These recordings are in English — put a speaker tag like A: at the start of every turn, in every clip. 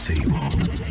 A: said he won't.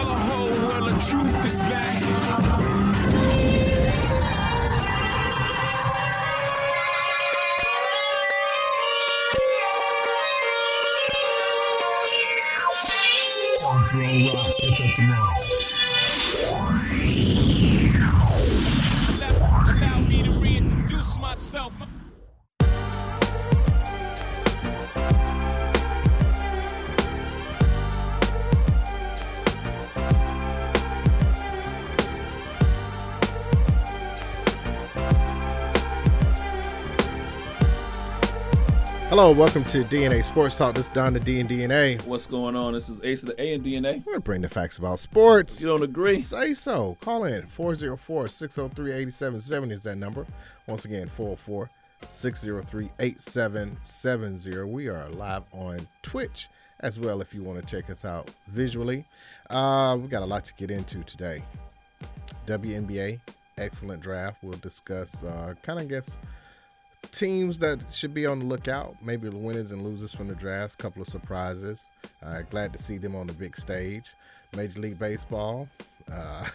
B: the whole world the truth is back. Allow- Allow me to reintroduce myself.
C: Hello, welcome to DNA Sports Talk. This is Don the D and DNA.
D: what's going on? This is Ace of the A and DNA.
C: We're gonna bring the facts about sports.
D: If you don't agree,
C: Say so. Call in 404-603-8770 is that number. Once again, 404-603-8770. We are live on Twitch as well if you want to check us out visually. Uh, we got a lot to get into today. WNBA, excellent draft. We'll discuss uh, kind of guess teams that should be on the lookout. Maybe the winners and losers from the drafts. Couple of surprises. Uh, glad to see them on the big stage. Major League Baseball. Uh,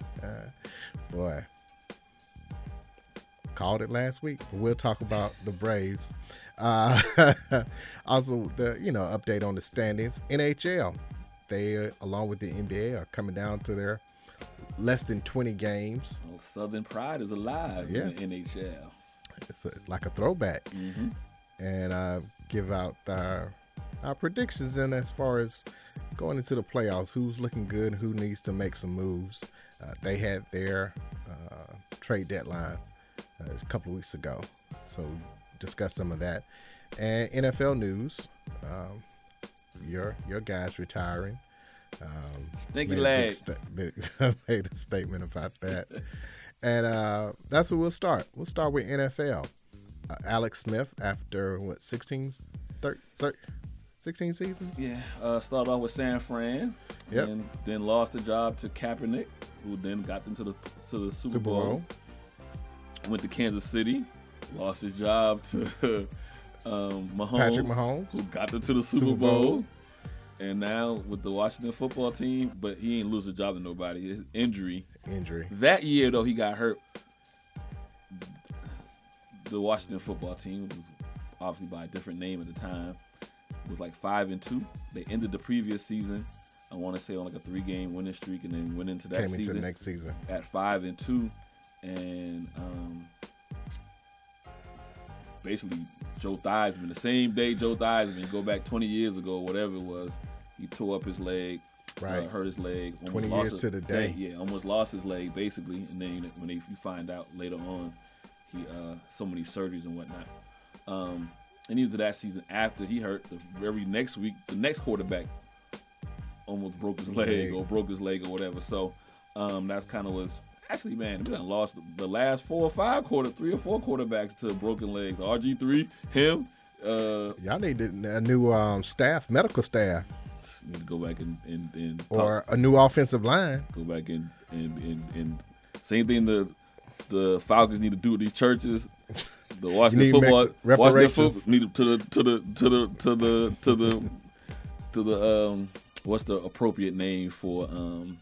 C: boy, called it last week. We'll talk about the Braves. Uh, also, the you know update on the standings. NHL, they along with the NBA are coming down to their less than 20 games.
D: Well, Southern Pride is alive
C: Yeah.
D: Uh, in the NHL.
C: it's a, like a throwback
D: Mm-hmm.
C: and uh, give out our, our predictions then as far as going into the playoffs who's looking good who needs to make some moves uh, they had their uh, trade deadline uh, a couple of weeks ago so discuss some of that and nfl news um, your your guys retiring made a
D: Stinky
C: big
D: leg.
C: sta- big- made a statement about that. and uh, that's where we'll start. We'll start with NFL. Uh, Alex Smith, after what, 16, thir- thir- 16 seasons?
D: Yeah, uh, started off with San Fran,
C: Yep.
D: and then lost the job to Kaepernick, who then got them to the to the Super,
C: Super Bowl.
D: went to Kansas City, lost his job to um, Mahomes,
C: Patrick Mahomes.
D: who got them to the Super,
C: Super
D: Bowl.
C: Bowl.
D: and now with the Washington football team. But he ain't lose a job to nobody. His injury
C: Injury.
D: that year though, he got hurt. The Washington football team was obviously by a different name at the time. Was like five and two. They ended the previous season. I want to say on like a three-game winning streak, and then went into that
C: Came
D: season
C: into the next season.
D: at five and two, and um, basically Joe Theismann. The same day Joe Theismann go back 20 years ago, whatever it was, he tore up his leg, uh,
C: Right.
D: hurt his leg. almost
C: 20
D: lost
C: years
D: his-
C: to the day.
D: Yeah, yeah, almost lost his leg basically, and then when they, you find out later on, he uh, so many surgeries and whatnot. Um, and even to that season after he hurt, the very next week, the next quarterback almost broke his leg
C: Leg.
D: or broke his leg or whatever. So um, that's kind of was actually man, we done lost the last four or five quarter, three or four quarterbacks to broken legs. RG three, him. Uh,
C: Y'all need a a new um, staff, medical staff,
D: need to go back and and, and talk-
C: or a new offensive line.
D: go back and and, and and same thing the the Falcons need to do with these churches. The Washington
C: You need
D: football
C: max-
D: Washington
C: reparations.
D: football need to the to the to the to the to the to the um what's the appropriate name for um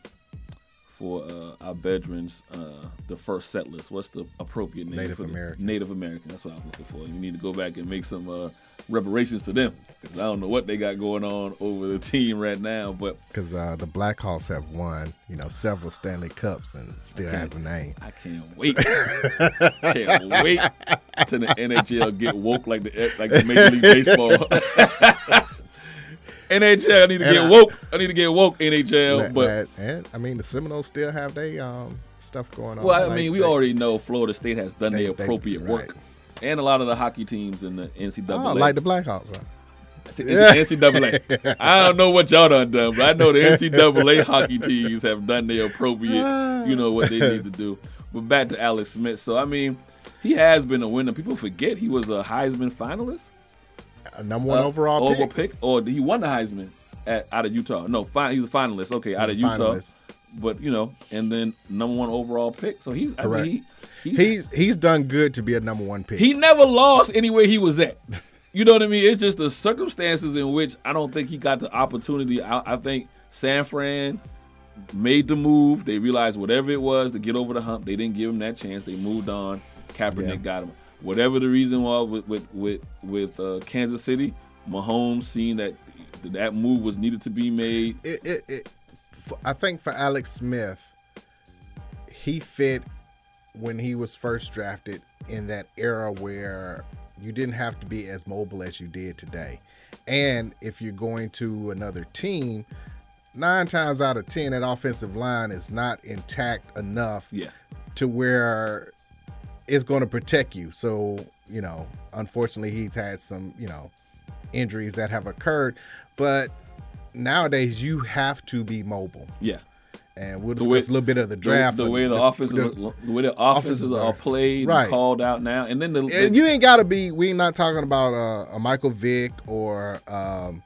D: for uh, our veterans uh the first settlers what's the appropriate name
C: Native
D: for the-
C: Americans.
D: Native American that's what I was looking for you need to go back and make some uh reparations to them 'Cause I don't know what they got going on over the team right now but
C: Because uh, the Blackhawks have won, you know, several Stanley Cups and still has a name.
D: I can't wait. can't wait till the NHL get woke like the like the Major League Baseball. NHL, I need to
C: And
D: get
C: I-
D: woke. I need to get woke, NHL.
C: That-
D: but
C: that- and I mean, the Seminoles still have their um, stuff going on.
D: well, I
C: Like,
D: mean, we
C: they-
D: already know Florida State has done
C: They-
D: the
C: they-
D: appropriate work,
C: right.
D: and a lot of the hockey teams in the NCAA.
C: Oh, like the Blackhawks. Right?
D: It's the NCAA. I don't know what y'all done done, but I know the NCAA hockey teams have done their appropriate, you know, what they need to do. But back to Alex Smith. So I mean,
E: He has been a winner. People forget he was a Heisman finalist.
C: A number one
E: Uh,
C: overall
E: overall
C: pick.
E: pick. Or he won the Heisman at, out of Utah. No, fi- he was a finalist. Okay, out
C: a
E: of Utah.
C: finalist.
E: But you know, and then number one overall pick. So he's I
C: Correct.
E: mean, he, he's-
C: He's he's done good to be a number one pick.
E: he never lost anywhere he was at. You know what I mean? It's just the circumstances in which I don't think he got the opportunity. I, I think San Fran made the move. They realized whatever it was to get over the hump, they didn't give him that chance. They moved on. Kaepernick
C: Yeah.
E: got him. Whatever the reason was with with with, with uh, Kansas City, Mahomes seeing that that move was needed to be made.
C: it, it, it f- I think for Alex Smith, he fit when he was first drafted in that era where you didn't have to be as mobile as you did today. And if you're going to another team, nine times out of ten, that offensive line is not intact enough
E: Yeah.
C: to where it's going to protect you. So, you know, unfortunately, he's had some, you know, injuries that have occurred. But nowadays, you have to be mobile.
E: Yeah.
C: And we'll
E: The
C: discuss
E: way-
C: a little bit of the draft.
E: the, the
C: and
E: way the, offenses, the, way the offenses,
C: offenses
E: are,
C: are-
E: played, and
C: Right.
E: called out now, and then the,
C: and
E: the-
C: you ain't got to be. We're not talking about uh, a Michael Vick or um,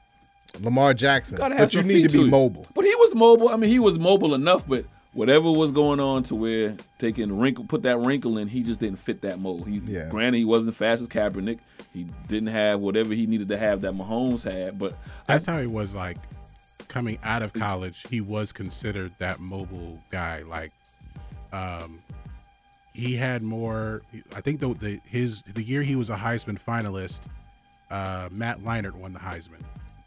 C: Lamar Jackson,
E: Gotta have
C: but you
E: some
C: need
E: feet
C: to be
E: it.
C: mobile.
E: But he was mobile. I mean, he was mobile enough, but whatever was going on to where taking wrinkle, put that wrinkle in, he just didn't fit that mold. He,
C: Yeah.
E: Granted, he wasn't fast as Kaepernick. He didn't have whatever he needed to have that Mahomes had. But
A: That's how he was like coming out of college. He was considered that mobile guy. Like, um, he had more. I think the, the his the year he was a Heisman finalist, uh, Matt Leinart won the Heisman.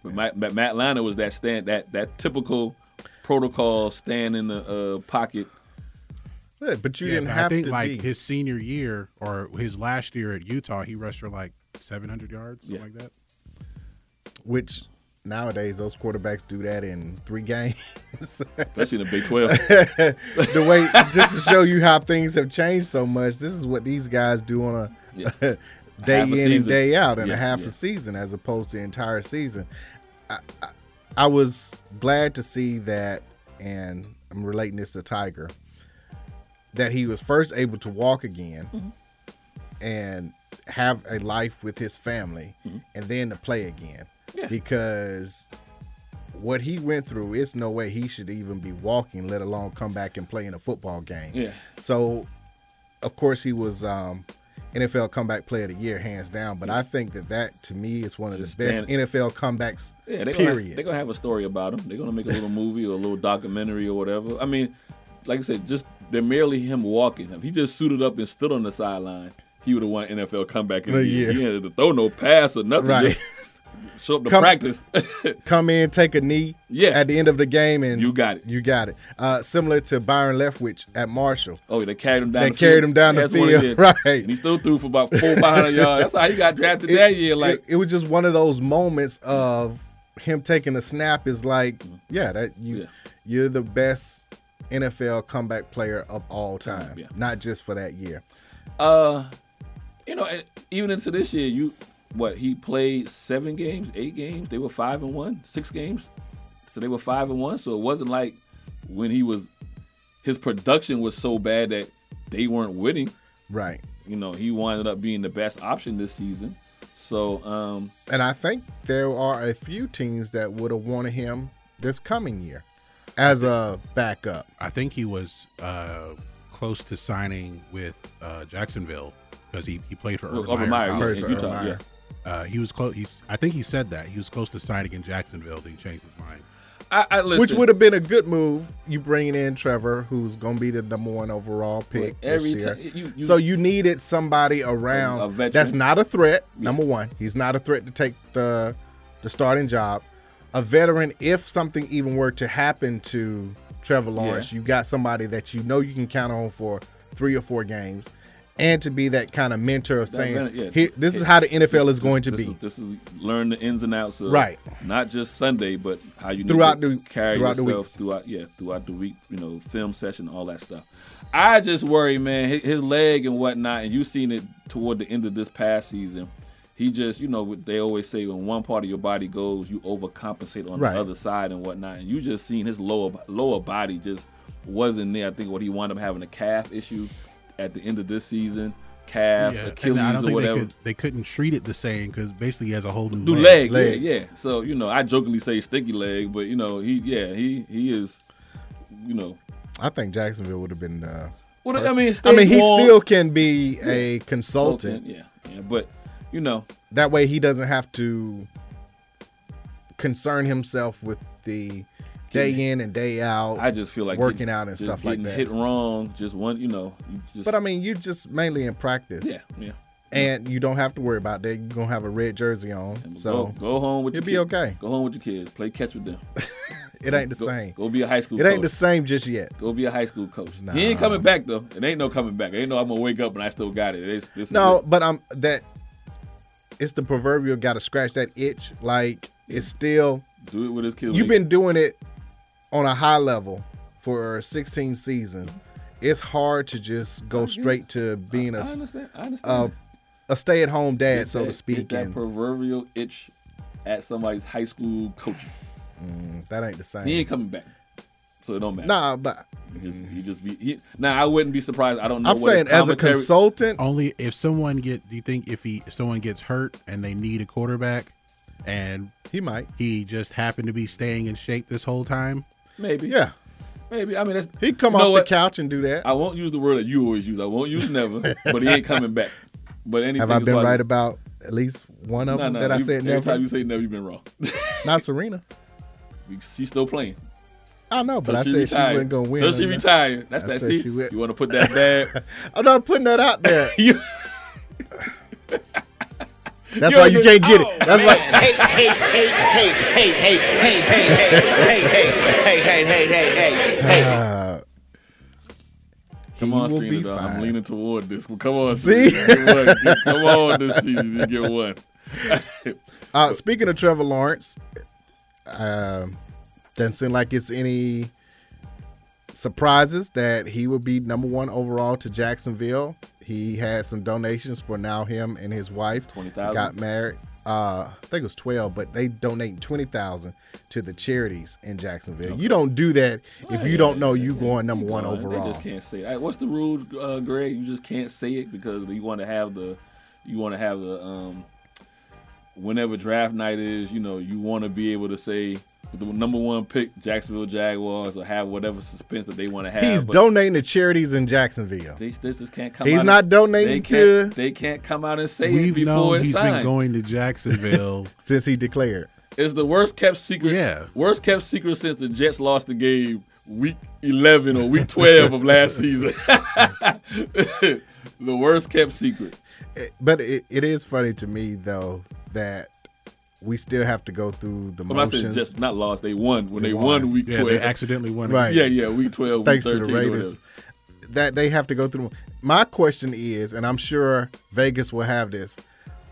E: but Matt, Matt, Matt Liner was that stand that that typical protocol stand in the uh, pocket.
C: Yeah, but you
A: Yeah,
C: didn't
A: but
C: have
A: I think
C: to
A: like
C: be.
A: his senior year or his last year at Utah, he rushed for like 700 yards, something
E: Yeah.
A: like that.
C: which nowadays those quarterbacks do that in three games.
E: Especially in the Big Twelve.
C: the way just to show you how things have changed so much. This is what these guys do on a
E: Yeah.
C: day
E: Half a
C: in and
E: season.
C: day out, and a
E: Yeah,
C: half
E: yeah.
C: a season as opposed to entire season. I, I, I was glad to see that, and I'm relating this to Tiger, that he was first able to walk again, and have a life with his family, and then to play again,
E: Mm-hmm. Yeah.
C: because. What he went through, it's no way he should even be walking, let alone come back and play in a football game.
E: Yeah.
C: So, of course, he was um, NFL comeback player of the year, hands down. But I think that that to me is one of
E: Just
C: the best
E: stand-
C: NFL comebacks.
E: Yeah, they're gonna,
C: period.
E: have, they're gonna have a story about him. They're gonna make a little movie or a little documentary or whatever. I mean, like I said, just they're merely him walking. If he just suited up and stood on the sideline, he would have won NFL comeback in
C: Oh,
E: the year.
C: yeah.
E: He had to throw no pass or nothing.
C: Right.
E: Just show up to
C: Come-
E: practice.
C: Come in, take a knee.
E: Yeah.
C: At the end of the game, and
E: You got it.
C: You got it. Uh, similar to Byron Leftwich at Marshall.
E: oh, they carried him down.
C: They
E: the
C: carried
E: field.
C: him down the
E: That's what he
C: field,
E: did.
C: right.
E: And he still threw for about four, five hundred yards. That's how he got drafted that year. Like,
C: it, it was just one of those moments of him taking a snap is like, yeah, that you
E: Yeah.
C: you're the best NFL comeback player of all time,
E: Yeah.
C: not just for that year.
E: uh, you know, and even into this year, you what he played seven games, eight games. They were five and one, six games, so they were five and one. So it wasn't like when he was his production was so bad that they weren't winning.
C: Right.
E: You know, he winded up being the best option this season. So um,
C: And I think there are a few teams that would have wanted him this coming year as a backup.
A: I think he was uh, close to signing with uh, Jacksonville because he, he played for Urban,
E: Urban
A: Meyer in
E: Meyer,
A: college.
C: Hurts
E: yeah,
C: or
E: in Utah,
C: Urban
E: yeah.
C: Meyer.
A: Uh, he was close. He's. I think he said that he was close to signing in Jacksonville. Then he changed his mind.
E: I, I listen,
C: Which would have been a good move. You bringing in Trevor, who's going to be the number one overall pick
E: every
C: this year.
E: time you, you,
C: so you needed somebody
E: A
C: around
E: veteran.
C: that's not a threat. Number one, he's not a threat to take the the starting job. A veteran, if something even were to happen to Trevor Lawrence, you got somebody that you know you can count on for three or four games, and to be that kind of mentor of saying,
E: veteran, yeah.
C: "Here- "This is how the NFL is going to
E: this
C: be."
E: Is, this is learn the ins and outs of
C: Right.
E: not just Sunday, but how you
C: Throughout
E: need to
C: the-
E: carry
C: throughout the
E: yourself
C: week.
E: throughout yeah throughout the week. You know, film session, all that stuff. I just worry, man, his, his leg and whatnot, and you seen it toward the end of this past season. He just, you know, what they always say when one part of your body goes, you overcompensate on
C: Right.
E: the other side and whatnot. And you just seen his lower lower body just wasn't there. I think what he wound up having a calf issue at the end of this season. calf,
A: Yeah, and
E: Achilles,
A: I don't
E: or
A: think they
E: whatever.
A: could. They couldn't treat it the same because basically he has a whole new
E: Do
A: leg.
E: leg,
C: leg.
E: yeah, yeah. So you know, I jokingly say sticky leg, but you know, he, yeah, he, he is, you know,
C: I think Jacksonville would have been. Uh,
E: well, I mean,
C: I mean, he
E: Stage Wall-
C: still can be a consultant.
E: yeah, yeah, but you know,
C: That way, he doesn't have to concern himself with the day in and day out.
E: I just feel like
C: Working
E: getting-
C: out and
E: just
C: stuff like
E: getting
C: that.
E: Hit wrong, just one, you know, you just,
C: but I mean, you just mainly in practice.
E: yeah, yeah.
C: And you don't have to worry about that. You're gonna have a red jersey on,
E: go,
C: so
E: go home with
C: it'll
E: your
C: be
E: kid-
C: okay.
E: Go home with your kids. Play catch with them.
C: it ain't the
E: Go,
C: same.
E: go be a high school.
C: It ain't the
E: coach.
C: same just yet.
E: Go be a high school coach.
C: Nah.
E: He ain't coming back though. It ain't no coming back. It ain't no I'm gonna wake up and I still got it. It's, this is
C: No,
E: it.
C: but I'm that. It's the proverbial got to scratch that itch. Like it's still
E: do it with his kids.
C: you've been doing it on a high level for 16 seasons. It's hard to just go straight to being
E: I
C: a
E: understand. I
C: a,
E: understand.
C: a stay at home dad,
E: Get
C: so
E: that-
C: to speak.
E: Get that
C: and
E: proverbial itch at somebody's high school coaching.
C: that ain't the
E: He
C: same.
E: ain't coming back, so it don't matter.
C: Nah, but
E: He just, he just be. He, now I wouldn't be surprised. I don't know.
C: I'm
E: what
C: saying
E: his
C: as a
E: commentary-
C: consultant,
A: Only if someone get. Do you think if he if someone gets hurt and they need a quarterback, and
C: he might.
A: he just happened to be staying in shape this whole time?
E: maybe.
C: Yeah,
E: Maybe. I mean, that's,
C: he'd come
E: You know
C: off
E: what?
C: the couch and do that.
E: I won't use the word that you always use. I won't use never, but he ain't coming back. But anything
C: Have I
E: is
C: been
E: possible.
C: right about at least one of
E: No,
C: them
E: no,
C: that I
E: you-
C: said
E: every time
C: never?
E: you say never, you've been wrong.
C: Not Serena.
E: She's still playing.
C: I know, but
E: Till
C: I said she
E: retired.
C: wasn't gonna win.
E: Till she
C: or nothing.
E: retired. That's
C: I
E: that.
C: said
E: See,
C: she would-
E: you want to put that bad.
C: I'm not putting that out there.
E: you,
C: That's
E: Yo,
C: why you
E: you- Oh,
C: can't get it. That's why
F: Hey, hey, hey, hey, hey, hey, hey, hey, hey, hey, hey, hey, hey, hey, hey, hey, hey, hey.
E: come
C: He
E: on,
C: will
E: Serena.
C: be
E: Though. I'm
C: fine.
E: leaning toward this. Well, come on,
C: See?
E: Serena, you get one. come on, this season you get one.
C: Uh, speaking of Trevor Lawrence, um, doesn't seem like it's any surprises that he would be number one overall to Jacksonville. He had some donations for now him and his wife
E: 20,000?
C: got married. Uh, I think it was twelve, but they donate twenty thousand to the charities in Jacksonville. You don't do that if you don't know you going number one
E: Come on, They
C: overall.
E: just can't say. It. What's the rule, uh, Greg? You just can't say it because you want to have the, you want to have the, um, whenever draft night is, you know, you want to be able to say with the number one pick, Jacksonville Jaguars, or have whatever suspense that they want to have.
C: He's
E: but
C: donating to charities in Jacksonville.
E: They, they just can't come.
C: He's
E: out
C: not
E: and,
C: donating
E: they can't-
C: to-
E: They can't come out and say it
A: We've
E: before
A: known
E: it's
A: he's
E: signed.
A: been going to Jacksonville.
C: Since he declared,
E: It's the worst kept secret.
A: Yeah.
E: Worst kept secret since the Jets lost the game week 11 or week 12 of last season. the worst kept secret.
C: but it, it is funny to me though that we still have to go through the
E: When I said
C: motions.
E: Jets not lost, they won. When
C: They
E: they,
C: won.
E: won. week
A: yeah,
E: 12.
A: they accidentally won.
C: Right.
E: yeah, yeah, week 12,
C: thanks
E: week
C: to
E: 13.
C: the
E: or
C: Raiders,
E: whatever.
C: that they have to go through. My question is, and I'm sure Vegas will have this: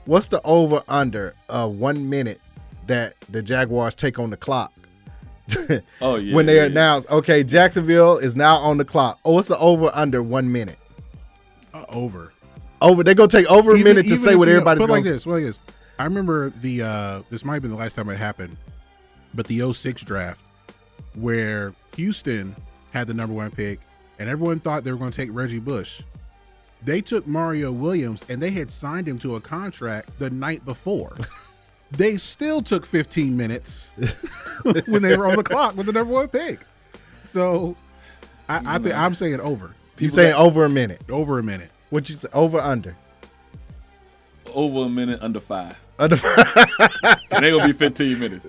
C: What's the over under of one minute that the Jaguars take on the clock?
E: Oh, yeah.
C: when they
E: yeah, yeah.
C: announce, okay, Jacksonville is now on the clock. Oh, what's the over under one minute?
A: Uh, over.
C: Over, they're gonna take over a
A: Even-
C: minute to
A: even
C: say
A: if
C: what
A: you-
C: everybody's
A: put
C: going
A: like
C: to.
A: this. Well, yes, I remember the uh, this might have been the last time it happened, but the 06 draft where Houston had the number one pick, and everyone thought they were going to take Reggie Bush. They took Mario Williams, and they had signed him to a contract the night before. they still took 15 minutes when they were on the clock with the number one pick. So, I, I think I'm saying over,
C: You
E: People
C: saying
E: that-
C: over a minute?
A: over a minute.
C: What you say? Over under?
E: over a minute under five.
C: Under?
E: And they going to be 15 minutes.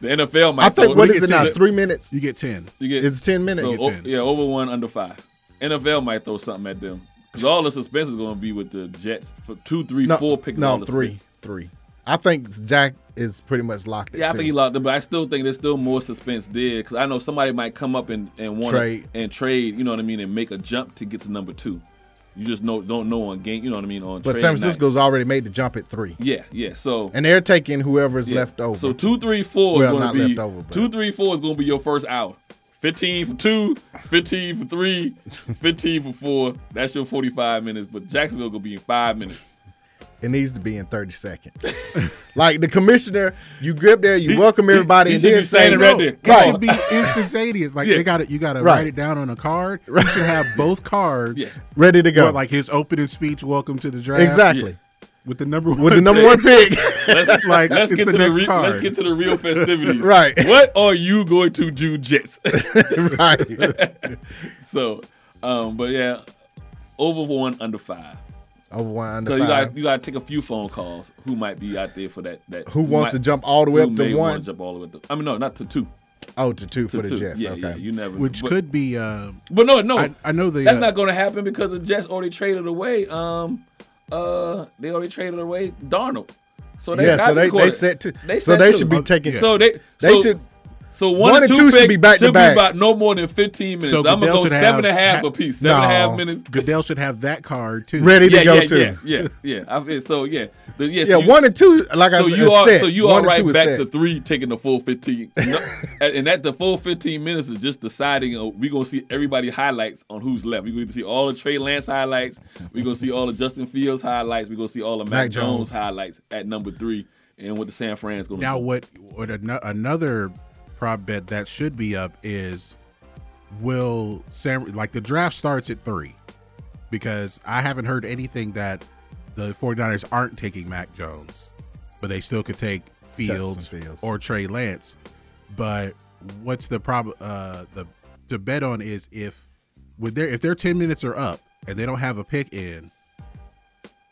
E: The NFL might
C: I think
E: throw-
C: what
E: we
C: is
E: get
C: it
E: to
C: now?
E: the-
C: Three minutes?
A: You get 10.
E: You get,
C: It's 10 minutes.
E: So,
C: It's
E: o-
A: 10.
E: yeah, over one, under five. NFL might throw something at them because all the suspense is going to be with the Jets for two, three, four picks.
C: no,
E: all the
C: three,
E: suspense.
C: three. I think Jack is pretty much locked. at
E: Yeah, I
C: two.
E: think he locked them, but I still think there's still more suspense there because I know somebody might come up and and want
C: Trade.
E: and trade. You know what I mean, and make a jump to get to number two. You just know don't know on game. You know what I mean on.
C: But
E: trade
C: San
E: night.
C: Francisco's already made the jump at three,
E: Yeah, yeah. So
C: and they're taking whoever's
E: yeah.
C: left over.
E: So two, three, four
C: Well,
E: is going
C: not
E: to be
C: left over, but-
E: two, three, four is going to be your first hour. 15 for two, 15 for three, 15 for four. That's your 45 minutes. But Jacksonville going to be in five minutes.
C: It needs to be in 30 seconds. like the commissioner, you grip there, you welcome everybody,
E: he
C: and
E: should
C: then
E: be
C: say,
E: standing right there.
A: It
C: Right.
A: should be instantaneous. Like
E: Yeah.
A: they got to You got to
C: Right.
A: write it down on a card. You should have both cards.
E: Yeah.
C: ready to go.
A: Or like uh, his opening speech, "Welcome to the draft,"
C: exactly.
A: with the number one
C: With the number
A: pick.
C: one pick.
E: Let's,
A: Like,
E: let's
A: it's
E: get
A: the
E: to the
A: next
E: re-
A: card.
E: let's get to the real festivities.
C: Right.
E: What are you going to do, Jets?
C: right.
E: so, um, but yeah, over one, under five.
C: Over one under
E: So you
C: five.
E: got you got to take a few phone calls. Who might be out there for that? That
C: Who wants to jump all the way
E: who
C: up to
E: may wanna
C: one?
E: Jump all the way up to, I mean, no, not to two.
C: Oh, to two
E: To
C: for the
E: two.
C: Jets.
E: Yeah,
C: okay.
E: yeah, you never.
A: which
E: but,
A: could be. Uh,
E: But no, no,
A: I, I know the.
E: that's
A: uh,
E: not going to happen because the Jets already traded away. Um, uh, they already traded away Darnold. So they
C: Yeah,
E: got
C: so
E: to
C: they-
E: quarter-
C: they set two. So they should be taking-
E: So they
C: They
E: so,
C: should-
E: So one, and two, should be back to back. About no more than fifteen minutes.
A: So
E: I'm gonna
A: Goodell
E: go
A: should
E: seven and a half
A: have- ha-
E: apiece. Seven and a half
C: No.
E: minutes.
A: Goodell should have that card too.
C: Ready
E: Yeah,
C: to go
E: yeah,
C: to.
E: yeah, yeah, yeah, I feel- So yeah, the, yeah.
C: Yeah,
E: so you-
C: one and two, like I
E: so
C: said,
E: you
C: is
E: are
C: set.
E: so you
C: One
E: are
C: and two
E: right
C: is
E: back
C: set.
E: to three, taking the full fifteen, No- and and at the full fifteen minutes is just deciding. Uh, we gonna see everybody highlights on who's left. We are gonna see all the Trey Lance highlights. We are gonna see all the Justin Fields highlights. We are gonna see all the Mac,
C: Mac
E: Jones.
C: Jones.
E: highlights at number three, and what the San Fran's gonna
A: Now,
E: do.
A: what what ano- another prop bet that should be up is will Sam like the draft starts at three because I haven't heard anything that the 49ers aren't taking Mac Jones, but they still could take Fields,
C: Justin Fields.
A: or Trey Lance. But what's the problem? Uh, the to bet on is if with their if their ten minutes are up and they don't have a pick in,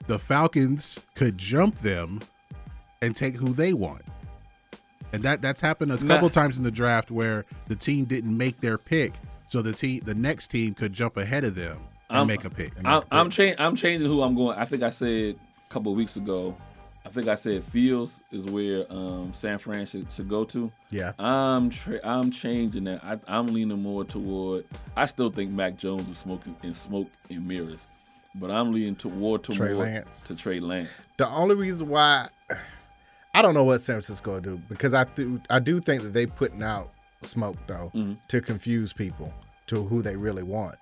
A: the Falcons could jump them and take who they want. And that that's happened a
E: Nah.
A: couple times in the draft where the team didn't make their pick, so the team the next team could jump ahead of them and
E: I'm-
A: make a pick.
E: I'm I'm, cha- I'm changing who I'm going. I think I said a couple of weeks ago. I think I said Fields is where um, San Fran should, should go to.
C: Yeah.
E: I'm tra- I'm changing that. I, I'm leaning more toward. I still think Mac Jones is smoking in smoke and mirrors, but I'm leaning toward to
C: Trey
E: more
C: Lance.
E: to Trey Lance.
C: The only reason why I don't know what San Francisco will do because I do I do think that they putting out smoke though
E: Mm-hmm.
C: to confuse people to who they really want.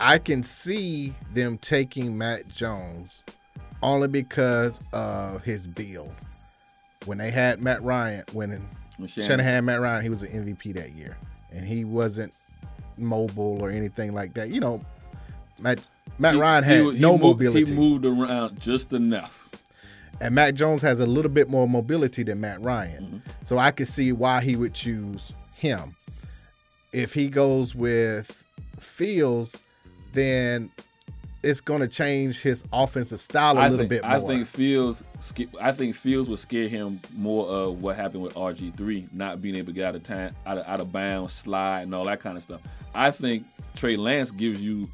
C: I can see them taking Matt Jones only because of his build. When they had Matt Ryan, when
E: When Shan-
C: Shanahan Matt Ryan, he was an MVP that year, and he wasn't mobile or anything like that. You know, Matt Matt Ryan had
E: wa-
C: no
E: moved,
C: mobility.
E: He moved around just enough.
C: And Mac Jones has a little bit more mobility than Matt Ryan.
E: Mm-hmm.
C: So I could see why he would choose him. If he goes with Fields, then it's going to change his offensive style a
E: I
C: little
E: think
C: bit more.
E: I think Fields sca- I think Fields would scare him more of what happened with RG three not being able to get out of time out of, out of bounds slide and all that kind of stuff. I think Trey Lance gives you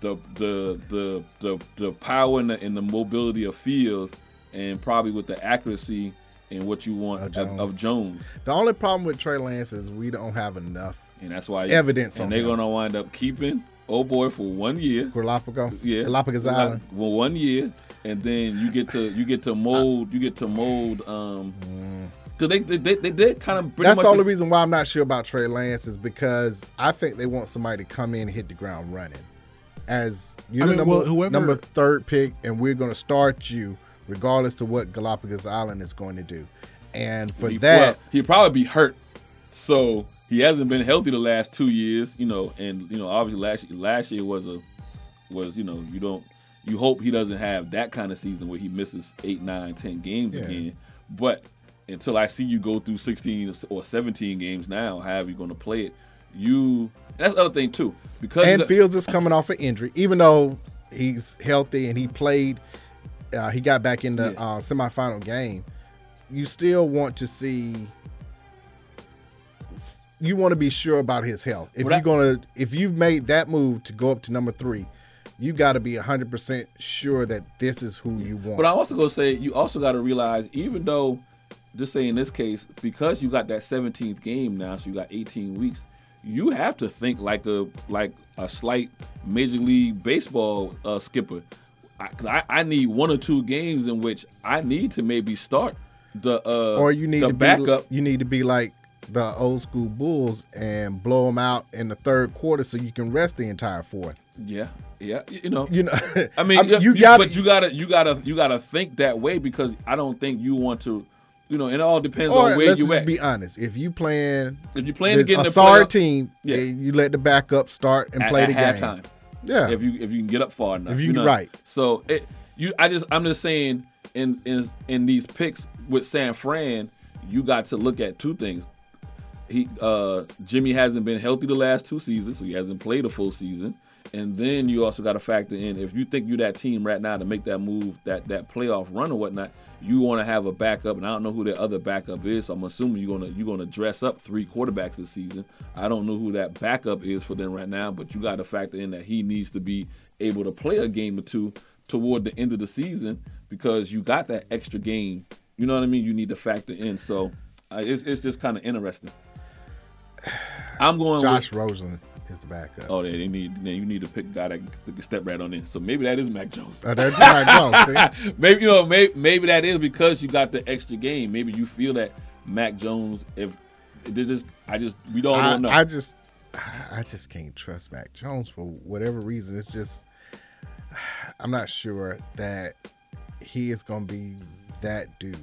E: the the the the, the power and the, and the mobility of Fields and probably with the accuracy and what you want
C: Of
E: of, of, Jones
C: the only problem with Trey Lance is we don't have enough
E: and that's why
C: Evidence on
E: and they're
C: him.
E: gonna wind up keeping oh boy for one year
C: Galapagos,
E: yeah,
C: Galapagos
E: Like,
C: Island.
E: for one year, and then you get to you get to mold you get to mold um because they, they they they did kind of pretty
C: Mm. That's
E: much
C: the only reason why I'm not sure about Trey Lance is because I think they want somebody to come in and hit the ground running. As you
A: I
C: know,
A: mean,
C: number,
A: well, whoever-
C: number third pick, and we're going to start you regardless to what Galapagos Island is going to do. And for
E: he,
C: that,
E: he'd probably be hurt, so he hasn't been healthy the last two years, you know, and you know obviously last last year was a was you know you don't you hope he doesn't have that kind of season where he misses eight nine ten games again, but until I see you go through 16 or 17 games now, however you're going to play it, you that's the other thing too because
C: and
E: the-
C: Fields is coming off an injury, even though he's healthy and he played. Uh, he got back in the
E: Yeah.
C: uh, semifinal game. You still want to see. You want to be sure about his health. If
E: What
C: you're
E: I-
C: gonna, if you've made that move to go up to number three, you got to be hundred percent sure that this is who you want.
E: But I'm also gonna say you also got to realize, even though, just say in this case, because you got that 17th game now, so you got 18 weeks, you have to think like a like a slight major league baseball uh, skipper. I, 'cause I, I need one or two games in which I need to maybe start the uh,
C: or you need
E: the
C: to be,
E: backup.
C: You need to be like the old school Bulls and blow them out in the third quarter so you can rest the entire fourth.
E: Yeah, yeah, you know.
C: You know,
E: I mean, yeah,
C: you
E: you-
C: got
E: but you gotta, you gotta, you gotta think that way because I don't think you want to, you know. And it all depends
C: Or
E: on where
C: let's
E: you
C: just
E: at.
C: be honest. If you playing,
E: if you plan to
C: this-
E: get in
C: a
E: the
C: sorry
E: playoff
C: team,
E: Yeah.
C: then you let the backup start and
E: at,
C: play
E: at
C: the game.
E: halftime,
C: Yeah,
E: if you if you can get up far enough,
C: If you-
E: know?
C: right.
E: So it, you, I just, I'm just saying, in in in these picks with San Fran, you got to look at two things. He, uh, Jimmy hasn't been healthy the last two seasons, so he hasn't played a full season. And then you also got to factor in if you think you're that team right now to make that move, that that playoff run or whatnot, you want to have a backup. And I don't know who the other backup is, so I'm assuming you're gonna you're gonna dress up three quarterbacks this season. I don't know who that backup is for them right now, but you got to factor in that he needs to be able to play a game or two toward the end of the season because you got that extra game. You know what I mean? You need to factor in. So uh, it's it's just kind of interesting. I'm going with
C: Josh Rosen is the backup.
E: Oh, yeah, they need then you need to pick a guy that that can step right on in. So maybe that is Mac Jones.
C: Oh, that's right. No, see?
E: Maybe you know, maybe, maybe that is because you got the extra game. Maybe you feel that Mac Jones. If this just, I just we don't,
C: I,
E: don't know.
C: I just, I just can't trust Mac Jones for whatever reason. It's just, I'm not sure that he is going to be that dude.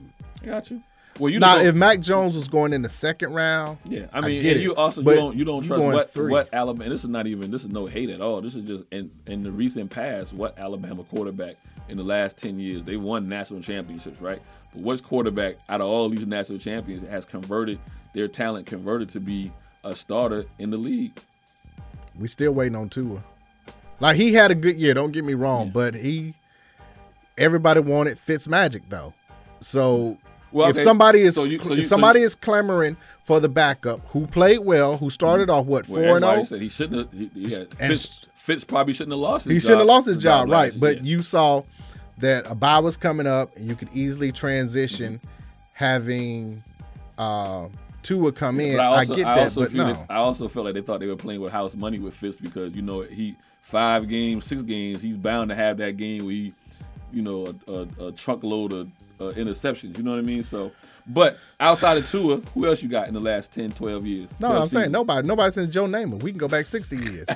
E: I got you. Well, you
C: now,
E: don't-
C: if Mac Jones was going in the second round,
E: Yeah, I
C: I
E: mean,
C: get
E: and
C: it,
E: you also you
C: but
E: don't you don't
C: you
E: trust
C: going
E: what
C: three.
E: what Alabama. And this is not even this is no hate at all. This is just in in the recent past, what Alabama quarterback in the last ten years they won national championships, right? But which quarterback out of all these national champions has converted their talent converted to be a starter in the league?
C: we still waiting on Tua. Like he had a good year, don't get me wrong, but he, everybody wanted Fitzmagic though. So
E: Well,
C: if
E: okay,
C: somebody is
E: so you- so you-
C: if
E: so
C: somebody
E: you-
C: is clamoring for the backup who played well, who started off what
E: Well,
C: four and oh?
E: everybody
C: zero,
E: said he shouldn't. Have, he, he had,
C: And-
E: Fitz, Fitz probably shouldn't have lost. His
C: he
E: job-
C: shouldn't have lost his job,
E: last
C: right?
E: year.
C: But
E: Yeah.
C: you saw that a buy was coming up, and you could easily transition
E: Mm-hmm.
C: having uh, Tua come in.
E: But
C: I,
E: also,
C: get
E: I
C: that,
E: also
C: but
E: feel
C: no.
E: that- I also felt like they thought they were playing with house money with Fitz because you know he five games, six games, he's bound to have that game where he, you know, a, a, a truckload of uh, interceptions. You know what I mean? So, but outside of Tua, who else you got in the last 10, 12 years?
C: no, I'm saying nobody. Nobody since Joe Namath. We can go back 60 years.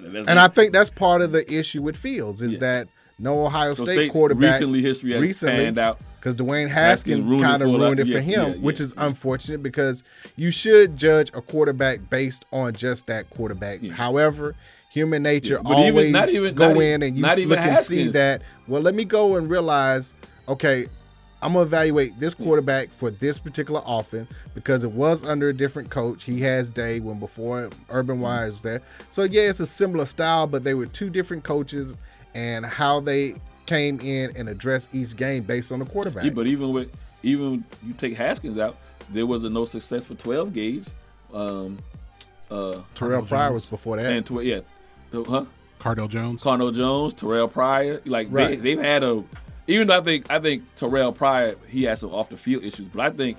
E: no.
C: And I think that's part of the issue with Fields is
E: Yeah.
C: that no Ohio
E: So
C: State,
E: state-
C: quarterback
E: recently history has panned out.
C: because Dwayne
E: Haskins
C: Haskins
E: ruined it
C: kind of
E: for a lot-
C: ruined it
E: yeah,
C: for him,
E: yeah,
C: which
E: yeah,
C: is unfortunate because you should judge a quarterback based on just that quarterback. However, human nature
E: Yeah, but
C: always
E: even- not even-
C: go
E: not e-
C: in and you
E: not
C: look
E: even
C: and see
E: Haskins.
C: that. Well, let me go and realize, okay. I'm gonna evaluate this
E: Hmm.
C: quarterback for this particular offense because it was under a different coach. He has Day when before Urban
E: Hmm.
C: Wire was there. So yeah, it's a similar style, but they were two different coaches and how they came in and addressed each game based on the quarterback.
E: Yeah, but even with even you take Haskins out, there was a no success for twelve gauge, um, uh,
C: Terrell Pryor was before that.
E: and tw- yeah, Uh, huh?
A: Cardell Jones.
E: Cardinal Jones, Terrell Pryor. Like
C: Right.
E: they, they've had a. Even though I think I think Terrell Pryor he had some off the field issues, but I think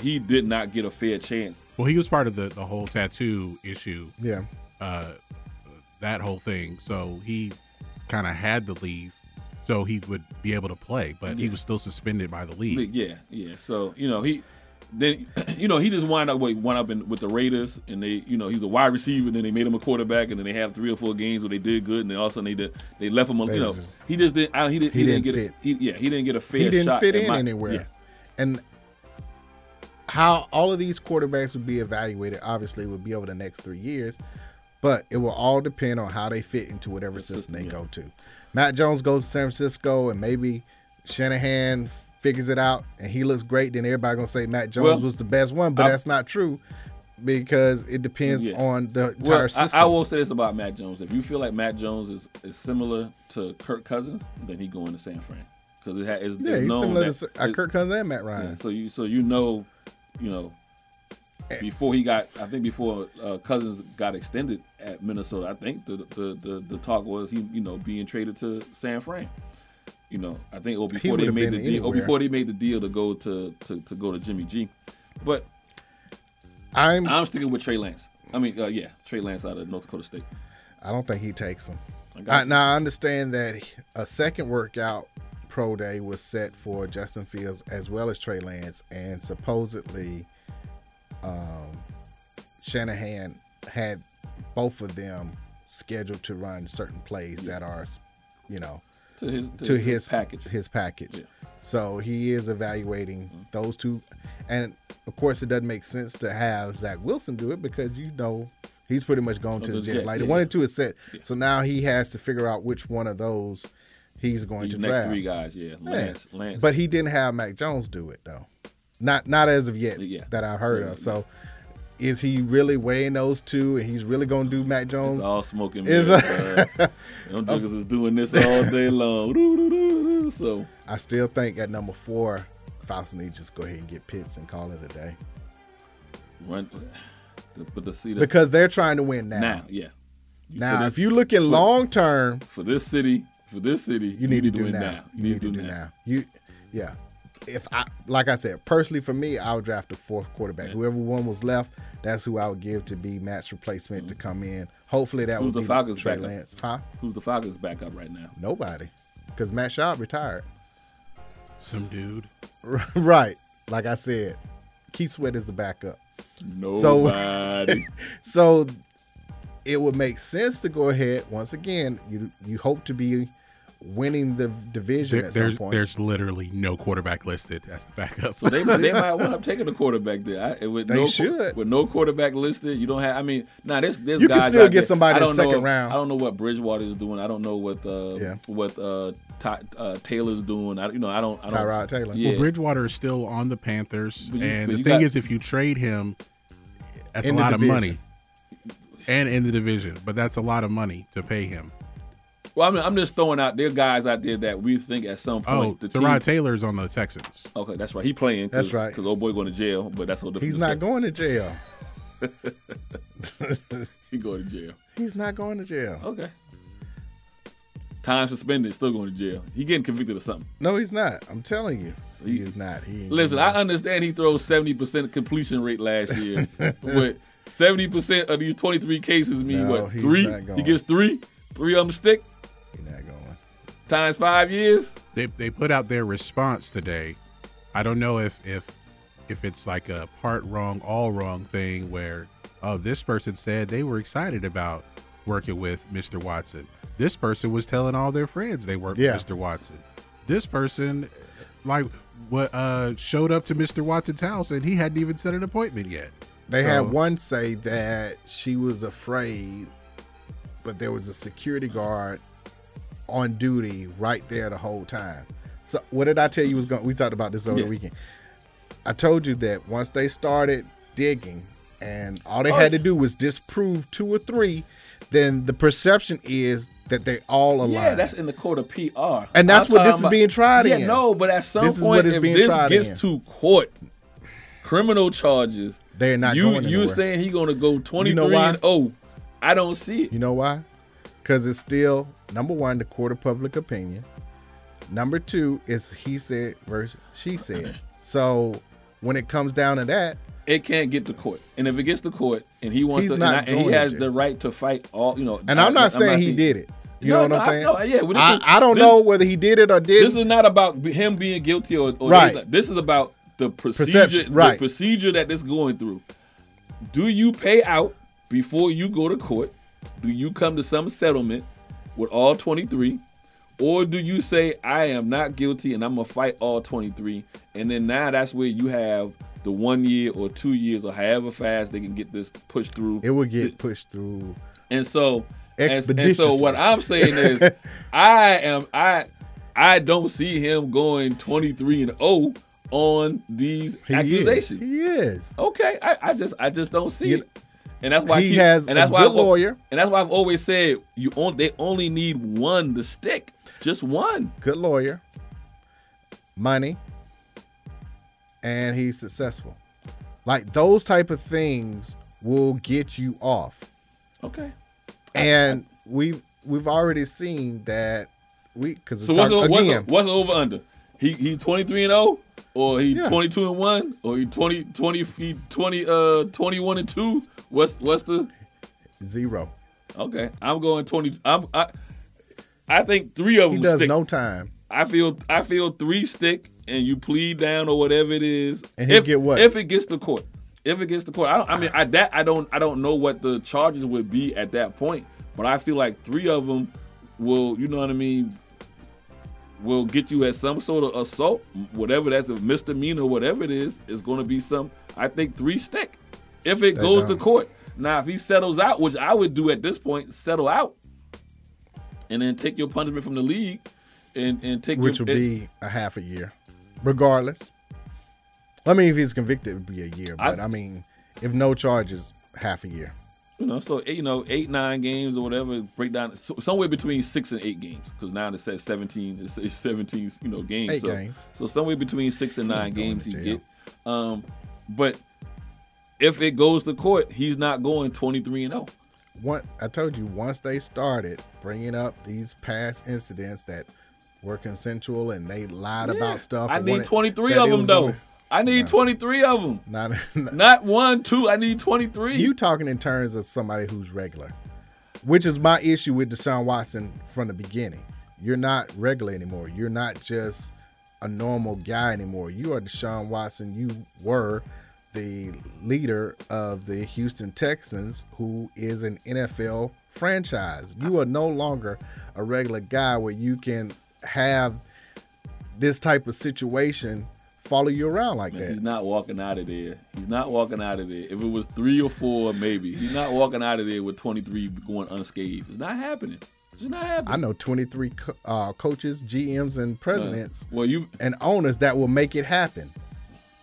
E: he did not get a fair chance.
A: Well, he was part of the, the whole tattoo issue,
C: yeah.
A: that whole thing. So he kind of had to leave so he would be able to play, but he was still suspended by the league.
E: Yeah, yeah. So you know he. Then you know he just wound up with wound up in, with the Raiders, and they you know he's a wide receiver, and then they made him a quarterback, and then they have three or four games where they did good, and then all of a sudden they did, they left him. a- You know
C: just-
E: he just didn't I- he, did, he,
C: He
E: didn't,
C: didn't
E: get a, he, yeah he didn't get a fair
C: He didn't
E: shot
C: fit
E: at
C: in
E: my-
C: anywhere.
E: yeah.
C: And how all of these quarterbacks would be evaluated obviously would be over the next three years, but it will all depend on how they fit into whatever system they
E: yeah.
C: go to. Matt Jones goes to San Francisco and maybe Shanahan figures it out and he looks great, then everybody gonna say Matt Jones
E: Well,
C: was the best one, but
E: I-
C: that's not true because it depends
E: Yeah.
C: on the entire
E: Well, I,
C: system.
E: I will say this about Matt Jones: if you feel like Matt Jones is, is similar to Kirk Cousins, then he going to San Fran because it ha- it's,
C: yeah,
E: it's
C: he's
E: known
C: similar
E: that,
C: to uh,
E: it-
C: Kirk Cousins Eh. and Matt Ryan.
E: yeah, so you so you know, you know, before he got, I think before uh, Cousins got extended at Minnesota, I think the the, the the talk was he you know being traded to San Fran. You know, I think or before they
C: would've
E: made the
C: been
E: deal, or
C: anywhere.
E: before they made the deal to go to to, to go to Jimmy G, but
C: I'm
E: I'm sticking with Trey Lance. I mean, uh, yeah, Trey Lance out of North Dakota State.
C: I don't think he takes them.
E: I got
C: I,
E: you.
C: now I understand that a second workout pro day was set for Justin Fields as well as Trey Lance, and supposedly um, Shanahan had both of them scheduled to run certain plays that are, you know,
E: to his
C: to his
E: package.
C: His package.
E: Yeah. Mm-hmm.
C: So he is evaluating those two, and of course, it doesn't make sense to have Zach Wilson do it because you know he's pretty much gone to
E: the
C: the Jets.
E: Jets,
C: Like
E: yeah,
C: the one
E: yeah.
C: and two is set. So now he has to figure out which one of those he's going
E: These
C: to
E: next
C: draft.
E: three guys, yeah, Lance,
C: Yeah.
E: Lance.
C: But he didn't have Mac Jones do it though. Not not as of yet
E: Yeah.
C: that I've heard
E: Yeah,
C: of. So is he really weighing those two and he's really gonna do Mac Jones?
E: it's all smoking.
C: It's
E: mirrors, uh, them jokers is doing this all day long. Doo-doo-doo-doo-doo. so
C: I still think at number four, Faust needs to just go ahead and get Pitts and call it a day.
E: run, but the see that's-
C: Because they're trying to win now.
E: now, yeah. You- so
C: Now
E: that's-
C: if you look in long term,
E: for this city, for this city,
C: you need to do
E: it
C: now. You need to do now. You yeah. If I like I said, personally for me, I would draft the fourth quarterback. Whoever one was left, that's who I would give to be match replacement to come in. Hopefully that
E: Who's
C: would
E: the
C: be
E: Falcons
C: Trey
E: backup?
C: Lance. Huh?
E: Who's the Falcons backup right now?
C: Nobody. Because Matt Schaub retired.
A: Some dude.
C: right. Like I said, Keith Sweat is the backup. So-
E: Nobody.
C: So it would make sense to go ahead. Once again, you you hope to be winning the division
A: There-
C: at some
A: there's
C: point.
A: there's literally no quarterback listed as the backup.
E: so they, they might wind up taking the quarterback there. I, with
C: They
E: no, qu-
C: should.
E: With no quarterback listed, you don't have. I mean, nah, there's there's
C: You can
E: guys
C: still
E: out
C: get
E: there.
C: somebody
E: I
C: in
E: don't
C: second
E: know,
C: round.
E: I don't know what Bridgewater is doing. I don't know what uh,
C: Yeah.
E: what uh, Ty, uh, Taylor's doing. I you know I don't. I don't
C: Tyrod Taylor.
E: Yeah.
A: Well, Bridgewater is still on the Panthers,
E: But you-
A: and
E: but
A: the
E: you
A: thing
E: got-
A: is, if you trade him, that's
C: In
A: a
C: the
A: lot of
C: division.
A: money, and in the division. But that's a lot of money to pay him.
E: Well, I mean, I'm just throwing out there are guys out there that we think at some
A: Oh,
E: point the team.
A: Terod Taylor's on the Texans.
E: Okay, that's right. He playing. Cause,
C: That's right.
E: Because old boy going to jail, but that's what
C: He's not going to jail.
E: He going to jail.
C: He's not going to jail.
E: Okay. Time suspended, still going to jail. He getting convicted of something.
C: No, he's not. I'm telling you. He,
E: he-
C: is not. He ain't
E: Listen,
C: doing
E: I understand he throws seventy percent completion rate last year, but seventy percent of these twenty three cases mean
C: No,
E: what?
C: he's
E: Three?
C: not going.
E: He gets three. Three of them stick
C: it. He's not going.
E: times five years.
A: They they put out their response today. I don't know if if if it's like a part wrong, all wrong thing where oh this person said they were excited about working with Mr. Watson. This person was telling all their friends they worked
C: Yeah.
A: with Mr. Watson. This person like what uh showed up to Mr. Watson's house and he hadn't even set an appointment yet.
C: They had
A: So-
C: one say that she was afraid, but there was a security guard on duty right there the whole time. So what did I tell you was going? We talked about this over
E: Yeah.
C: the weekend. I told you that once they started digging, and all
E: Oh,
C: they had to do was disprove two or three, then the perception is that they all aligned.
E: Yeah, that's in the court of PR,
C: And that's
E: I'm
C: what
E: talking
C: this is being tried
E: yeah,
C: in.
E: no, but at some
C: This is
E: point,
C: what it's
E: if
C: being
E: this
C: tried
E: gets
C: in.
E: to court, criminal charges,
C: They're not
E: You
C: going
E: you
C: anywhere.
E: saying he gonna go twenty three
C: why?
E: and oh? I don't see it.
C: You know why? Because it's still number one, the court of public opinion. Number two is he said versus she said. So when it comes down to that,
E: It can't get to court, and if it gets to court, and he wants
C: He's
E: to, and,
C: not
E: I- and he
C: going
E: has
C: to.
E: the right to fight all, you know.
C: and I, am not saying he
E: saying-
C: did it. You
E: No,
C: know
E: no,
C: what I'm
E: I-
C: saying?
E: no, yeah, well, this
C: I,
E: is-
C: I don't
E: this-
C: know whether he did it or
E: This
C: didn't.
E: is not about b- him being guilty or, or
C: Right.
E: anything. This is about the procedure,
C: Perception,
E: the
C: right.
E: procedure that this going through. Do you pay out before you go to court? Do you come to some settlement with all 23? Or do you say I am not guilty and I'm gonna fight all 23? And then now that's where you have the one year or two years or however fast they can get this pushed through.
C: it will get pushed through.
E: And so, and, and so
C: Expeditiously.
E: what I'm saying is, I am I I don't see him going 23 and 0 on these
C: He
E: accusations.
C: Is. He is.
E: Okay, I, I just I just don't see
C: You-
E: it. And that's why I
C: He
E: keep-
C: has
E: and
C: a
E: that's why
C: good
E: I've al-
C: lawyer.
E: And that's why I've always said you on, they only need one to stick, just one.
C: Good lawyer. Money. And he's successful. Like those type of things will get you off.
E: Okay.
C: and we've we've already seen that we because
E: So what's the, what's, the,
C: again
E: what's the over under? He he 23 and 0 or he
C: Yeah.
E: 22 and 1 or he 20 20 he 20 uh 21 and 2? What's what's the
C: zero.
E: Okay, I'm going twenty. I'm I. I think three of
C: He
E: them
C: does
E: stick.
C: no time.
E: I feel I feel three stick, and you plead down or whatever it is.
C: And he'll
E: if,
C: get what?
E: If it gets to court, if it gets to court, I, don't, I mean, I that I don't I don't know what the charges would be at that point, but I feel like three of them will, you know what I mean, will get you at some sort of assault, whatever that's a misdemeanor, whatever it is, is going to be some. I think three stick if it goes to
C: don't.
E: court. Now, if he settles out, which I would do at this point, settle out, and then take your punishment from the league, and and take
C: which
E: your,
C: would be a half a year, regardless. I mean, if he's convicted, it would be a year.
E: I-
C: But I, mean, if no charges, half a year.
E: You know, so you know, eight, nine games or whatever, break down so, somewhere between six and eight games, because now it's at seventeen, it's, it's seventeen, you know, games.
C: Eight
E: so,
C: games.
E: so somewhere between six and nine
C: going
E: games
C: to
E: he
C: jail.
E: get. Um, but if it goes to court, he's not going twenty three and oh. zero.
C: What I told you, once they started bringing up these past incidents that were consensual and they lied about stuff,
E: I
C: and
E: need
C: wanted-
E: twenty three
C: that
E: of
C: they
E: them
C: was
E: though.
C: gonna-
E: I need twenty three of them.
C: Not,
E: Not one, two. I need twenty three.
C: you talking in terms of somebody who's regular, which is my issue with Deshaun Watson from the beginning. You're not regular anymore. You're not just a normal guy anymore. You are Deshaun Watson. You were the leader of the Houston Texans, who is an NFL franchise. You are no longer a regular guy where you can have this type of situation follow you around like
E: Man, He's
C: that.
E: not walking out of there. He's not walking out of there. If it was three or four, maybe he's not walking out of there with 23 going unscathed. It's not happening. It's just not happening.
C: I know 23 co- uh, coaches, GMs, and presidents
E: Uh, Well, you
C: and owners that will make it happen.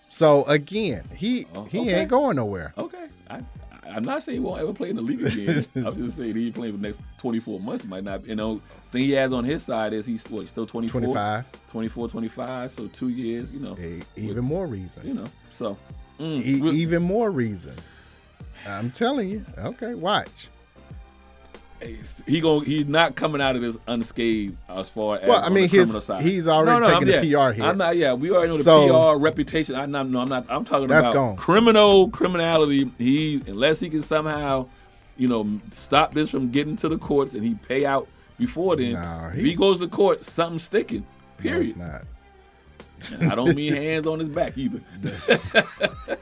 C: So again, he
E: Oh,
C: he
E: okay.
C: ain't going nowhere.
E: okay? I, I- I'm not saying he won't ever play in the league again. I'm just saying he ain't playing for the next 24 months. Might not. You know, thing he has on his side is he's what, still 24,
C: 25.
E: 24, 25. So two years. You know.
C: E- Even more reason.
E: You know. So. mm,
C: E-
E: we-
C: even more reason. I'm telling you. Okay, watch.
E: he going he's not coming out of this unscathed as far as
C: Well, I
E: on
C: mean,
E: the
C: his-
E: criminal side.
C: he's already taking
E: I'm-
C: the
E: yeah,
C: PR hit.
E: I'm not. Yeah, we already know the
C: So-
E: PR reputation. I'm not. No, I'm not. I'm talking
C: That's
E: about
C: gone.
E: criminal criminality. He unless he can somehow, you know, stop this from getting to the courts and he pay out before then.
C: Nah,
E: if he
C: he's-
E: goes to court, something's sticking.
C: No,
E: Period.
C: it's not.
E: I don't mean hands on his back either.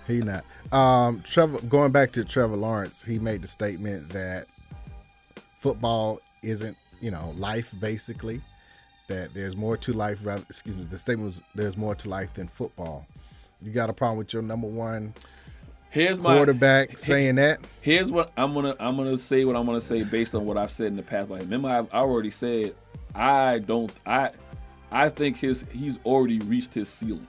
C: He not. Um, Trevor. Going back to Trevor Lawrence, he made the statement that football isn't, you know, life basically. That there's more to life. Rather, excuse me. The statement was there's more to life than football. You got a problem with your number one
E: Here's my
C: quarterback saying that?
E: here's what I'm gonna I'm gonna say what I'm gonna say based on what I've said in the past. Like remember I've I already said I don't I I think his he's already reached his ceiling.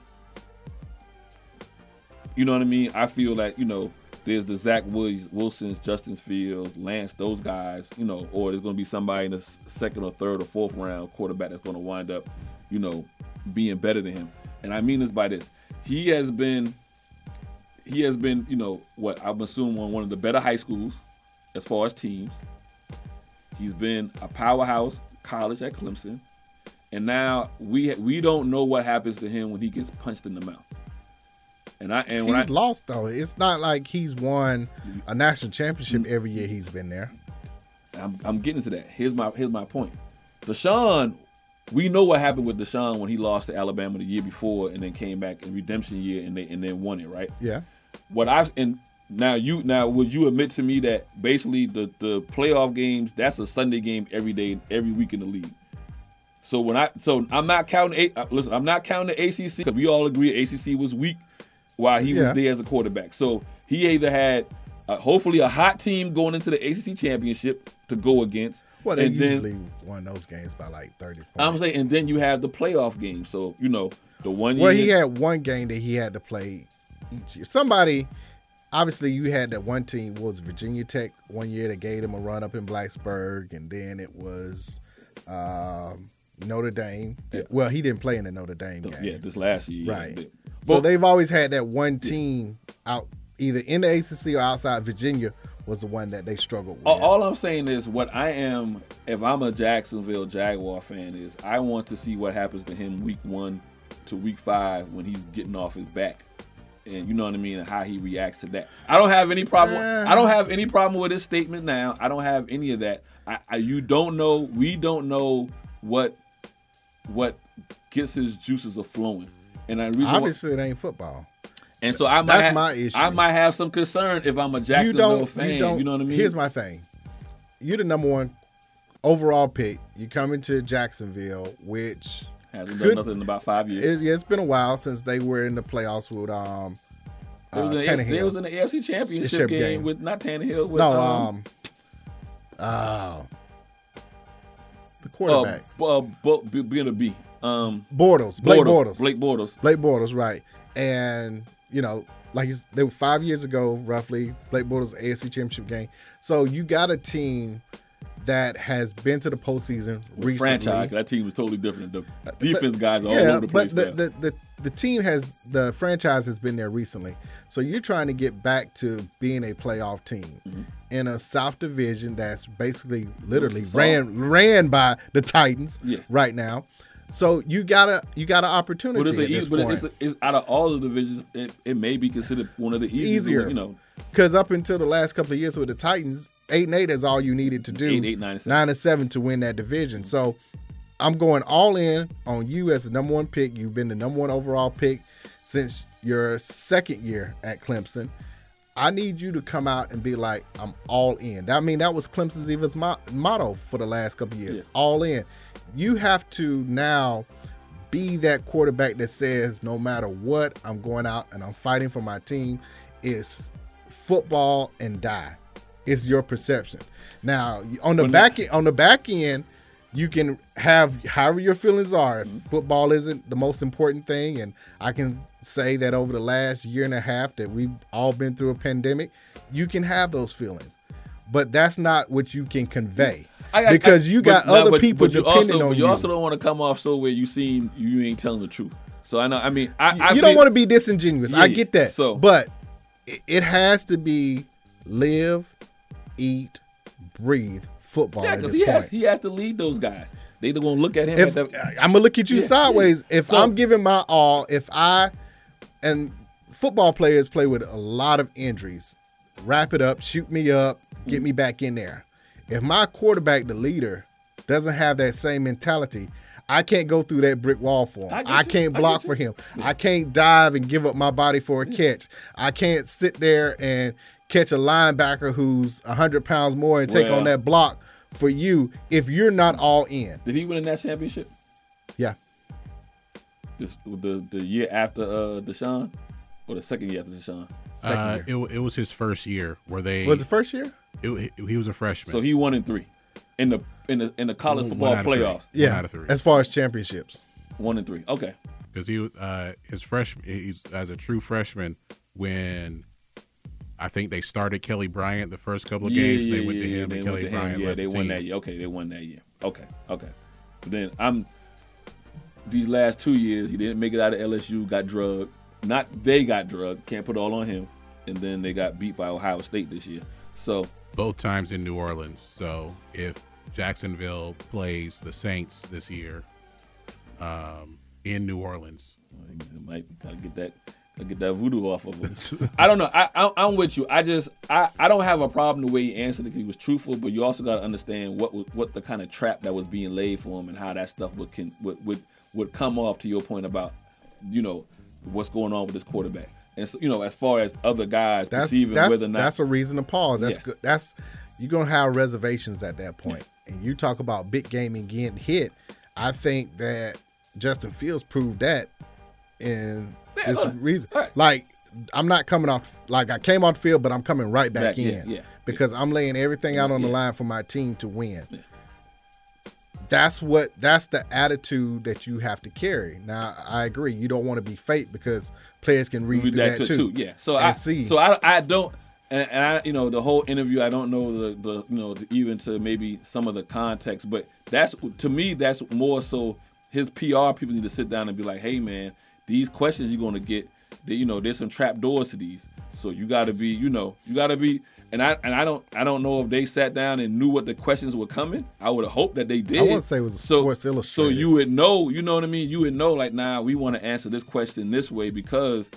E: You know what I mean? I feel like, you know, there's the Zach Woods, Wilson's, Justin Fields, Lance, those guys, you know, or there's going to be somebody in the s- second or third or fourth round quarterback that's going to wind up, you know, being better than him. And I mean this by this. He has been he has been, you know, what I'm assuming on one of the better high schools as far as teams. He's been a powerhouse college at Clemson, and now we we don't know what happens to him when he gets punched in the mouth. And I
C: He's
E: and when I
C: lost though. It's not like he's won a national championship every year he's been there.
E: I'm, I'm getting to that. Here's my here's my point. Deshaun, we know what happened with Deshaun when he lost to Alabama the year before and then came back in redemption year and they and then won it, right?
C: Yeah.
E: What I and now you now would you admit to me that basically the the playoff games that's a Sunday game every day every week in the league. So when I so I'm not counting a, uh, listen I'm not counting the ACC because we all agree ACC was weak while he
C: Yeah.
E: was there as a quarterback. So he either had uh, hopefully a hot team going into the ACC championship to go against.
C: Well, they
E: and then,
C: usually won those games by like thirty points.
E: I'm saying, and then you have the playoff game. So you know the one
C: well,
E: year
C: he had one game that he had to play each year. Somebody, obviously, you had that one team what was Virginia Tech one year that gave him a run up in Blacksburg, and then it was um, Notre Dame. Well, he didn't play in the Notre Dame game.
E: yeah this last year yeah,
C: Right.
E: the-
C: so they've always had that one team out either in the ACC or outside Virginia was the one that they struggled with.
E: All, all I'm saying is what I am. If I'm a Jacksonville Jaguar fan, is I want to see what happens to him week one to week five when he's getting off his back, and you know what I mean, and how he reacts to that. I don't have any problem. I don't have any problem with his statement now. I don't have any of that. I, I you don't know. We don't know what what gets his juices a flowing, and I reason why-
C: Obviously, it ain't football.
E: And so I might
C: That's
E: ha-
C: my issue.
E: I might have some concern if I'm a
C: you
E: Jacksonville
C: don't,
E: fan.
C: you
E: You,
C: don't.
E: know what I mean?
C: Here's my thing. You're the number one overall pick. You coming to Jacksonville, which
E: Hasn't
C: could-
E: done nothing in about five years.
C: it, it's been a while since they were in the playoffs with um
E: They
C: uh,
E: was, in the,
C: Tannehill.
E: they was in the AFC
C: Ship
E: Championship game,
C: game.
E: with not Tannehill. With,
C: no,
E: um,
C: um, oh, the quarterback
E: Uh, bu- bu- bu- B and a B. Um,
C: Bortles, Blake Bortles,
E: Blake Bortles.
C: Blake Bortles, right? And you know, like he's, they were five years ago, roughly. Blake Bortles AFC Championship game. So you got a team that has been to the postseason recently.
E: Franchise. That team was totally different. The defense guys are all
C: yeah,
E: over the
C: but
E: place.
C: the,
E: now.
C: the the the team has the franchise has been there recently. So you're trying to get back to being a playoff team
E: Mm-hmm.
C: in a South Division that's basically literally
E: South.
C: ran ran by the Titans
E: Yeah.
C: right now. So you got a you got an opportunity.
E: but it's,
C: at
E: the
C: this
E: eas- but
C: point.
E: it's, it's out of all the divisions, it, it may be considered one of the easiest.
C: easier.
E: You know,
C: because up until the last couple of years with the Titans, eight and eight is all you needed to do.
E: Eight, eight, nine, and seven.
C: Nine and seven to win that division. So I'm going all in on you as the number one pick. You've been the number one overall pick since your second year at Clemson. I need you to come out and be like, I'm all in. That I mean that was Clemson's even mo- motto for the last couple of years.
E: Yeah.
C: All in. You have to now be that quarterback that says, no matter what, I'm going out and I'm fighting for my team. It's football and die. It's your perception. Now on the back end, on the back end, you can have however your feelings are. If
E: Mm-hmm.
C: Football isn't the most important thing, and I can say that over the last year and a half that we've all been through a pandemic, you can have those feelings. But that's not what you can convey
E: I- I-
C: because
E: I-
C: you
E: but-
C: got
E: nah,
C: other
E: but-
C: people
E: but you
C: depending
E: also,
C: on
E: but you. also don't want to come off so where you seem you ain't telling the truth. So I know. I mean, I, I
C: you don't
E: been-
C: want to be disingenuous.
E: Yeah,
C: I get that.
E: so-
C: but i- it has to be live, eat, breathe football
E: Yeah,
C: at
E: because
C: this
E: he
C: point.
E: has he has to lead those guys. They the gonna look at him.
C: if
E: at the,
C: I'm gonna look at you
E: Yeah,
C: sideways, if
E: So-
C: I'm giving my all, if I and football players play with a lot of injuries, wrap it up, shoot me up, get me back in there. If my quarterback, the leader, doesn't have that same mentality, I can't go through that brick wall for him.
E: I get
C: I,
E: you. I
C: can't
E: get
C: block
E: you.
C: for him. I can't dive and give up my body for a catch. I can't sit there and catch a linebacker who's 100 pounds more and take
E: Well-
C: on that block for you if you're not all in.
E: did he win in that championship?
C: Yeah.
E: This, the the year after uh, Deshaun, or the second year after Deshaun.
C: Second
A: Uh,
C: year.
A: it, wa- it was his first year where they
C: Was it first year?
A: it- he was a freshman.
E: So he won in three, in the in the in the college
A: One
E: football
A: out of three.
E: playoffs.
A: One out of three.
C: As far as championships.
E: One and three. Okay.
A: because he was uh, his freshman he's as a true freshman when I think they started Kelly Bryant the first couple of games they went to him
E: they
A: and
E: went
A: Kelly
E: to him.
A: Bryant
E: Yeah,
A: left
E: they
A: the
E: won
A: team.
E: that year. Okay, they won that year. Okay, okay. But then I'm these last two years he didn't make it out of LSU. Got drugged. Not they got drugged. Can't put it all on him. And then they got beat by Ohio State this year. So
A: both times in New Orleans. So if Jacksonville plays the Saints this year um, in New Orleans,
E: It might gotta get that gotta get that voodoo off of him. I don't know. I, I I'm with you. I just I, I don't have a problem the way he answered it. 'cause He was truthful, but you also gotta understand what was what the kind of trap that was being laid for him and how that stuff would can would would, would come off to your point about you know what's going on with this quarterback. And so, you know, as far as other guys
C: That's
E: perceiving
C: that's,
E: whether or not
C: that's a reason to pause. That's
E: Yeah.
C: good. That's you're gonna have reservations at that point. And you talk about big gaming getting hit. I think that Justin Fields proved that in this
E: look,
C: reason.
E: all right.
C: Like I'm not coming off like I came off the field, but I'm coming right back,
E: Back,
C: in.
E: yeah, yeah.
C: Because I'm laying everything out on the
E: Yeah.
C: line for my team to win. that's what that's the attitude that you have to carry. Now I agree, you don't want to be fake because players can read,
E: read
C: through that,
E: that, too,
C: too.
E: too. Yeah. So
C: and
E: I
C: see.
E: So I, I don't. And, and I, you know, the whole interview, I don't know the, the you know, the, even to maybe some of the context, but that's to me, that's more so his PR people need to sit down and be like, hey man, these questions you're gonna get, they, you know, there's some trap doors to these, so you gotta be, you know, you gotta be. And I and I don't I don't know if they sat down and knew what the questions were coming. I would have hoped that they did.
C: wouldn't say it was a Sports
E: So
C: Illustrated.
E: you would know, you know what I mean? You would know, like, nah, we want to answer this question this way because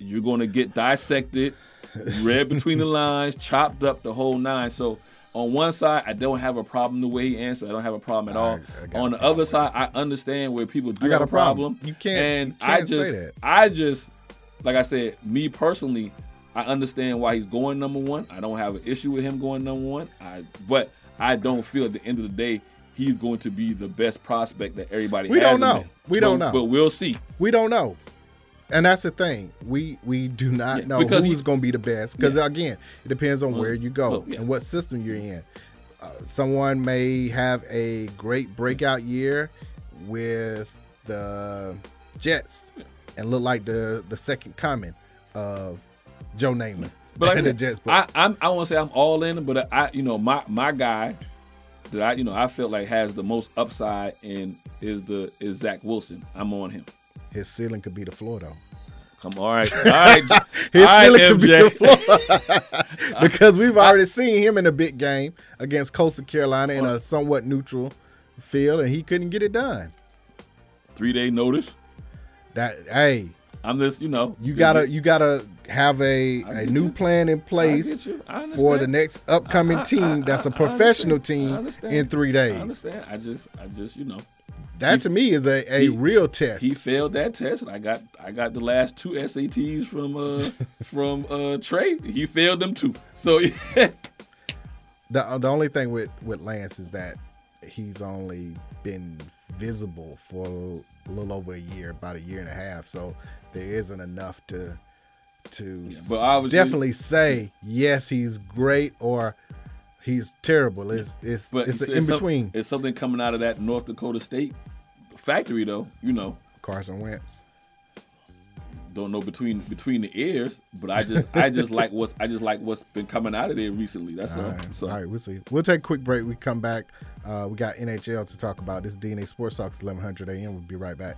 E: you're going to get dissected, read between the lines, chopped up the whole nine. So on one side, I don't have a problem the way he answered. I don't have a problem at all.
C: I got
E: on
C: a
E: the other side, I understand where people do
C: got
E: have
C: a
E: a problem.
C: problem. You can't-
E: And
C: you can't
E: I just,
C: say that.
E: I just like I said, me personally, I understand why he's going number one. I don't have an issue with him going number one. I but I don't feel at the end of the day he's going to be the best prospect that everybody.
C: We
E: has
C: don't
E: him
C: know.
E: in.
C: We don't
E: But-
C: know.
E: But we'll see.
C: We don't know. And that's the thing. We we do not
E: Yeah,
C: know
E: because
C: who's
E: he-
C: going to be the best because again, it depends on where you go
E: well, yeah.
C: and what system you're in. Uh, someone may have a great breakout year with the Jets and look like the the second coming of Joe Namath
E: But like I
C: and the
E: said,
C: Jets.
E: I, I'm, I won't say I'm all in, but I, you know, my my guy that I, you know, I felt like has the most upside and is the is Zach Wilson. I'm on him.
C: his ceiling could be the floor though.
E: Come all right, all right,
C: His
E: all right,
C: ceiling could be the
E: MJ.
C: floor because we've already seen him in a big game against Coastal Carolina in a somewhat neutral field, and he couldn't get it done.
E: Three day notice.
C: That hey,
E: I'm just, you know,
C: you gotta you gotta have a,
E: I
C: a
E: get
C: new
E: you.
C: plan in place
E: get you. I understand.
C: for the next upcoming
E: I- I-
C: team that's a
E: I- I
C: professional
E: understand. I
C: team
E: understand.
C: in three
E: I
C: days.
E: understand. I just, I just, you know,
C: That to me is a, a
E: he-
C: real test.
E: he failed that test, and I got, I got the last two SATs from, uh, from uh, Trey. He failed them too. So,
C: the, the only thing with with Lance is that he's only been visible for a little over a year, about a year and a half. So there isn't enough to to
E: Yeah, but
C: s-
E: obviously-
C: definitely say yes, he's great or he's terrible. It's it's
E: but
C: it's
E: it's,
C: an
E: it's
C: in
E: some-
C: between.
E: it's something coming out of that North Dakota State factory, though. You know,
C: Carson Wentz.
E: don't know between between the ears, but I just, I just like what's, I just like what's been coming out of there recently. That's all.
C: All right.
E: So,
C: All right, we'll see. We'll take a quick break. We come back. Uh, we got NHL to talk about. This is DNA Sports Talks, 1100 AM. We'll be right back.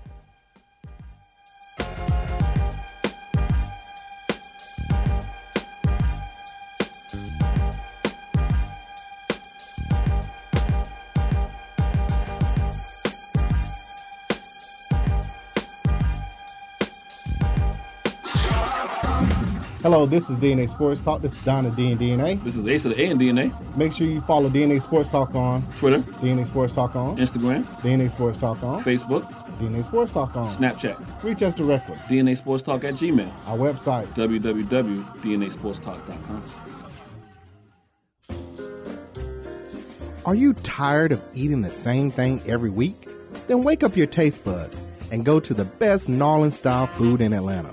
C: Hello, this is DNA Sports Talk. This is Donna D and DNA.
E: this is Ace of the A and DNA,
C: Make sure you follow DNA Sports Talk on
E: Twitter,
C: DNA Sports Talk on
E: Instagram,
C: DNA Sports Talk on
E: Facebook,
C: DNA Sports Talk on.
E: Snapchat,
C: Reach us directly.
E: DNA Sports Talk at Gmail.
C: Our website.
E: www.dnasportstalk.com.
G: Are you tired of eating the same thing every week? Then wake up your taste buds and go to the best gnarling style food in Atlanta.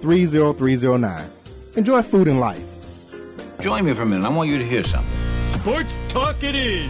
G: 30309. Enjoy food and life.
F: Join me for a minute. I want you to hear something.
H: Sports talk it is.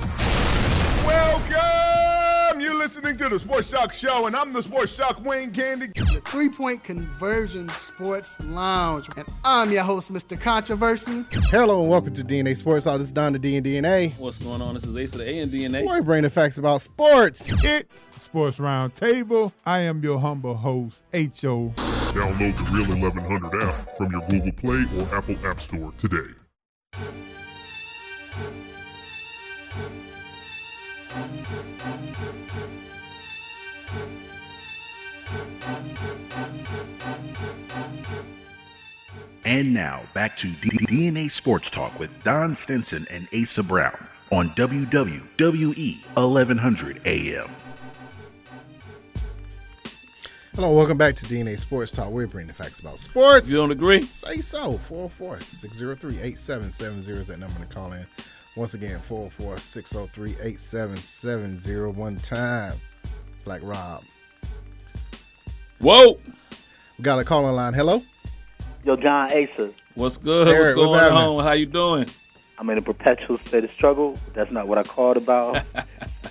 I: Welcome! You're listening to the Sports Shock Show, and I'm the Sports Shock Wayne Candy.
J: Three Point Conversion Sports Lounge. And I'm your host, Mr. Controversy.
C: Hello and welcome to DNA Sports Talk. This is Don the D and DNA.
E: What's going on? This is Ace of the A and DNA.
C: We're bringing the facts about sports.
I: It's
K: Sports Roundtable. I am your humble host, H.O.
L: Download the Real 1100 app from your Google Play or Apple App Store today.
M: And now back to D- DNA Sports Talk with Don Stinson and Asa Brown on WWE 1100 AM.
C: Hello, and welcome back to DNA Sports Talk. We're bringing the facts about sports.
E: You don't agree?
C: Say so. 404 603 8770 is that number to call in. Once again, 404 603 8770. One time. Black Rob.
E: Whoa!
C: We got a call on line. Hello?
F: Yo, John Asa,
E: What's good?
C: Derek,
E: what's
C: what's
E: going
C: happening?
E: on? How you doing?
F: I'm in a perpetual state of struggle. That's not what I called about.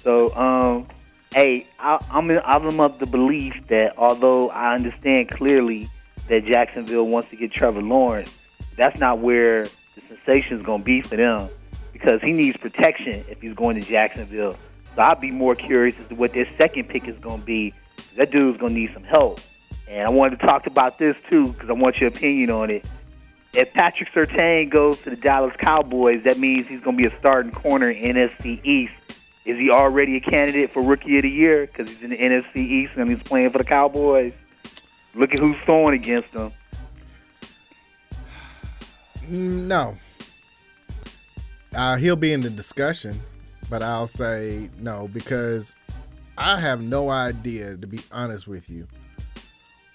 F: so, um, hey, I, I'm in, I'm of the belief that although I understand clearly that Jacksonville wants to get Trevor Lawrence, that's not where the sensation's going to be for them because he needs protection if he's going to Jacksonville. So I'd be more curious as to what their second pick is going to be. That dude's going to need some help. And I wanted to talk about this too because I want your opinion on it. If Patrick Sertain goes to the Dallas Cowboys, that means he's going to be a starting corner in NFC East. Is he already a candidate for Rookie of the Year because he's in the NFC East and he's playing for the Cowboys? Look at who's throwing against him.
C: No. Uh, he'll be in the discussion, but I'll say no because I have no idea, to be honest with you,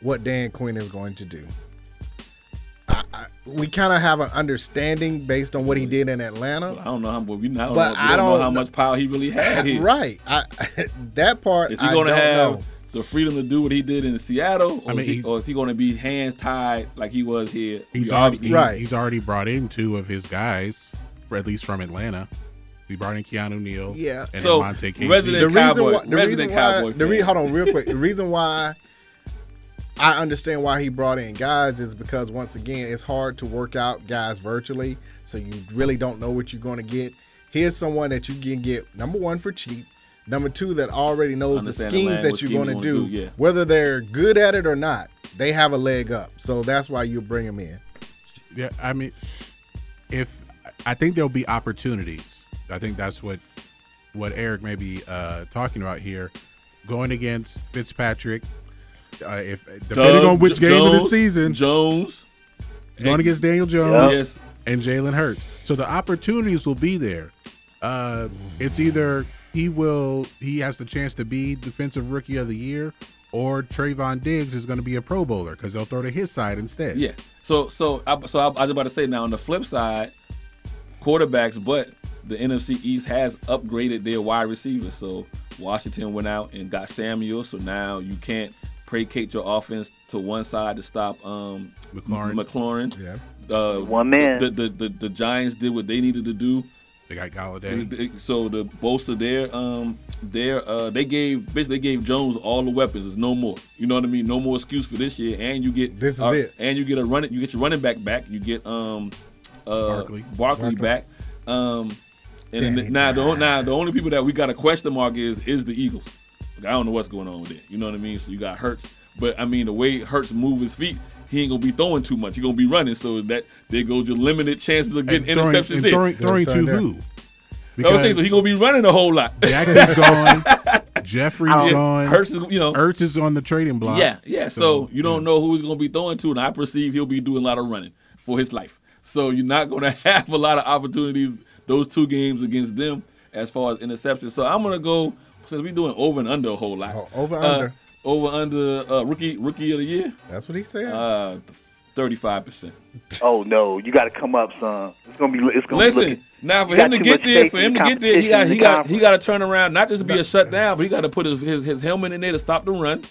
C: what Dan Quinn is going to do. I, I, we kind of have an understanding based on what he did in Atlanta.
E: I don't know how, well, we, I don't,
C: But
E: know, we
C: I
E: don't know how
C: don't
E: much power he really had here.
C: right. I, that part,
E: Is he
C: I
E: going to
C: don't
E: have
C: know.
E: the freedom to do what he did in Seattle, or,
A: I mean,
E: is,
A: he's-
E: he, or is he going to be hands tied like he was here?
A: He's
E: We
A: already
E: obviously-
A: he- He's already brought in two of his guys, or at least from Atlanta. He brought in Keanu Neal.
C: Yeah.
A: and
E: So,
A: Devontae Casey.
E: resident
C: the reason
E: Cowboy-
C: why, the
E: resident
C: reason why,
E: Cowboy
C: the re-
E: fan.
C: hold on real quick. the reason why I understand why he brought in guys is because once again, it's hard to work out guys virtually, so you really don't know what you're going to get. Here's someone that you can get number one for cheap, number two that already knows the
E: Understand the
C: schemes
E: land,
C: that
E: what
C: you're
E: scheme you
C: going to
E: wanna
C: do,
E: do, yeah.
C: whether they're good at it or not. They have a leg up, so that's why you bring them in.
A: Yeah, I mean, if I think there'll be opportunities. I think that's what what Eric may be uh, talking about here, going against Fitzpatrick. Uh, if depending
E: Doug
A: on which
E: Jo-
A: game of the
E: Jones-
A: season,
E: Jones
A: going
E: and-
A: against Daniel Jones
E: Yes.
A: and Jalen Hurts, so the opportunities will be there. Uh, it's either he will he has the chance to be defensive rookie of the year, or Trayvon Diggs is going to be a Pro Bowler because they'll throw to his side instead.
E: Yeah. So so I, so I, I was about to say now on the flip side, quarterbacks, but the NFC East has upgraded their wide receivers. So Washington went out and got Samuel. So now you can't predicate your offense to one side to stop um,
A: McLaurin.
E: McLaurin.
C: Yeah.
E: Uh,
F: One man.
E: The, the, the, the Giants did what they needed to do.
A: They got Galladay.
E: So the both of their um their uh they gave bitch they gave Jones all the weapons. There's no more. You know what I mean? No more excuse for this year. And you get
C: This is
E: uh,
C: it.
E: And you get a running you get your running back back. You get um uh
A: Barkley.
E: Barkley, back. Um and then
C: Danny
E: now the now the only people that we got a question mark is is the Eagles. Like, I don't know what's going on with it. You know what I mean? So you got Hurts, but I mean the way Hurts move his feet, he ain't gonna be throwing too much. He gonna be running, so that there goes your limited chances of getting
A: throwing,
E: interceptions.
A: and
E: there.
A: throwing, throwing to
C: Throwing there.
A: who?
E: I was saying, so he gonna be running a whole lot.
A: Jackson's gone. Jeffrey's
E: Yeah,
A: gone.
E: Hurts is, you know.
A: Ertz is on the trading block.
E: yeah, yeah. So, you don't know who he's gonna be throwing to, and I perceive he'll be doing a lot of running for his life. So you're not gonna have a lot of opportunities those two games against them as far as interceptions. So I'm gonna go since we're doing over and under a whole lot.
C: Oh, over,
E: uh,
C: under.
E: Over under uh, rookie rookie of the year,
C: That's what he said.
E: uh, thirty five percent.
F: Oh no, you got to come up, son. It's gonna be it's gonna be
E: Listen,
F: looking,
E: now for
F: you
E: him
F: got
E: to
F: too
E: get
F: much
E: there,
F: faith
E: for
F: in
E: him
F: the
E: to get there, he
F: competition
E: got
F: in
E: he
F: the
E: got he
F: conference.
E: got to turn around, not just to be a shutdown, but he got to put his, his his helmet in there to stop the run.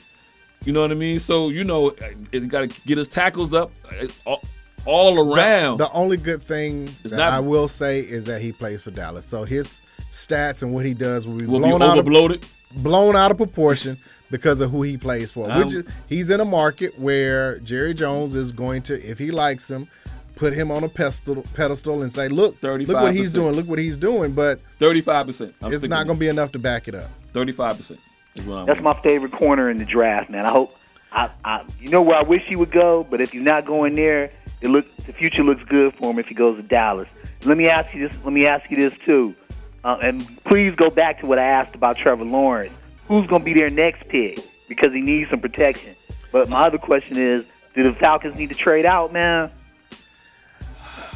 E: You know what I mean? So you know, eh, he got to get his tackles up uh, all, all around.
C: The only good thing that
E: not-
C: I will say is that he plays for Dallas. So his stats and what he does will be,
E: will be
C: blown, out of,
E: overbloated.
C: blown out of proportion because of who he plays for.
E: I'm-
C: Which is, he's in a market where Jerry Jones is going to, if he likes him, put him on a pedestal, pedestal and say, "Look, look what he's
E: 35%.
C: doing. Look what he's doing." But
E: Thirty five percent.
C: it's not going to be enough to back it up.
E: thirty five percent. Is what I'm
F: That's my favorite corner in the draft, man. I hope I, I you know where I wish he would go, but if he's not going there, it look the future looks good for him if he goes to Dallas. Let me ask you this. Let me ask you this too, uh, and please go back to what I asked about Trevor Lawrence. Who's going to be their next pick because he needs some protection? But my other question is, do the Falcons need to trade out, man?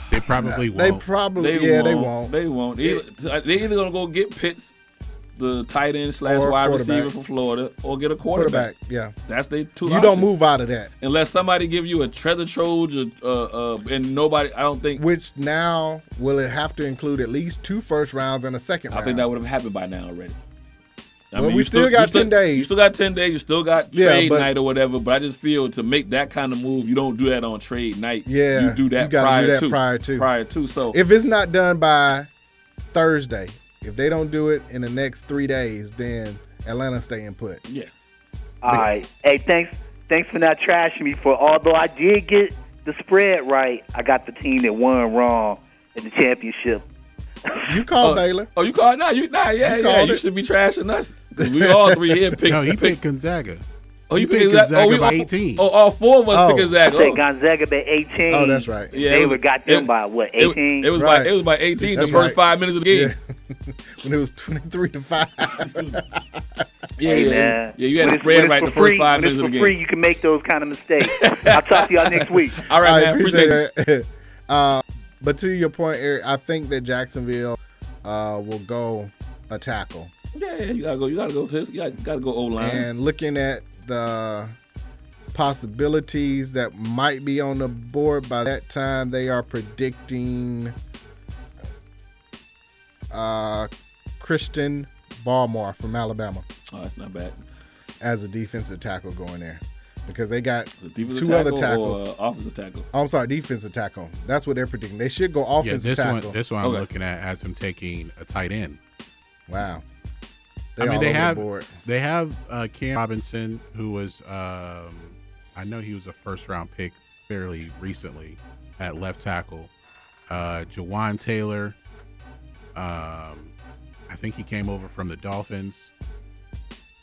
A: They probably
C: They
A: won't.
C: probably, yeah, they won't.
E: They won't. They either, they either gonna go get Pitts, the tight end slash
C: Or
E: wide
C: quarterback.
E: receiver from Florida, or get a quarterback.
C: quarterback, yeah.
E: That's they two.
C: You don't
E: options.
C: move out of that.
E: unless somebody give you a treasure trove or, uh, uh, and nobody i don't think
C: Which now will it have to include at least two first rounds and a second
E: i
C: round?
E: think that would have happened by now already I
C: Well, we
E: you
C: still
E: you
C: got 10 days.
E: You still got ten days. You still got
C: Yeah,
E: trade
C: but-
E: night or whatever. But I just feel to make that kind of move, you don't do that on trade night.
C: Yeah,
E: you do that,
C: you gotta do
E: prior,
C: that
E: to,
C: prior to.
E: prior to. So
C: if it's not done by Thursday, if they don't do it in the next three days, then Atlanta stay in put.
E: yeah,
F: All right. Hey, thanks. Thanks for not trashing me. For although I did get the spread right, I got the team that won wrong in the championship.
C: You call
E: Uh,
C: Baylor.
E: Oh, you called? Nah, you nah, yeah,
C: You
E: yeah.
C: called
E: You
C: it.
E: should be trashing us. 'Cause We all three here picked.
A: no, he
E: picked-
A: picked Gonzaga.
E: Oh, you,
A: picked
E: picked
A: Gonzaga
E: Gonzaga oh, we
A: by
E: all,
A: 18.
E: Oh, all four of us picked Gonzaga.
F: I said
E: Oh.
F: Gonzaga by 18.
E: Oh, that's right. Yeah, it
F: they
E: was-
F: would got them
E: it-
F: by what
E: it-
F: 18.
E: Oh, it was by- Right. it was by 18, the That's first right. five minutes of the game.
C: when it was twenty three to five.
E: Yeah,
F: Hey,
E: yeah,
F: man.
E: yeah, you had
F: When
E: to
F: it's-
E: spread
F: when it's
E: right
F: for
E: the first
F: free-
E: five
F: when it's
E: minutes of
F: for
E: the
F: free,
E: game.
F: you can make those kind of mistakes. I'll talk to y'all next week.
E: All right,
C: I
E: man. Appreciate, it.
C: it. Uh, but to your point, Eric, I think that Jacksonville uh, will go a tackle.
E: Yeah, yeah, you gotta go. You gotta go. This. You gotta, gotta go O line.
C: And looking at the possibilities that might be on the board by that time, they are predicting uh, Christian Barmore from Alabama
E: Oh, that's not bad.
C: as a defensive tackle going there because they got
E: defensive
C: two other
E: tackle or,
C: tackles.
E: uh, offensive tackle?
C: I'm sorry, defensive tackle. That's what they're predicting. They should go
A: Yeah,
C: offensive
A: this
C: tackle.
A: one, this one I'm looking at has him taking a tight end.
C: Wow.
A: I
C: They
A: mean,
C: all
A: they
C: over the
A: have
C: board.
A: they have uh, Cam Robinson, who was um, I know he was a first round pick fairly recently at left tackle. Uh, Jawan Taylor, um, I think he came over from the Dolphins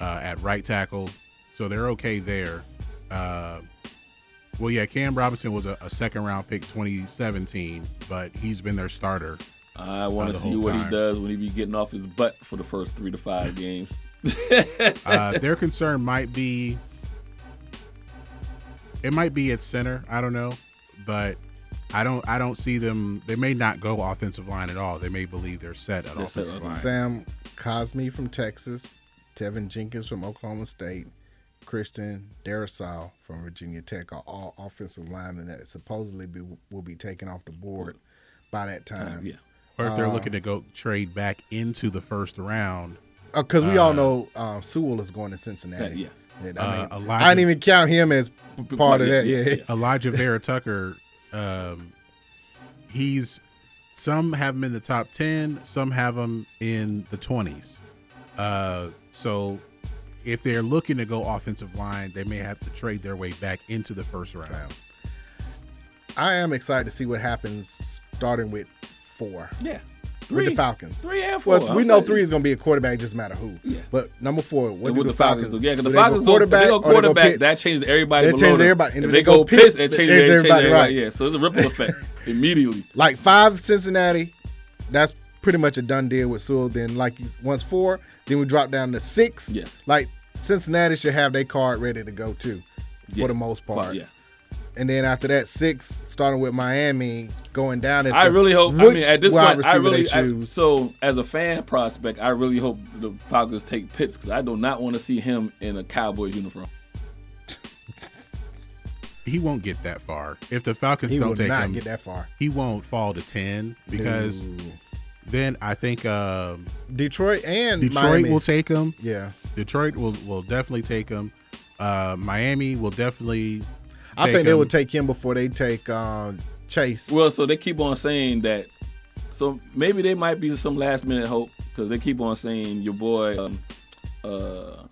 A: uh, at right tackle, so they're okay there. Uh, well, yeah, Cam Robinson was a, a second round pick 2017, but he's been their starter.
E: I want
A: the
E: to see
A: whole
E: what he
A: time.
E: does when he be getting off his butt for the first three to five games.
A: uh, their concern might be it might be at center. I don't know, but I don't I don't see them. They may not go offensive line at all. They may believe they're set at
C: They're set
A: offensive
C: at
A: line.
C: Sam Cosme from Texas, Tevin Jenkins from Oklahoma State, Christian Darisau from Virginia Tech are all offensive linemen that supposedly be, will be taken off the board by that time.
A: yeah. Or if they're
C: Uh,
A: looking to go trade back into the first round,
C: because we all
A: Uh,
C: know um, Sewell is going to Cincinnati.
A: Yeah,
C: And I, mean,
A: Uh,
C: I didn't even count him as p- part of that. Yeah,
A: Elijah Vera Tucker, um, he's some have him in the top ten, some have him in the twenties. Uh, so if they're looking to go offensive line, they may have to trade their way back into the first round.
C: I am excited to see what happens starting with four.
E: Yeah.
C: With
E: Three.
C: the Falcons.
E: Three and four.
C: Well, we
E: I'm
C: know
E: saying-
C: three is going to be a quarterback, it just matter who. Yeah. But number four, what
E: And
C: do
E: what
C: the
E: the Falcons
C: Falcons
E: do? Yeah, 'cause the
C: do they go
E: Falcons go- if they go quarterback,
C: Pitts?
E: that changes everybody
C: That
E: below
C: changes
E: them.
C: everybody. And
E: If they go Pitts, that changes- that changes everybody.
C: right.
E: Yeah, so it's a ripple effect immediately.
C: Like five Cincinnati, that's pretty much a done deal with Sewell. Then like you- once four, then we drop down to six.
E: Yeah.
C: Like Cincinnati should have their card ready to go too, for
E: Yeah.
C: the most
E: Well,
C: part.
E: yeah.
C: And then after that, six, starting with Miami, going down. and
E: I
C: stuff.
E: really hope.
C: Which
E: I mean, at this
C: wide
E: point, I
C: receiver they
E: really. I-
C: choose.
E: so, as a fan prospect, I really hope the Falcons take Pitts because I do not want to see him in a Cowboys uniform.
A: He won't get that far if the Falcons
C: He
A: don't
C: will
A: take
C: not
A: him.
C: get that far.
A: He won't fall to ten because
C: No.
A: then I think um,
C: Detroit and
A: Detroit
C: Miami.
A: will take him.
C: Yeah.
A: Detroit will will definitely take him. Uh, Miami will definitely.
C: I
A: take
C: think they
A: him.
C: would take him before they take um, Chase.
E: Well, so they keep on saying that. So maybe they might be some last minute hope because they keep on saying your boy um, uh,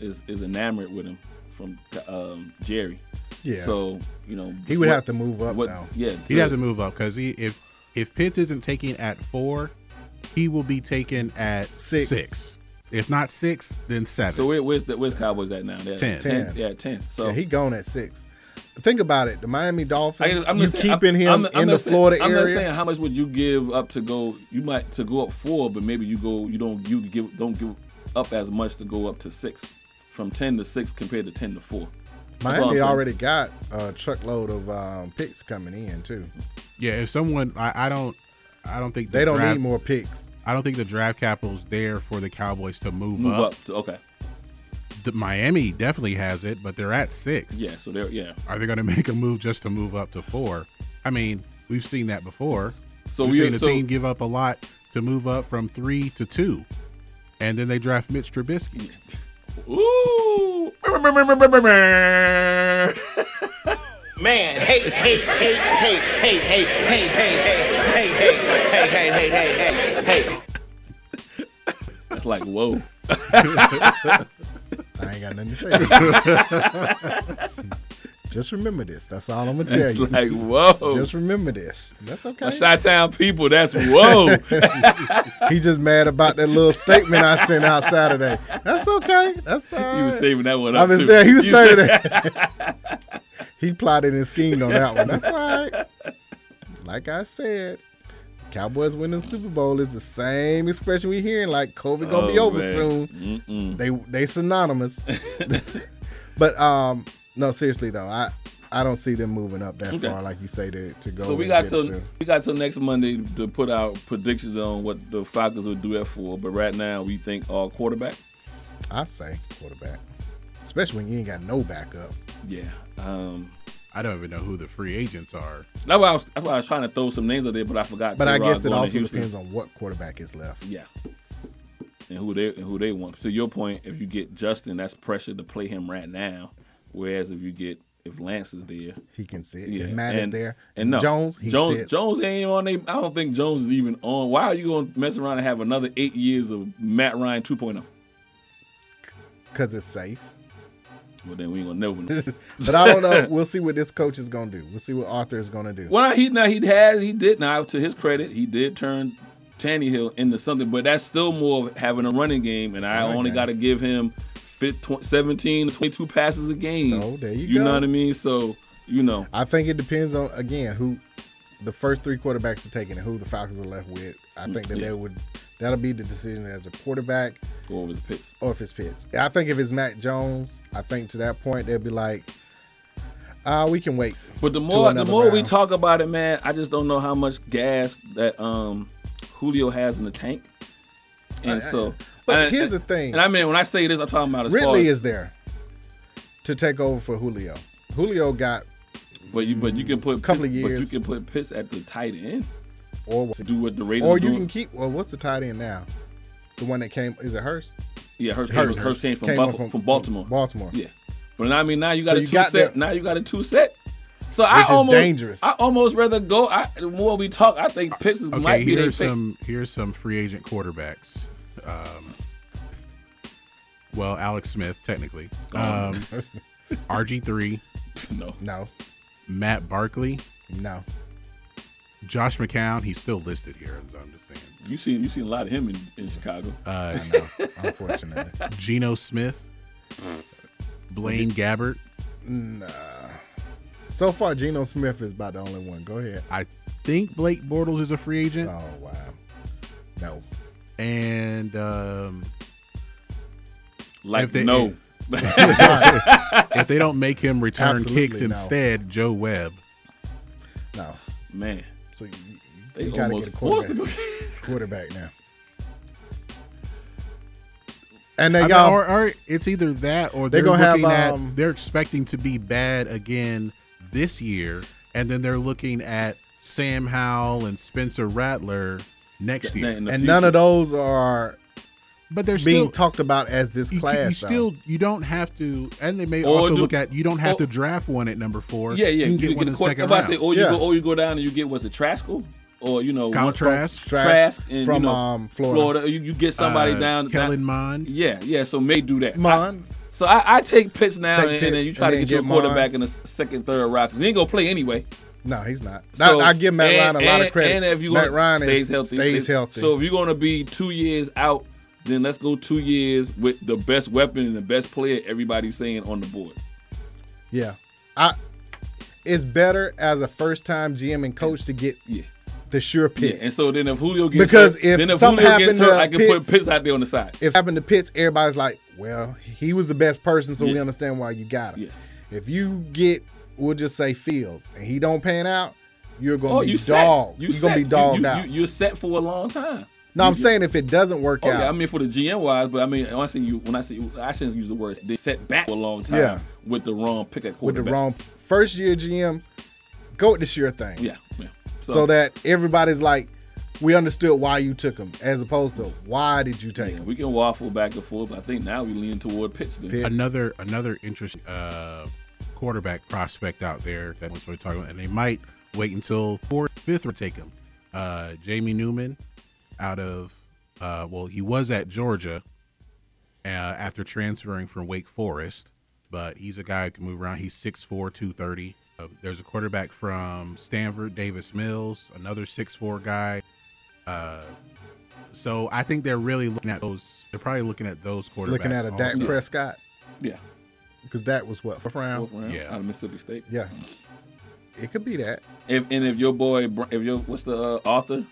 E: is is enamored with him from um, Jerry.
C: Yeah.
E: So you know
C: He would
E: what-
C: have to move up,
E: what-
C: though.
E: Yeah.
A: He'd
E: so-
A: have to move up because he if if Pitts isn't taken at four, he will be taken at
E: Six.
A: six. If not six, then seven.
E: So where, where's the where's Cowboys at now? They're at
A: Ten.
E: ten.
A: Ten.
E: Yeah, ten. So
C: yeah, he gone at six. Think about it. The Miami Dolphins.
E: guess-
C: you
E: saying-
C: keeping him
E: I'm- I'm
C: in the
E: not saying-
C: Florida
E: I'm not
C: area.
E: saying how much would you give up to go. You might to go up four, but maybe you go. You don't. You give don't give up as much to go up to six, from ten to six compared to ten to four. That's all I'm
C: Miami
E: saying.
C: already got a truckload of um, picks coming in too.
A: yeah, if someone I, I don't I don't think the
C: They don't
A: draft-
C: need more picks.
A: I don't think the draft capital's there for the Cowboys to move,
E: Move
A: up.
E: up. to- okay.
A: The, Miami definitely has it, but they're at six.
E: Yeah. So they're yeah.
A: Are they going to make a move just to move up to four? I mean, we've seen that before.
E: So
A: we've
E: we-
A: seen a
E: so-
A: team give up a lot to move up from three to two, and then they draft Mitch Trubisky.
E: Ooh.
N: Man, hey, hey, hey, hey, hey, hey, hey, hey, hey, hey, hey, hey, hey, hey, hey, hey, hey.
E: That's like whoa.
C: I ain't got nothing to say. Just remember this. That's all I'm gonna tell
E: It's
C: you.
E: like, whoa.
C: Just remember this. That's okay.
E: Shot Town people, that's whoa.
C: he just mad about that little statement I sent out Saturday. That's okay. That's all
E: You was
C: right.
E: saving that one
C: I
E: up,
C: was
E: too.
C: saying he was
E: You
C: saving
E: said-
C: that. he plotted and schemed on that one. That's all right. Like I said, Cowboys winning the Super Bowl is the same expression we're hearing. Like COVID gonna be
E: Oh,
C: over
E: man.
C: soon.
E: Mm-mm.
C: They they synonymous. but um, no, seriously though, I I don't see them moving up that
E: Okay.
C: far. Like you say to to go.
E: So we
C: and
E: got
C: get
E: till
C: Sher-
E: we got till next Monday to put our predictions on what the Falcons will do that for. But right now, we think all quarterback.
C: I say quarterback, especially when you ain't got no backup.
E: Yeah. Um,
A: I don't even know who the free agents are.
E: That's why I was, that's why I was trying to throw some names out there, but I forgot.
C: But I
E: Tyrod
C: guess it
E: going to
C: also
E: Houston
C: depends on what quarterback is left.
E: Yeah. and who they and who they want. To your point, if you get Justin, that's pressure to play him right now. Whereas if you get if Lance is there,
C: he can sit. If Matt is there,
E: and no
C: Jones, he
E: Jones,
C: sits.
E: Jones ain't even on. They, I don't think Jones is even on. Why are you gonna mess around and have another eight years of Matt Ryan oh? 2.0?
C: Because it's safe.
E: Well, then we ain't gonna never know.
C: But I don't know. we'll see what this coach is going to do. We'll see what Arthur is going to do.
E: Well, now he now he had he did now to his credit he did turn Tannehill into something, but that's still more of having a running game, and I
C: running
E: only
C: game.
E: got to give him fit tw- 17 to 22 passes a game.
C: So, there you
E: You
C: go.
E: know what I mean? So you know,
C: I think it depends on again who the first three quarterbacks are taking and who the Falcons are left with. I think that
E: Yeah.
C: they would that'll be the decision as a quarterback
E: or if it's Pitts.
C: or if it's Pitts. I think if it's Matt Jones, I think to that point they'll be like, uh, we can wait.
E: But the
C: to
E: more the
C: another
E: more we
C: round."
E: talk about it, man, I just don't know how much gas that um Julio has in the tank, and
C: I- I-
E: so.
C: Oh, but
E: and-
C: here's
E: and-
C: the thing.
E: and I mean when I say this, I'm talking about as far
C: Ridley
E: as-
C: is there to take over for Julio. Julio got
E: But you but you can put
C: Couple of
E: Pitts-
C: years.
E: But you can put Pitts at the tight end,
C: or
E: do what the Raiders
C: or
E: are
C: you
E: doing.
C: can keep well, what's the tight end now? The one that came is it Hurst?
E: Yeah, Hurst came, Hurst, came from,
C: up
E: Buffalo, from, Baltimore.
C: Baltimore.
E: Yeah, but I mean now you got
C: So
E: a
C: you
E: two
C: got
E: set.
C: that-
E: Now you got a two set. So I
C: Which is
E: almost
C: dangerous.
E: I almost rather go. I, the more we talk, I think Pitts is
A: Okay,
E: might be their
A: here's
E: pick.
A: some here's some free agent quarterbacks. Um, well, Alex Smith technically.
C: Oh.
A: Um, RG three.
E: No.
C: No.
A: Matt Barkley.
C: No.
A: Josh McCown. He's still listed here. I'm just saying.
E: You seen you seen a lot of him in, in Chicago.
A: Uh,
C: know, unfortunately.
A: Geno Smith. Blaine Gabbert.
C: Nah. So far, Geno Smith is about the only one. Go ahead.
A: I think Blake Bortles is a free agent.
C: Oh wow. No.
A: And um,
E: Like,
A: if they-
E: no.
A: if they don't make him return
C: Absolutely
A: kicks
C: no.
A: instead, Joe Webb.
C: No.
E: Man,
C: So you,
E: They
C: you gotta
E: almost
C: get a
E: forced to
C: quarterback.
E: go-
C: quarterback now. And they
A: I mean,
C: got
A: or, or it's either that or
C: They
A: they're,
C: gonna have,
A: looking at
C: um,
A: they're expecting to be bad again this year, and then they're looking at Sam Howell and Spencer Rattler next
E: Yeah,
A: year.
E: in the
C: and none of those are
A: but they're
C: being
A: still
C: talked about as this
A: you,
C: class.
A: you
C: though.
A: still you don't have to, and they may
E: Or
A: also
E: do-
A: look at you don't have
E: or-
A: to draft one at number four.
E: Yeah, yeah.
A: you can get one in the
E: quarter-
A: second
E: I'm about to
A: round.
E: Say, or you
C: Yeah.
E: go, or you go down and you get what's it, Traskell, or you know,
A: Kyle
E: one from-
A: Trask.
E: Trask, and,
C: From,
E: you know,
C: um, Florida.
E: Florida. You, you get somebody
A: Uh,
E: down.
A: Kellen
E: down-
A: Mond.
E: Yeah, yeah. So may do that.
C: Mon.
E: So I, I take Pitts now,
C: Take
E: and, and then
C: Pitts
E: you try
C: and
E: to
C: then
E: get your
C: get
E: quarterback
C: Mon.
E: in the s- second, third round. 'cause He ain't gonna play anyway.
C: No, he's not.
E: So-
C: I, I give Matt
E: and-
C: Ryan a lot
E: and-
C: of credit.
E: And if you
C: Matt
E: gonna-
C: Ryan
E: stays
C: is,
E: healthy,
C: stays healthy.
E: So if you're gonna be two years out, then let's go two years with the best weapon and the best player everybody's saying on the board.
C: yeah, I. It's better as a first-time GM and coach to get
E: Yeah.
C: the sure
E: Yeah,
C: pick.
E: and so then if Julio gets
C: Because
E: hurt,
C: if
E: then if
C: something
E: Julio gets
C: happened
E: hurt,
C: to
E: I can
C: Pitts-
E: put Pitts out there on the side.
C: If it happened to Pitts, everybody's like, "Well, he was the best person, so we
E: Yeah.
C: understand why you got him."
E: Yeah.
C: If you get, we'll just say Fields, and he don't pan out, you're gonna
E: Oh,
C: be
E: you
C: dog.
E: set.
C: are
E: You
C: gonna
E: set.
C: be dogged
E: you, you,
C: out.
E: You, are set for a long time.
C: no, I'm
E: you-
C: saying if it doesn't work
E: Oh
C: out,
E: yeah. I mean for the GM wise, but I mean when I say you, when I say I shouldn't use the word they set back for a long time
C: Yeah.
E: with the wrong pick at
C: with the
E: quarterback.
C: wrong first-year GM, go with the sure thing.
E: Yeah, yeah.
C: so, that everybody's like, we understood why you took him, as opposed to why did you take
E: yeah,
C: him?
E: we can waffle back and forth. But I think now we lean toward Pitts. Then.
C: Pitts.
A: another another interesting uh, quarterback prospect out there that we're talking about, and they might wait until fourth, fifth, or take him. Uh, Jamie Newman, out of uh, well, he was at Georgia uh, after transferring from Wake Forest, but he's a guy who can move around. He's 6'4", 230. Uh, there's a quarterback from Stanford, Davis Mills, another 6'4 guy. Uh, so I think they're really looking at those. They're probably looking at those quarterbacks.
C: Looking at a Dak
A: also.
C: Prescott.
E: Yeah.
C: Because that was what, fourth round?
E: Fourth round Yeah. out of Mississippi State.
C: Yeah. It could be that.
E: If and if your boy, Br- if your what's the uh, author,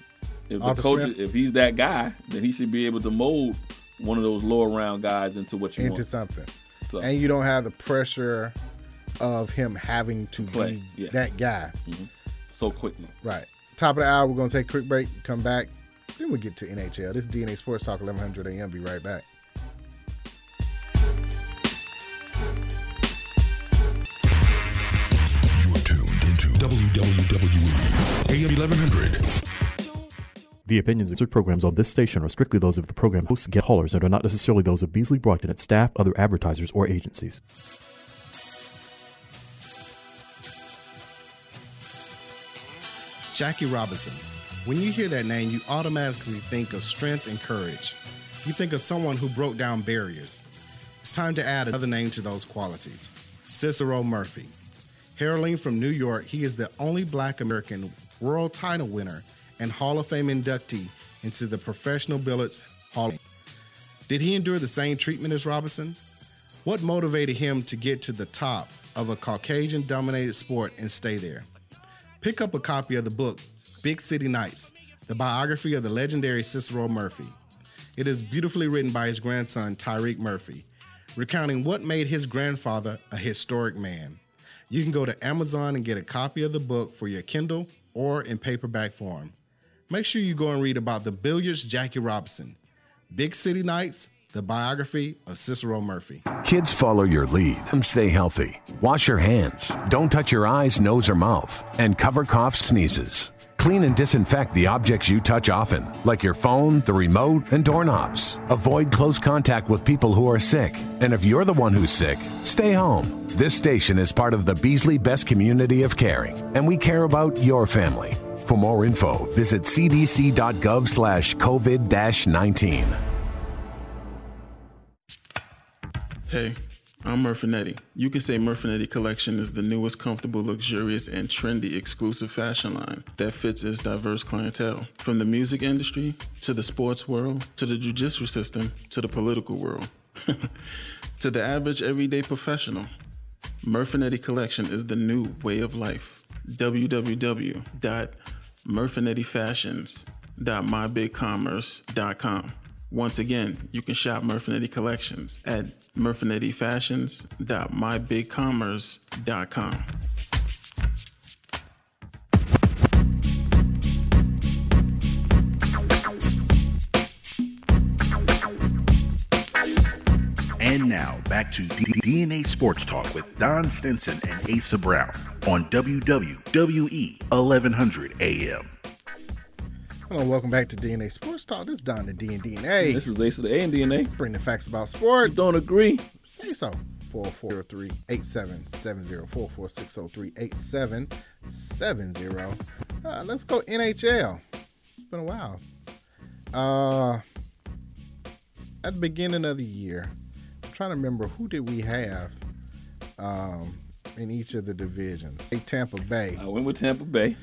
E: if
C: Arthur
E: the coach,
C: Smith.
E: if he's that guy, then he should be able to mold one of those lower round guys into what you
C: into
E: want.
C: something.
E: So-
C: And you don't have the pressure of him having to
E: Play,
C: be
E: yeah. Mm.
C: that guy.
E: so quickly.
C: Right. Top of the hour, we're going to take a quick break, come back. Then we get to NHL. This is DNA Sports Talk 1100 AM. Be right back.
O: WWE AM
E: E.
O: 1100.
P: The opinions and programs on this station are strictly those of the program hosts, guest callers, and are not necessarily those of Beasley Brockton, its staff, other advertisers, or agencies.
G: Jackie Robinson. When you hear that name, you automatically think of strength and courage. You think of someone who broke down barriers. It's time to add another name to those qualities Cicero Murphy. Heralding from New York, he is the only Black American world title winner and Hall of Fame inductee into the Professional Billiards Hall of Fame. Did he endure the same treatment as Robinson? What motivated him to get to the top of a Caucasian dominated sport and stay there? Pick up a copy of the book, Big City Nights, the biography of the legendary Cicero Murphy. It is beautifully written by his grandson, Tyreek Murphy, recounting what made his grandfather a historic man. You can go to Amazon and get a copy of the book for your Kindle or in paperback form. Make sure you go and read about the billiards Jackie Robinson, Big City Nights, the biography of Cicero Murphy.
Q: Kids follow your lead. Stay healthy. Wash your hands. Don't touch your eyes, nose, or mouth. And cover cough sneezes. Clean and disinfect the objects you touch often, like your phone, the remote, and doorknobs. Avoid close contact with people who are sick. And if you're the one who's sick, stay home. This station is part of the Beasley Best Community of Caring, and we care about your family. For more info, visit cdc.gov slash COVID 19.
B: Hey, I'm Murfinetti. You can say Murfinetti Collection is the newest, comfortable, luxurious, and trendy exclusive fashion line that fits its diverse clientele. From the music industry, to the sports world, to the judicial system, to the political world, to the average everyday professional, Murfinetti Collection is the new way of life. www.murfinettifashions.mybigcommerce.com. Once again, you can shop Murfinetti Collections at murfinettifashions.mybigcommerce.com.
M: And now,
P: Back to DNA Sports Talk with Don Stinson and Asa Brown on
Q: E
P: WWE 1100 AM.
C: Hello, and welcome back to DNA Sports Talk. This is Don the D and DNA.
E: This is Ace of the A and DNA.
C: Bring the facts about sports.
E: don't agree.
C: Say so. 404-387-70. 446-03-8770. Uh, let's go NHL. It's been a while. Uh, at the beginning of the year, I'm trying to remember who did we have um, in each of the divisions. Say Tampa Bay.
E: I went with Tampa Bay.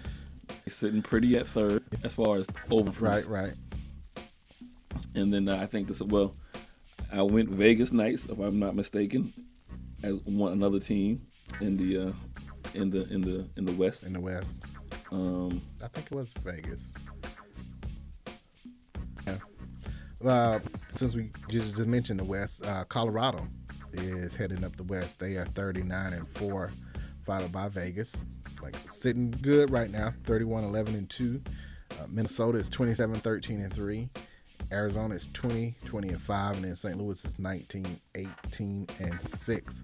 E: He's sitting pretty at third as far as over.
C: Right, right.
E: And then uh, I think this well, I went Vegas Knights, if I'm not mistaken, as one another team in the uh, in the in the in the West.
C: In the West.
E: Um,
C: I think it was Vegas. Yeah. Uh, since we just, just mentioned the West, uh, Colorado is heading up the West. They are 39 and 4, followed by Vegas. Like sitting good right now, 31 11 and 2. Uh, Minnesota is 27 13 and 3. Arizona is 20 20 and 5. And then St. Louis is 19 18 and 6.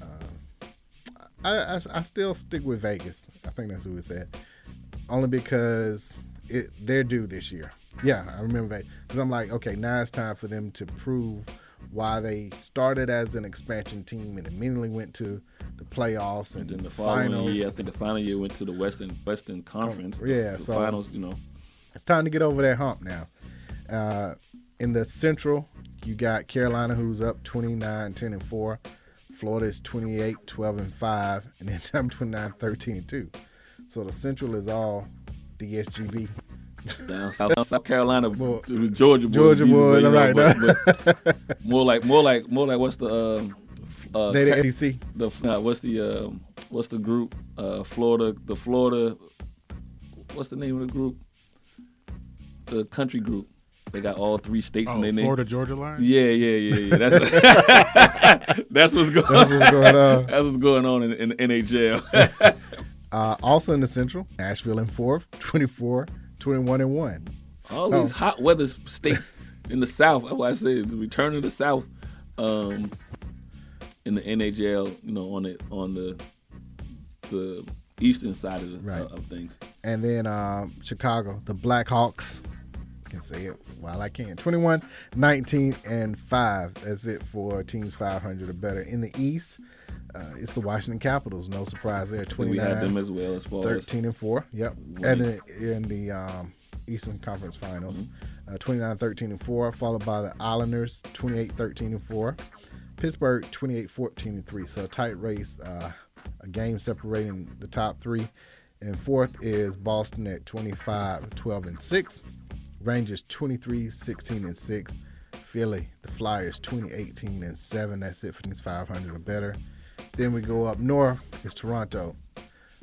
C: Uh, I, I, I still stick with Vegas. I think that's who it's at. Only because it they're due this year. Yeah, I remember that. Because I'm like, okay, now it's time for them to prove why they started as an expansion team and immediately went to the playoffs and,
E: And then the following
C: finals. Oh,
E: year, I think the final year went to the Western Western Conference.
C: yeah,
E: the
C: so-
E: finals, you know.
C: It's time to get over that hump now. Uh, in the Central, you got Carolina, who's up 29, 10, and 4, Florida is 28, 12, and 5, and then time 29, 13, and 2. So the Central is all DSGB.
E: Down South, South Carolina,
C: Boy.
E: Georgia, boys,
C: Georgia
E: these
C: boys,
E: boys, you
C: I'm
E: know,
C: right,
E: but- but more like, more like, more like, what's the, uh, f- uh,
C: They the E
E: cra-
C: SEC.
E: The f- nah, what's the, um what's the group? Uh, Florida, the Florida, what's the name of the group? The country group. They got all three states in
A: Oh,
E: their name.
A: Florida Georgia line?
E: Yeah, yeah, yeah, yeah. That's that's what's going.
C: That's what's going on.
E: that's what's going on in, in the NHL.
C: Uh, also in the Central, Nashville in fourth, 24, 21, and 1. So-
E: All these hot weather states in the South. That's why I say the return of the South um, in the NHL. You know, on it on the the eastern side of, the,
C: Right.
E: of things.
C: And then um, Chicago, the Blackhawks. I can say it while I can. 21, 19, and 5. That's it for teams 500 or better. In the East, uh, it's the Washington Capitals. No surprise there.
E: think
C: 29,
E: we had them as well as far as-
C: 13, and 4. Yep.
E: Right.
C: And in, in the um, Eastern Conference Finals, uh, 29, 13, and 4, followed by the Islanders, 28, 13, and 4. Pittsburgh 28 14 and 3. So a tight race, uh, a game separating the top three. And fourth is Boston at 25 12 and 6. Rangers 23 16 and 6. Philly, the Flyers 2018 and 7. That's it for these 500 or better. Then we go up north, it's Toronto.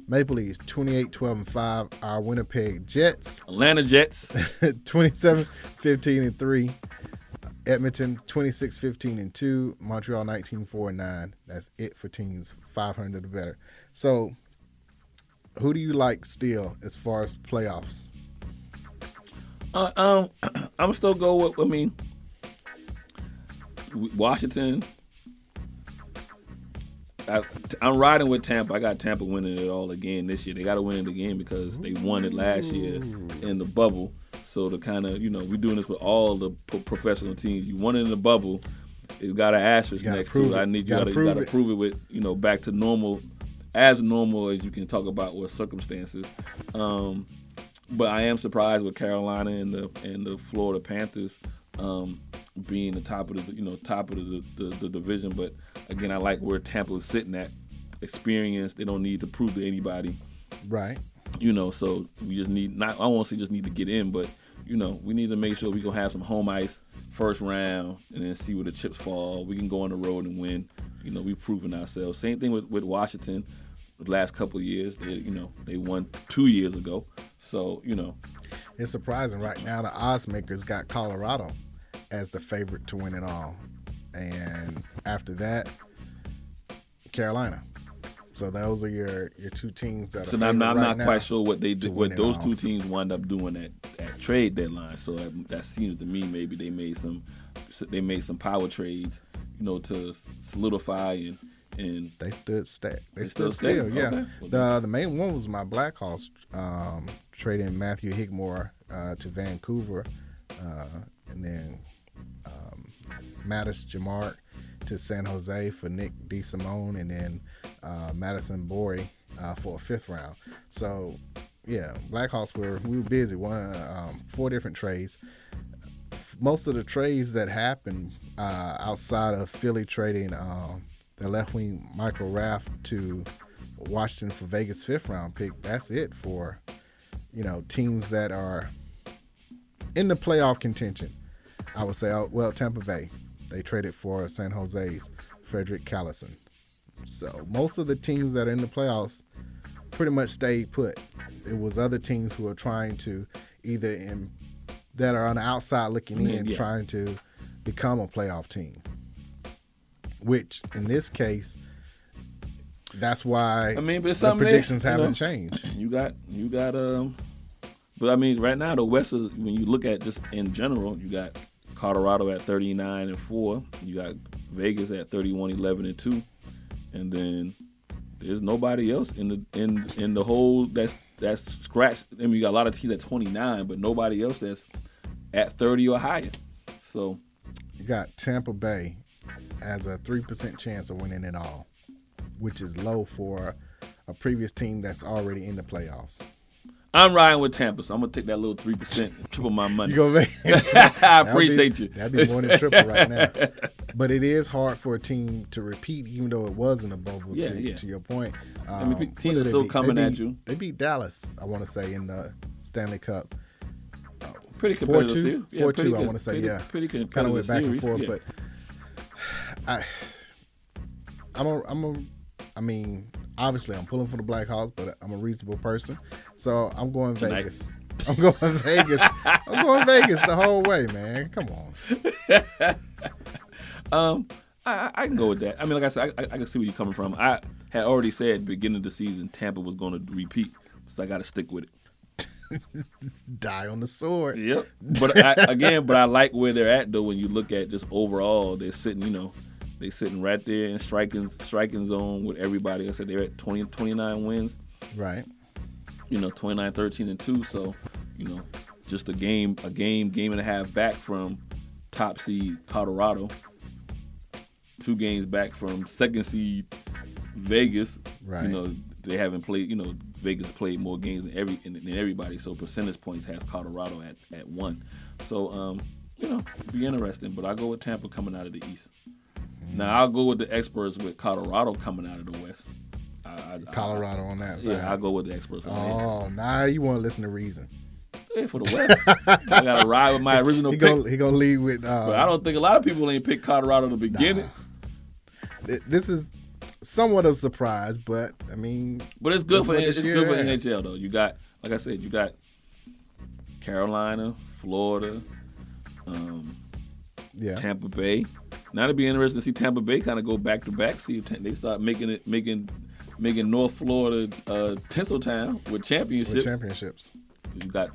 C: Maple Leafs 28 12 and 5. Our Winnipeg Jets
E: Atlanta Jets.
C: 27 15 and 3 edmonton 26 15 and 2 montreal 19 4 and 9 that's it for teams 500 or better so who do you like still as far as playoffs
E: Uh, um, I'm still go with. I mean, Washington. I, I'm riding with Tampa. I got Tampa winning it all again this year. They got to win it again because they won it last year in the bubble. So to kind of you know we're doing this with all the pro- professional teams. You won it in the bubble. It's got an asterisk
C: Gotta
E: next
C: prove
E: to it. I
C: it.
E: need you
C: Gotta
E: got to
C: prove
E: got to
C: it.
E: prove it with you know back to normal, as normal as you can talk about with circumstances. Um, but I am surprised with Carolina and the and the Florida Panthers um, being the top of the you know top of the, the, the division. But again, I like where Tampa is sitting at. Experience, they don't need to prove to anybody,
C: right
E: you know. So we just need not I won't say just need to get in, but you know we need to make sure we gonna have some home ice first round and then see where the chips fall. We can go on the road and win. You know we've proven ourselves. Same thing with with Washington. The last couple of years, they, you know, they won two years ago. So you know,
C: it's surprising right now the odds makers got colorado as the favorite to win it all and after that carolina so those are your your two teams that are
E: So I'm
C: favored
E: not, I'm
C: right
E: not
C: now
E: quite sure what they
C: to
E: did,
C: win
E: what
C: it
E: those
C: all.
E: two teams wind up doing at, at trade deadline. So um, that, that seems to me maybe they made some they made some power trades, you know, to solidify and and
C: They stood stacked. They,
E: They
C: stood,
E: stood stacked?
C: still, yeah.
E: Okay.
C: The the main one was my Blackhawks um, trading Matthew Higmore uh, to Vancouver, uh, and then um, Mattis Jamart to San Jose for Nick DeSimone, and then uh, Madison Bory uh, for a fifth round. So, yeah, Blackhawks were we were busy. One um, four different trades most of the trades that happened uh, outside of Philly trading um, the left wing Michael Raft to Washington for Vegas fifth round pick. That's it for you know teams that are in the playoff contention. I would say, oh, well, Tampa Bay they traded for San Jose's Frederick Callison. So most of the teams that are in the playoffs pretty much stayed put. It was other teams who are trying to either in that are on the outside looking in,
E: Mm-hmm, Yeah.
C: trying to become a playoff team. Which in this case, that's why
E: I mean, but it's
C: the
E: something there,
C: predictions
E: you know.
C: haven't changed.
E: You got you got um, but I mean right now the West is when you look at just in general, you got Colorado at 39 and four, you got Vegas at 31, 11 and two, and then there's nobody else in the in in the whole that's that's scratched. I mean, you got a lot of teams at 29, but nobody else that's at 30 or higher. So
C: You got Tampa Bay as a three percent chance of winning it all, which is low for a previous team that's already in the playoffs.
E: I'm riding with Tampa, so I'm gonna take that little three percent, triple my money.
C: You gonna make-
E: I
C: That'd be-
E: appreciate you.
C: That'd be more than triple right now. But it is hard for a team to repeat, even though it was in a bubble.
E: Yeah,
C: to,
E: yeah.
C: to your point,
E: I mean, pe-
C: what
E: teams
C: did
E: are
C: they
E: still
C: beat? They
E: coming at
C: beat-
E: you.
C: They beat Dallas, I want to say, in the Stanley Cup. Uh,
E: Pretty competitive series. Yeah,
C: four
E: pretty
C: two. I
E: good-
C: want to say,
E: pretty-
C: yeah.
E: pretty
C: Kind of
E: competitive
C: went back and
E: series,
C: forth,
E: yeah.
C: but I, I'm a, I'm a, I mean, obviously I'm pulling for the Blackhawks, but I'm a reasonable person, so I'm going
E: Tonight.
C: Vegas. I'm going Vegas. I'm going Vegas the whole way, man. Come on.
E: Um, I, I- I can go with that. I mean, like I said, I, I, I can see where you're coming from. I had already said at the beginning of the season Tampa was going to repeat, so I got to stick with it.
C: Die on the sword.
E: Yep. But I, again, but I like where they're at though. When you look at just overall, they're sitting, you know, they sitting right there in striking striking zone with everybody. Like I said they're at 20, 29 wins.
C: Right.
E: You know, 29, 13, and two. So, you know, just a game, a game, game and a half back from top seed Colorado. Two games back from second seed Vegas.
C: Right.
E: You know, they haven't played. You know, Vegas played more games than every than everybody. So percentage points has Colorado at at one. So um, you know, be interesting. But I go with Tampa coming out of the East.
C: Mm.
E: Now I'll go with the experts with Colorado coming out of the West. I, I,
C: Colorado on that side.
E: Yeah, I'll go with the experts on that.
C: Oh, nah, you want to listen to reason.
E: Yeah, for the West. I gotta ride with my original
C: he
E: pick.
C: Gonna, he gonna lead with. Uh,
E: But I don't think a lot of people ain't picked Colorado to begin it.
C: th- This is somewhat a surprise, but I mean,
E: But it's good
C: that's
E: for
C: what
E: it's
C: this year
E: good for
C: is.
E: NHL though. You got like I said, you got Carolina, Florida, um,
C: Yeah.
E: Tampa Bay. Now it'd be interesting to see Tampa Bay kind of go back to back. See if ta- they start making it making making North Florida uh, Tinseltown with championships.
C: With championships.
E: You got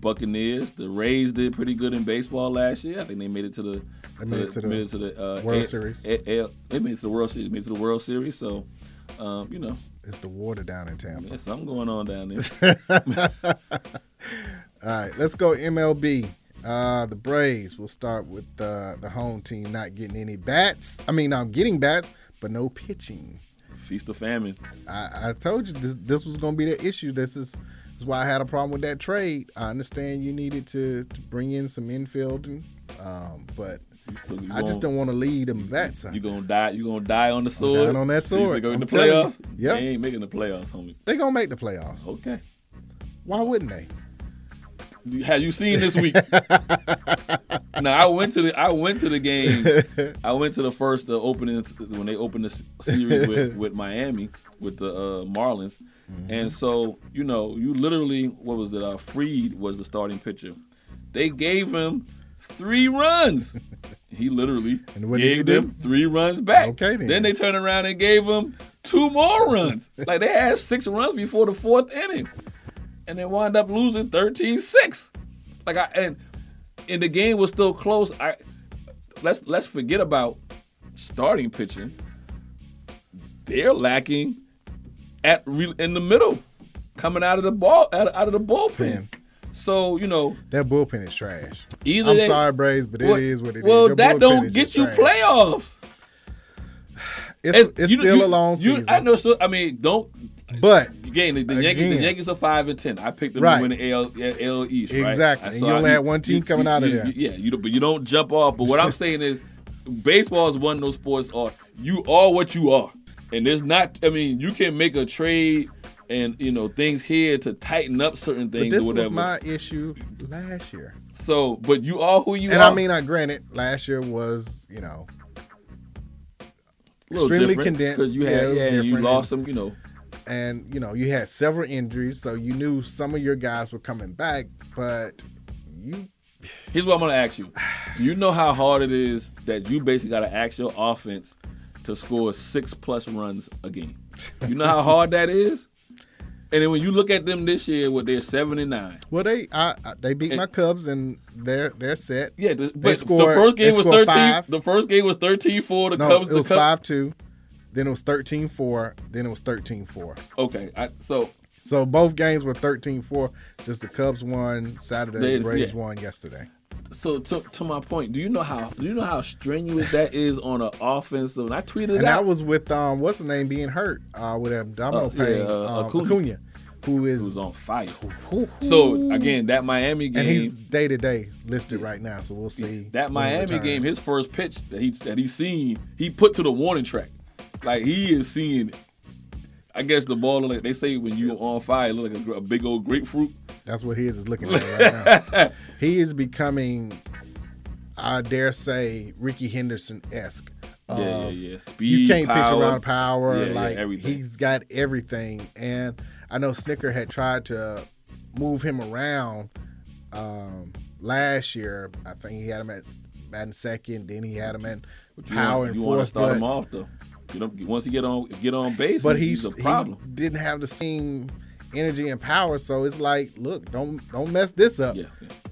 E: Buccaneers. The Rays did pretty good in baseball last year. I think they made it to the
C: They made it to the
E: made it to the uh,
C: World
E: A-
C: Series.
E: A- A- they made it to the World Series. Made it to the World Series. So um, you know.
C: It's the water down in Tampa.
E: There's something going on down there.
C: All right, let's go MLB. Uh, the Braves. We'll start with uh, the home team not getting any bats. I mean, I'm getting bats, but no pitching.
E: Feast of famine.
C: I, I told you this, this was going to be the issue. This is, this is why I had a problem with that trade. I understand you needed to, to bring in some infielding, um, but
E: still- you
C: I just
E: gonna-
C: don't want to lead them bats.
E: You gonna die. You gonna die on the sword.
C: dying on that
E: So you
C: sword.
E: say Go in
C: I'm
E: the
C: telling you.
E: playoffs.
C: Yep.
E: They ain't making the playoffs, homie.
C: They're going to make the playoffs.
E: Okay.
C: Why wouldn't they?
E: Have you seen this week? now I went to the I went to the game. I went to the first the opening when they opened the s- series with, with Miami with the uh, Marlins,
C: Mm-hmm.
E: and so you know you literally what was it? Uh, Freed was the starting pitcher. They gave him three runs. He literally
C: what did he
E: gave
C: do?
E: them three runs back.
C: Okay, then.
E: they turned around and gave him two more runs. like they had six runs before the fourth inning, and they wound up losing 13-6. Like I and and the game was still close. I let's let's forget about starting pitching. They're lacking at re, in the middle, coming out of the ball out, out of the bullpen. So you know
C: That bullpen is trash.
E: Either
C: I'm
E: they-
C: sorry, Braves, but
E: Well-
C: it is what it is.
E: well,
C: Your
E: that
C: bullpen
E: don't
C: is
E: get
C: just
E: you
C: trash.
E: playoffs.
C: It's, it's
E: you-
C: still
E: you-
C: a long
E: you-
C: season.
E: I know. So, I mean, don't.
C: But
E: again, the, the Yankees,
C: again.
E: the Yankees are five and ten. I picked them
C: Right.
E: to win the AL, AL East. right?
C: Exactly.
E: I
C: And
E: saw-
C: you only had one team coming out of
E: you-
C: there.
E: you- yeah, you don't, but you don't jump off. But what I'm saying is, baseball is one of those sports. Or you are what you are, and there's not. I mean, you can make a trade and you know things here to tighten up certain
C: but
E: things
C: this
E: or whatever.
C: was my issue last year.
E: so, but you are who you
C: and
E: are.
C: I mean, I granted, last year was you know
E: Little
C: extremely
E: different,
C: condensed.
E: 'cause you
C: yeah,
E: had-
C: it was
E: yeah, you
C: different.
E: lost some, you know.
C: And you know, you had several injuries, so you knew some of your guys were coming back, but you
E: Here's what I'm gonna ask you. Do you know how hard it is that you basically gotta ask your offense to score six plus runs a game? You know how hard that is? And then when you look at them this year, what they're seven and nine.
C: well they I, I they beat my Cubs and they're they're set.
E: Yeah, the,
C: they
E: but
C: scored,
E: the first game
C: they
E: was
C: scored
E: thirteen.
C: Five.
E: The first game was 13-4. The
C: no,
E: Cubs.
C: it was
E: the Cubs.
C: five two, then it was 13-4, then it was 13-4.
E: Okay, I, so
C: So both games were 13-4. Just the Cubs won Saturday, the
E: There's-
C: Braves
E: yeah.
C: won yesterday.
E: so to, to my point, do you know how do you know how strenuous that is on an offensive? And I tweeted
C: and
E: out.
C: that was with um, what's the name being hurt uh, with abdominal
E: Uh, yeah,
C: pain,
E: uh,
C: um,
E: Acuna.
C: Acuna. who is
E: who's on fire. So again, that Miami game,
C: and he's day to day listed right now. So we'll see
E: that
C: when he
E: Miami
C: returns.
E: game, his first pitch that he that he seen, he put to the warning track. Like he is seeing. I guess the ball like they say when you on fire, it look like a, gr- a big old grapefruit.
C: That's what his is looking like right now. he is becoming, I dare say, Ricky Henderson esque.
E: Yeah, yeah, yeah.
C: Uh, you
E: Speed,
C: can't pitch
E: power.
C: around power.
E: Yeah, yeah,
C: like
E: everything.
C: he's got everything. And I know Snicker had tried to move him around um, last year. I think he had him at batting second. Then he had him at
E: But you
C: power
E: want,
C: and
E: you
C: fourth.
E: want to start
C: but-
E: him off though. You know, once he get on get on base,
C: but
E: he's,
C: he's,
E: a problem.
C: he didn't have the same energy and power. So it's like, look, don't don't mess this up.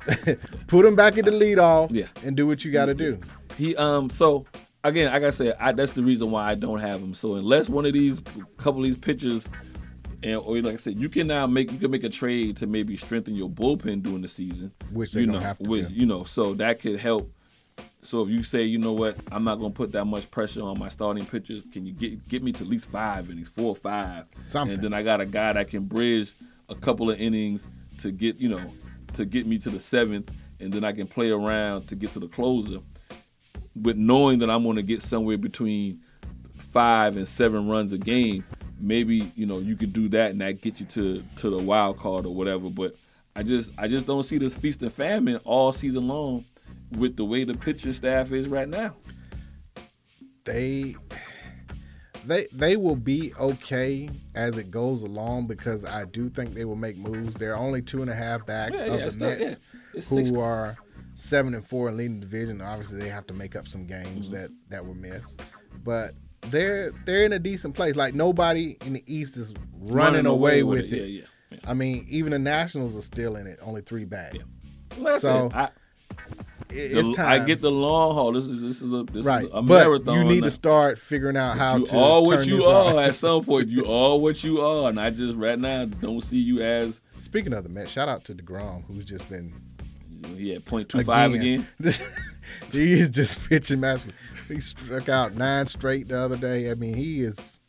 C: Put him back at the leadoff
E: Uh, Yeah.
C: and do what you got to do.
E: He um so again, like I said, I, that's the reason why I don't have him. So unless one of these couple of these pitchers, and or like I said, you can now make you can make a trade to maybe strengthen your bullpen during the season,
C: Which they
E: you
C: don't
E: know,
C: have to
E: which
C: do.
E: you know, so that could help. So if you say, you know what, I'm not gonna put that much pressure on my starting pitchers, can you get get me to at least five innings, four or five,
C: Something.
E: and then I got a guy that can bridge a couple of innings to get you know to get me to the seventh, and then I can play around to get to the closer with knowing that I'm going to get somewhere between five and seven runs a game, maybe you know you could do that and that gets you to to the wild card or whatever. But I just I just don't see this feast and famine all season long with the way the pitching staff is right now.
C: They they they will be okay as it goes along because I do think they will make moves. They're only two and a half back
E: Yeah,
C: of
E: yeah,
C: the
E: it's not- yeah.
C: Mets,
E: It's
C: who
E: six-
C: are seven and four and leading the division. Obviously, they have to make up some games
E: Mm-hmm.
C: that that were missed, but they're they're in a decent place. Like nobody in the East is running, away, with it.
E: Yeah,
C: I mean, even the Nationals are still in it, only three back.
E: yeah.
C: So
E: Listen, I,
C: it- it's
E: the-
C: time.
E: I get the long haul. This is this is a this
C: right,
E: is a
C: but
E: marathon.
C: you need
E: now.
C: to start figuring out how
E: you
C: to
E: are
C: turn
E: what you
C: this
E: are
C: on.
E: at some point. You are what you are, and I just right now don't see you as
C: Speaking of the Mets, shout out to Degrom, who's just been
E: yeah point two five again.
C: he is just pitching master. He struck out nine straight the other day. I mean, he is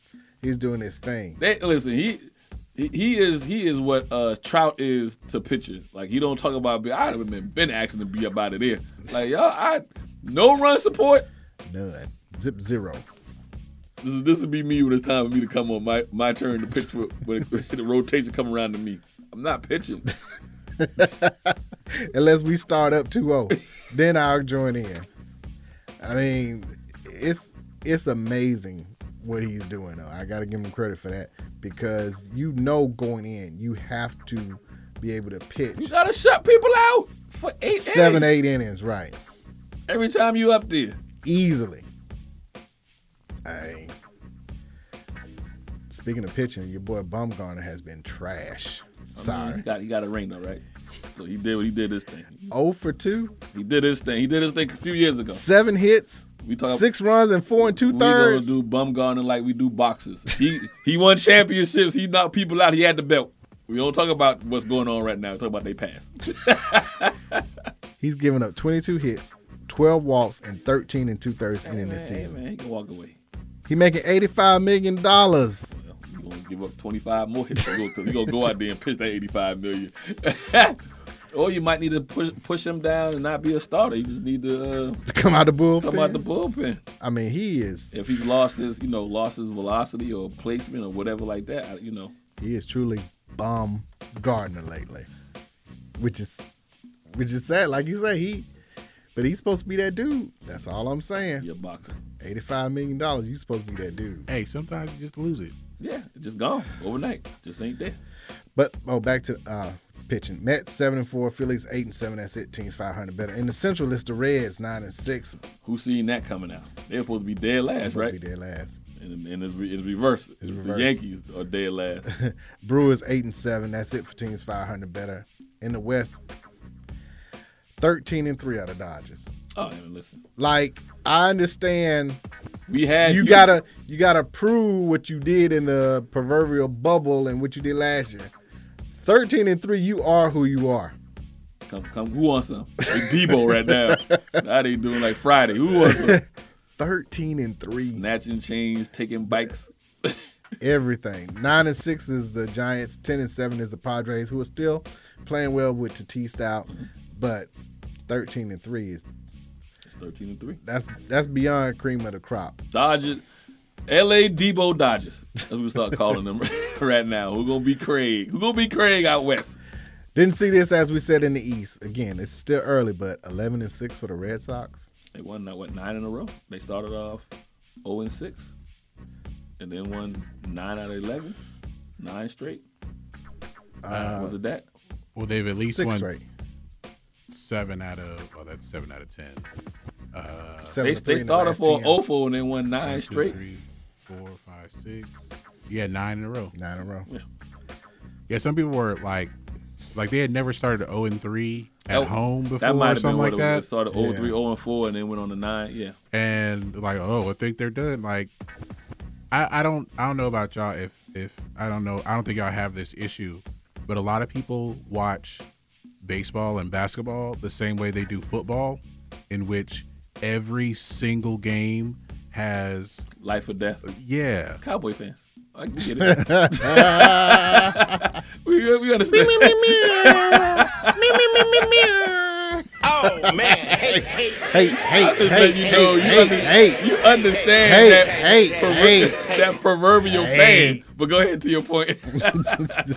C: he's doing his thing.
E: They, listen, he. He he is he is what uh, Trout is to pitchers. Like he don't talk about. be- I'd have been been asking to be up out of there. Like y'all, I no run support.
C: None. Zip zero.
E: This is this would be me when it's time for me to come on my my turn to pitch for when the rotation come around to me. I'm not pitching.
C: Unless we start up 2-0, then I'll join in. I mean, it's it's amazing what he's doing though. I got to give him credit for that because you know going in, you have to be able to pitch
E: You gotta shut people out for eight
C: seven,
E: innings.
C: eight innings, right?
E: every time you up there.
C: easily. Hey, speaking of pitching, your boy Bumgarner has been trash.
E: I mean,
C: Sorry,
E: he got he got a ring though, right? So he did what he did this thing.
C: zero Oh for two,
E: He did his thing. He did his thing a few years ago.
C: seven hits,
E: We talk-
C: six runs, and four and two
E: We gonna
C: thirds.
E: do Bumgarner like we do boxers. He he won championships. He knocked people out. He had the belt. We don't talk about what's going on right now. We talk about they pass.
C: He's given up twenty-two hits, twelve walks, and thirteen and two thirds ending this
E: Hey
C: season.
E: man, he can walk away.
C: He making eighty-five million dollars.
E: You gonna give up twenty five more hits because he gonna go out there and pitch that eighty five million. or you might need to push push him down and not be a starter. You just need to uh,
C: Come out the bullpen.
E: come out the bullpen.
C: I mean, he is
E: If he's lost his, you know, lost his velocity or placement or whatever like that, I- you know.
C: he is truly bum Gardner lately, which is which is sad. Like you say, he but he's supposed to be that dude. That's all I'm saying.
E: You're a boxer.
C: Eighty-five million dollars. You supposed to be that dude.
A: Hey, sometimes you just lose it.
E: Yeah, it's just gone overnight. Just ain't there.
C: But oh, back to uh, pitching. Mets seven and four. Phillies eight and seven. That's it. Teams five hundred better. In the Central, it's the Reds nine and six.
E: Who seen that coming out? They're supposed to be dead l
C: They're
E: last,
C: supposed to
E: right?
C: be dead last.
E: And, and it's, re- it's reverse.
C: It's
E: The
C: reverse.
E: Yankees are dead last.
C: Brewers eight and seven. That's it for teams five hundred better. In the West, thirteen and three out of Dodgers.
E: oh, and listen,
C: Like I understand
E: we had
C: you gotta you gotta prove what you did in the proverbial bubble and what you did last year. Thirteen and three, you are who you are.
E: come come. Who wants some? Like Debo right now. now they doing like Friday. Who wants some?
C: Thirteen and three.
E: Snatching chains, taking bikes.
C: everything. Nine and six is the Giants. Ten and seven is the Padres, who are still playing well with Tatis out, but thirteen and three is
E: It's 13 and 3.
C: that's that's beyond cream of the crop.
E: Dodgers. LA Debo Dodgers. That's what we start calling them right now. Who gonna be Craig? Who gonna be Craig out west?
C: Didn't see this as we said in the East. Again, it's still early, but eleven and six for the Red Sox.
E: They won that what nine in a row. They started off 0 and 6, and then won nine out of 11, nine straight. Uh, was it that?
A: Well, they've at least
E: Six
A: won
E: straight.
A: seven out of. Well, that's seven out of ten. Uh,
E: They, they started for 0 4 and then won nine
A: One, two,
E: straight.
A: three, four, five, six. Yeah, nine in a row.
C: Nine in a row.
E: Yeah.
A: Yeah, some people were like, like they had never started zero and three at
E: That-
A: home before
E: that might
A: or
E: have been
A: something like
E: what it
A: that.
E: Was. It started 0 3, 0 4, and then went on to nine. Yeah.
A: and like oh i think they're done like i i don't i don't know about y'all if if i don't know i don't think y'all have this issue but a lot of people watch baseball and basketball the same way they do football in which every single game has
E: life or death
A: Uh, yeah
E: Cowboy fans. I can get it. we, we understand.
N: Oh man, hey, hey,
C: hey, hey,
E: I just
N: hey,
E: let you
N: hey,
E: know you,
N: hey,
E: under-
C: hey,
E: you understand
N: hey,
E: that,
N: hey,
E: prover-
N: hey,
E: that proverbial
A: hey.
E: fan. But go ahead to your point.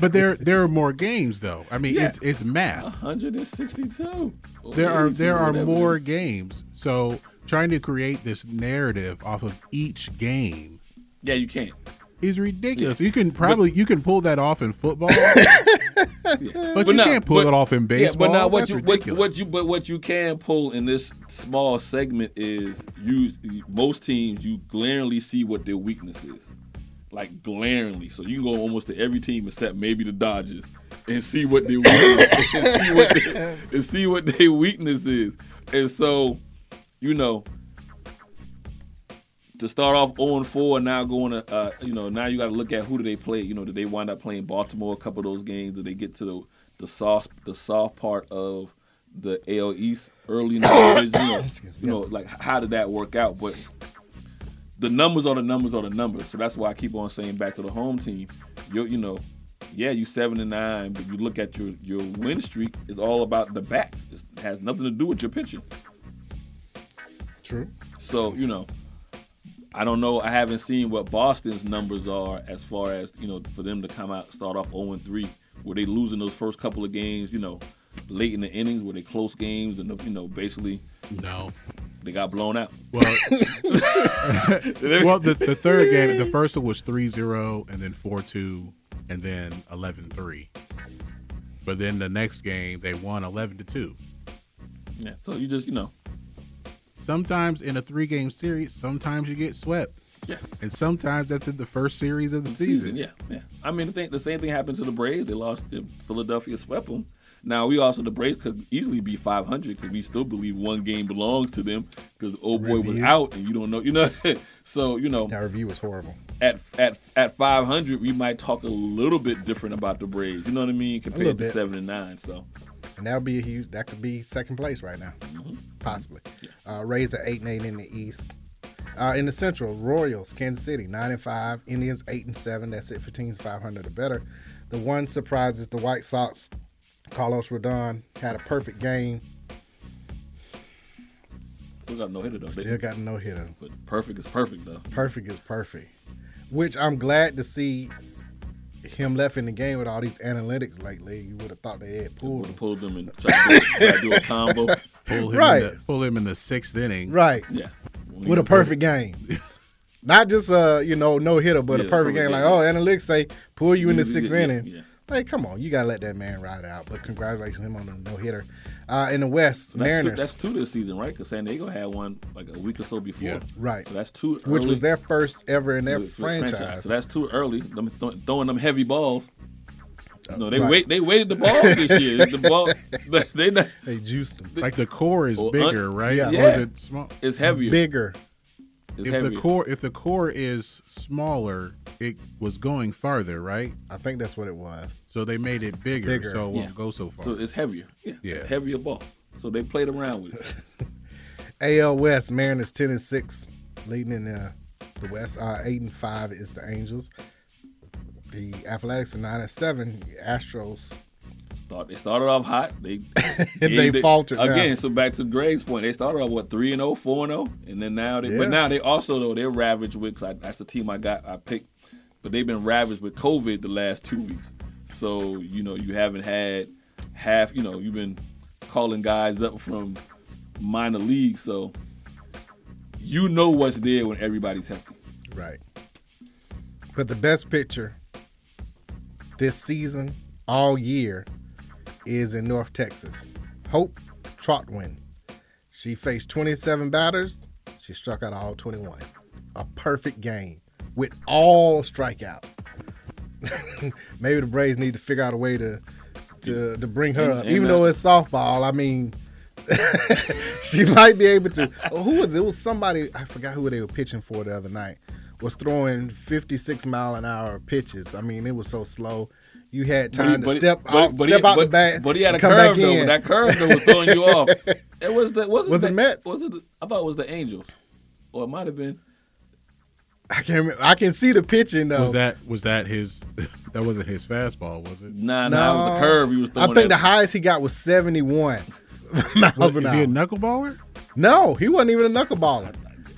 A: but there there are more games though i mean
E: Yeah.
A: it's it's math
E: 162. Or
A: there are
E: 82,
A: there are
E: whatever it
A: more
E: is.
A: games so trying to create this narrative off of each game
E: Yeah, you can't.
A: is ridiculous. You can probably you can pull that off in football, but you
E: no,
A: can't pull
E: but-
A: it off in baseball.
E: Yeah, but now what
A: That's
E: you what,
A: ridiculous.
E: what you but what you can pull in this small segment is you most teams you glaringly see what their weakness is, like glaringly. So you can go almost to every team except maybe the Dodgers and see what their weakness, and see what their, and see what their weakness is. And so, you know, to start off 0 and 4 and now going to uh, you know now you got to look at who do they play you know did they wind up playing baltimore a couple of those games did they get to the the soft the soft part of the AL East early in the division, you know, you know like how did that work out but the numbers are the numbers are the numbers so that's why I keep on saying back to the home team you you know yeah you 7 and 9 but you look at your your win streak is all about the bats it has nothing to do with your pitching
C: True.
E: so you know, I don't know. I haven't seen what Boston's numbers are as far as you know for them to come out start off 0 3. Were they losing those first couple of games? You know, late in the innings, were they close games? And you know, basically,
A: no,
E: they got blown out.
A: Well, well, the, the third game, the first one was 3-0 and then 4-2 and then 11-3. But then the next game, they won 11 to 2.
E: yeah. So you just you know,
A: Sometimes in a three-game series, sometimes you get swept.
E: Yeah.
A: And sometimes that's in the first series of the season.
E: Yeah, yeah. I mean, the, thing, the same thing happened to the Braves. They lost. to Philadelphia swept them. Now we also the Braves could easily be 500 because we still believe one game belongs to them because the old boy was
C: Review.
E: out and you don't know. You know, so you know
C: That review was horrible.
E: at at at 500, we might talk a little bit different about the Braves. You know what I mean? Compared to
C: bit.
E: seven and nine. So
C: And that would be a huge. That could be second place right now, possibly. Uh, Rays are eight and eight in the East. Uh, in the Central, Royals, Kansas City nine and five, Indians eight and seven. That's it for teams five hundred or better. The one surprise is the White Sox. Carlos Rodon had a perfect game.
E: still got no hitter though.
C: Still got no hitter.
E: But perfect is perfect though.
C: Perfect is perfect, which I'm glad to see him left in the game with all these analytics lately. You would have thought they had pulled him.
E: Pull them and try to do, try to do a combo.
A: Pull him,
C: Right.
A: in the, pull him in the sixth inning.
C: Right.
E: Yeah.
C: With a perfect game. Not just a you know no hitter, but
A: Yeah,
C: a perfect
A: perfect
C: game. Like
A: game.
C: oh, analytics say pull you in the
A: Yeah,
C: sixth
A: yeah,
C: inning.
A: yeah.
C: Like come on, you gotta let that man ride out. But congratulations him on a no hitter. Uh, in the West,
E: So that's, two,
C: Mariners,
E: that's two this season, right? Because San Diego had one like a week or so before.
C: Right.
E: So that's two. Early,
C: which was their first ever in their
E: with- with
C: franchise.
E: So that's too early. Them th- throwing them heavy balls. No, they
C: Uh, right.
E: wait. They waited the balls this year. The ball. They not,
C: they juiced them.
A: Like the core is
E: Well, un-
A: bigger, right?
E: yeah.
A: Or is it small?
E: It's heavier.
C: Bigger.
E: It's
A: if
E: heavier.
A: the core if the core is smaller, it was going farther, right?
C: I think that's what it was.
A: So they made it bigger,
C: Bigger.
A: so it won't
C: Yeah.
A: go so far.
E: So it's heavier. Yeah.
A: Yeah.
E: Heavier ball. So they played around with it.
C: AL West, Mariners ten and six, leading in the, the West. Uh, eight and five is the Angels. The Athletics are nine and seven. Astros.
E: Start, they started off hot. They
C: They faltered now.
E: again. So back to Greg's point, they started off what three and 0, 4 and zero, and then now they.
C: Yeah.
E: But now they also though they're ravaged with. 'cause I, that's the team I got. I picked, but they've been ravaged with COVID the last two weeks. So you know you haven't had half. You know you've been calling guys up from minor league. So you know what's there when everybody's healthy.
C: Right. But the best picture this season, all year, is in North Texas. Hope Trotwin. She faced 27 batters. She struck out all 21. A perfect game with all strikeouts. Maybe the Braves need to figure out a way to to, to bring her
G: And-
C: up.
G: and uh,
C: Even
G: that-
C: though it's softball, I mean, she might be able to. Oh, who was it? It was somebody I forgot who they were pitching for the other night. Was throwing 56 mile an hour pitches. I mean, it was so slow. You had
E: But he-
C: time
E: but
C: to
E: he-
C: step
E: but-
C: out,
E: but he-
C: step out the
E: but-
C: bat.
E: But he had a
C: and come back
E: curve though.
C: in.
E: That curve though was throwing you off. It was the wasn't
C: Was it
E: the-
C: Mets?
E: Was it? the- I thought it was the Angels, or it might have been.
C: I can remember. I can see the pitching though.
A: Was that was that his? That wasn't his fastball, was it?
E: Nah,
C: No. I think the highest he got was 71 miles
A: Was-
C: an
A: is
C: hour.
A: he a knuckleballer?
C: No, he wasn't even a knuckleballer.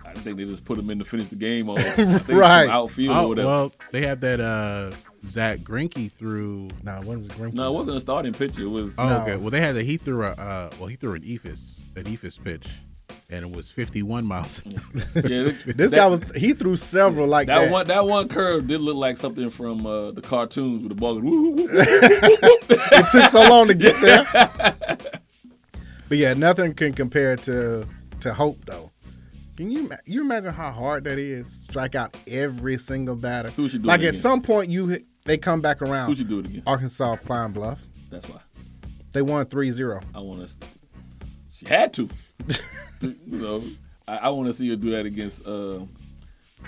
E: I think they just put him in to finish the game on I think it was
C: Right.
E: from outfield
A: Oh,
E: or whatever.
A: well, they had that uh Zach Greinke threw.
C: No, it wasn't Grinke.
E: no, it wasn't a starting pitcher. It was
A: Oh, okay. Well, they had a he threw a uh, well he threw an Ephus an Ephus pitch, and it was 51 miles. an hour.
E: this-
C: This guy was he threw several like
E: that,
C: that.
E: one. That one curve did look like something from uh, the cartoons with the ball.
C: it
E: it
C: took so long to get there. but yeah, nothing can compare to to Hope though. Can you ima- you imagine how hard that is? Strike out every single batter.
E: Who should do
C: like
E: it
C: at
E: again?
C: some point you they come back around.
E: Who should do it again?
C: Arkansas Pine Bluff.
E: That's why
C: They won 3-0.
E: I want us. She had to. you know, I, I want to see her do that against. Uh,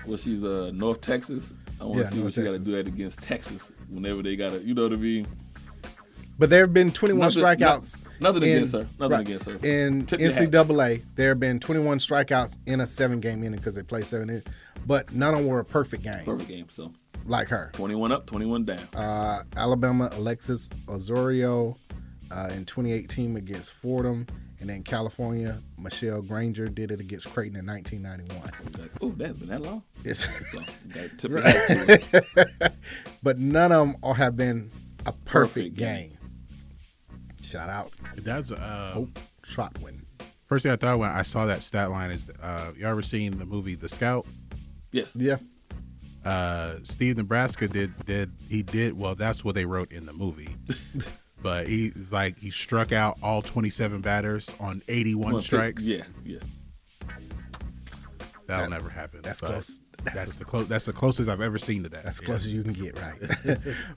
E: well, she's uh, North Texas. I want to
C: Yeah,
E: see what
C: North
E: she got to
C: Texas.
E: do that against Texas whenever they got to. You know what I mean?
C: But there have been 21
E: Nothing- no-
C: strikeouts.
E: nothing
C: in-
E: against her. Nothing against her.
C: In
E: Tip your hat.
C: NCAA, there have been 21 strikeouts in a seven game inning because they play seven innings, but none of them were a perfect game.
E: Perfect game. So
C: Like her.
E: 21 up, 21 down.
C: Uh, Alabama, Alexis Osorio uh, in 2018 against Fordham. And then California, Michelle Granger did it against Creighton in 1991.
E: Oh, that's been that long.
C: It's-
E: So, you gotta tip your hat to her.
C: but none of them all have been a perfect, game. Shout out.
A: That's uh,
C: Hope Trotwin.
A: First thing I thought when I saw that stat line is, uh, you all ever seen the movie The Scout?
E: Yes.
C: Yeah.
A: Uh, Steve Nebraska did did he did well? That's what they wrote in the movie. but he's like he struck out all 27 batters on 81
E: Well, pick-
A: strikes.
E: Yeah, yeah.
A: that'll
C: That-
A: never happen.
C: that's
A: but
C: close.
A: That's, the close. That's the closest I've ever seen to that.
C: That's
A: yeah.
C: close as you can get, right?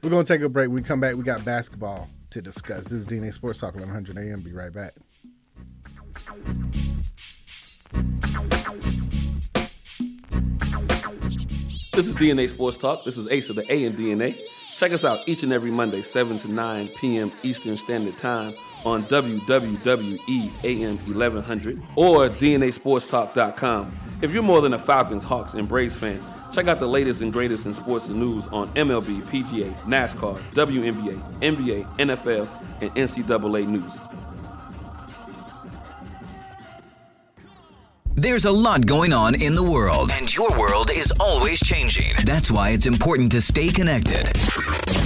C: We're going to take a break. We come back. We got basketball to discuss. This is DNA Sports Talk 1100 AM. Be right back.
D: This is DNA Sports Talk. This is Ace of the A and DNA. Check us out each and every Monday, 7 to 9 p.m. Eastern Standard Time on E WWWEAM 1100 or DNASportsTalk.com. If you're more than a Falcons, Hawks, and Braves fan, check out the latest and greatest in sports and news on MLB, PGA, NASCAR, WNBA, NBA, NFL, and NCAA news.
R: There's a lot going on in the world, and your world is always changing. That's why it's important to stay connected.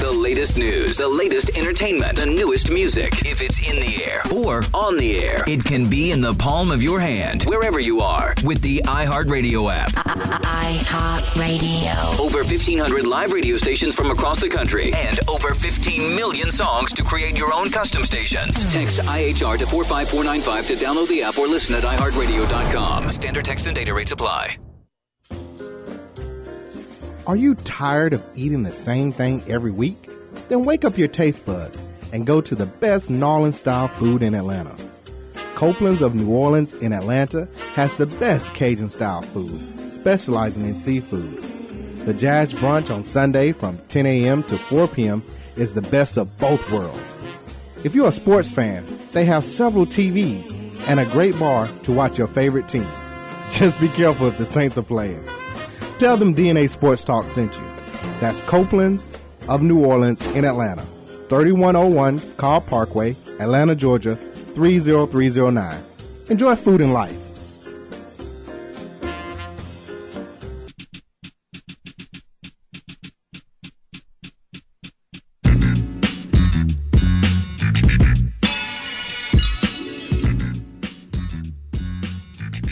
R: The latest news, the latest entertainment, the newest music. If it's in the air or on the air, it can be in the palm of your hand, wherever you are, with the iHeartRadio app.
S: iHeartRadio.
R: Over 1,500 live radio stations from across the country and over 15 million songs to create your own custom stations. Text IHR to 45495 to download the app or listen at iHeartRadio.com. Standard text and data rates apply.
G: Are you tired of eating the same thing every week? Then wake up your taste buds and go to the best Norland style food in Atlanta. Copeland's of New Orleans in Atlanta has the best Cajun style food, specializing in seafood. The Jazz Brunch on Sunday from 10 a.m. to 4 p.m. is the best of both worlds. If you're a sports fan, they have several TVs and a great bar to watch your favorite team. Just be careful if the Saints are playing. Tell them DNA Sports Talk sent you. That's Copeland's of New Orleans in Atlanta. 3101 Carl Parkway, Atlanta, Georgia 30309. Enjoy food and life.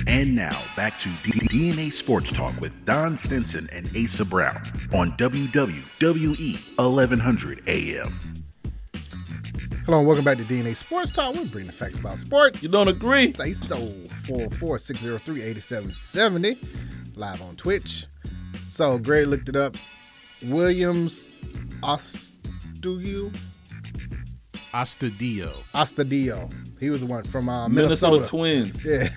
M: And now back to DNA Sports Talk with Don Stinson and Asa Brown on
Q: E
M: WWE 1100 AM.
C: Hello and welcome back to DNA Sports Talk. We're bringing the facts about sports.
E: You don't agree?
C: Say so. 446038770 live on Twitch. So Greg looked it up. Williams Ostudio.
A: Ostadio.
C: Ostadio. He was the one from uh,
E: Minnesota
C: Minnesota.
E: Twins.
C: Yeah.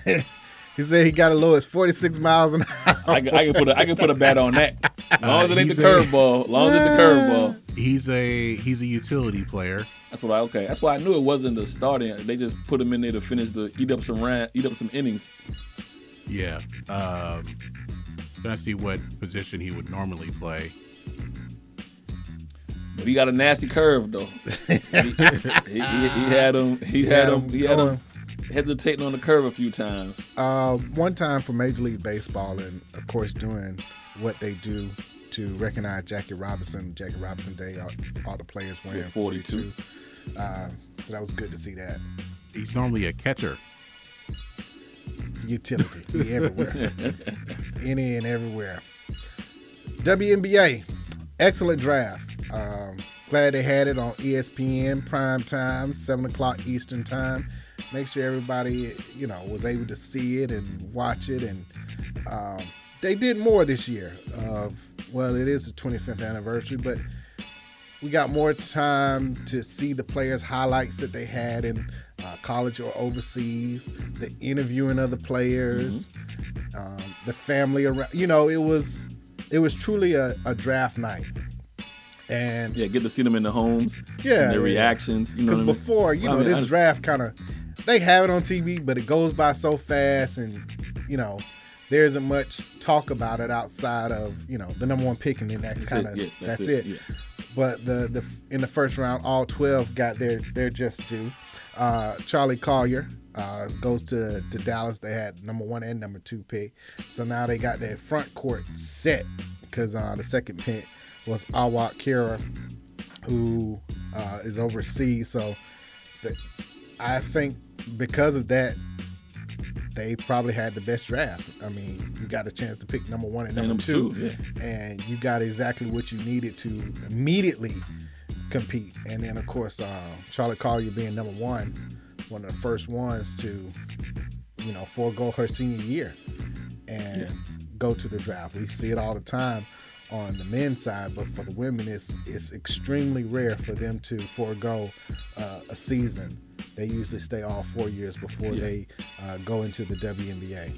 C: he said he got a low as 46 miles an hour.
E: I, can- I can put a, I can put a bat on that. As long as it ain't the curveball. As long as it's the curveball.
A: He's a he's a utility player.
E: That's what I okay. That's why I knew it wasn't the starting. They just put him in there to finish the eat up some ran, eat up some innings.
A: Yeah. Um, trying to see what position he would normally play.
E: But he got a nasty curve though. he, he- he- he had him. He,
C: He
E: had
C: had
E: him.
C: him
E: He had him hesitating on the curve a few times.
C: uh, one time for Major League Baseball, and of course, doing what they do to recognize Jackie Robinson, Jackie Robinson Day, all, all the players wearing
E: Yeah, 42.
C: 42. Uh, so that was good to see that
A: He's normally a catcher.
C: utility He everywhere, any and everywhere. WNBA, excellent draft. Um, glad they had it on E ESPN prime time, seven o'clock Eastern time. Make sure everybody, you know, was able to see it and watch it. And um, they did more this year. Of well, it is the 25th anniversary, but we got more time to see the players' highlights that they had in uh, college or overseas, the interviewing of the players,
E: Mm-hmm.
C: um, the family around. You know, it was it was truly a, a draft night, and
E: Yeah, get to see them in the homes.
C: Yeah,
E: and their
C: yeah.
E: reactions. You know
C: because
E: what I mean?
C: before you
E: I
C: know
E: mean,
C: this
E: I-
C: draft kind of they have it on TV, but it goes by so fast, and you know there isn't much talk about it outside of you know the number one pick, and then that
E: That's
C: kind
E: it,
C: of
E: yeah,
C: that's,
E: that's
C: it.
E: it, yeah.
C: But the the in the first round, all twelve got their their just due. Uh, Charlie Collier uh, goes to to Dallas. They had number one and number two pick, so now they got their front court set because uh, the second pick was Awak Kira, who uh, is overseas. So the, I think because of that, they probably had the best draft. I mean, you got a chance to pick number one and number,
E: And
C: two,
E: number two,
C: and you got exactly what you needed to immediately compete. And then, of course, um, Charlotte Collier being number one, one of the first ones to, you know, forego her senior year and go to the draft. We see it all the time on the men's side, but for the women, it's it's extremely rare for them to forego uh, a season. They usually stay all four years before
E: Yeah.
C: they uh, go into the WNBA.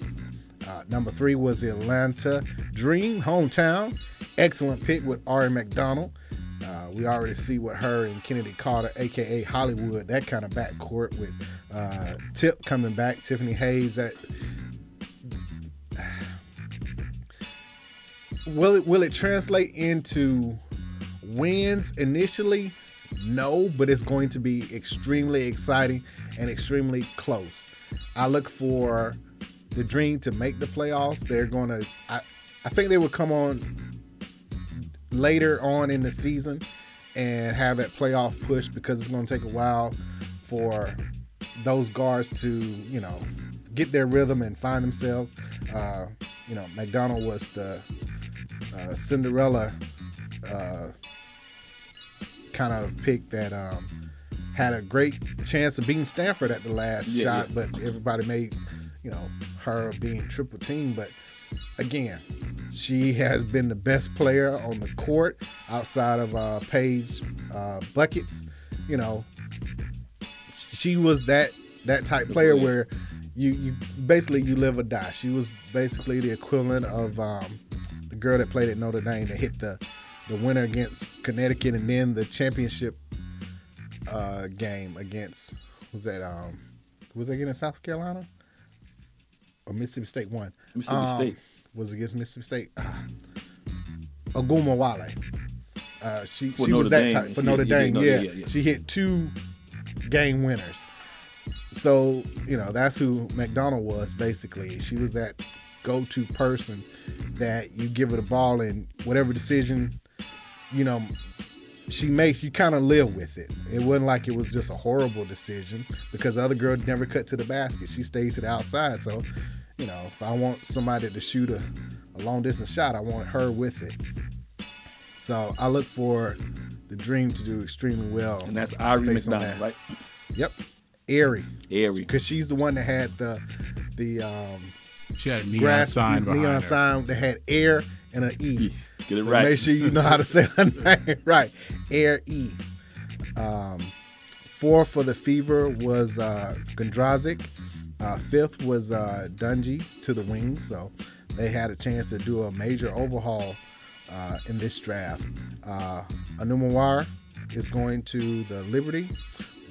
C: Uh, number three was the Atlanta Dream, hometown. Excellent pick with Ari McDonald. Uh, we already see what her and Kennedy Carter, aka Hollywood, that kind of backcourt with uh, Tip coming back, Tiffany Hayes. That will it will it translate into wins initially? No, but it's going to be extremely exciting and extremely close. I look for the dream to make the playoffs. They're going to, I, I think they will come on later on in the season and have that playoff push because it's going to take a while for those guards to, you know, get their rhythm and find themselves. Uh, you know, McDonald was the uh, Cinderella uh, kind of pick that um, had a great chance of beating Stanford at the last
E: Yeah,
C: shot,
E: yeah.
C: but everybody made, you know, her being triple team. But again, she has been the best player on the court outside of uh, Paige uh, Buckets. You know, she was that that type player where you you basically you live or die. She was basically the equivalent of um, the girl that played at Notre Dame that hit the the winner against Connecticut and then the championship uh, game against was that um was that against South Carolina or Mississippi State won? Oh. Um,
E: Mississippi State.
C: was against Mississippi State. Ah. Ogumawale. Uh, she
E: For
C: she
E: Notre
C: was that
E: Dame,
C: type for
E: she-
C: Notre
E: he did
C: Dame.
E: Notre-
C: yeah.
E: yeah, yeah.
C: she hit two game winners. So you know that's who McDonald was basically. She was that go-to person that you give her the ball and whatever decision you know she makes you kind of live with it. It wasn't like it was just a horrible decision because the other girl never cut to the basket. She stayed to the outside. So, you know, if I want somebody to shoot a, a long distance shot, I want her with it. So I look for the dream to do extremely well.
E: And that's Irie
C: based on
E: McDonald,
C: that.
E: right?
C: Yep. Airy.
E: Airy.
C: Because she's the one that had the the um
A: She had a neon
C: grass
A: sign behind
C: neon
A: her.
C: sign that had air and an E.
E: Get it
C: So
E: right.
C: Make sure you know how to say her name right. Air E. Um, four for the fever was uh, Gondrazic. Uh, fifth was uh, Dungy to the wings. So they had a chance to do a major overhaul uh, in this draft. Uh, Anumawar is going to the Liberty.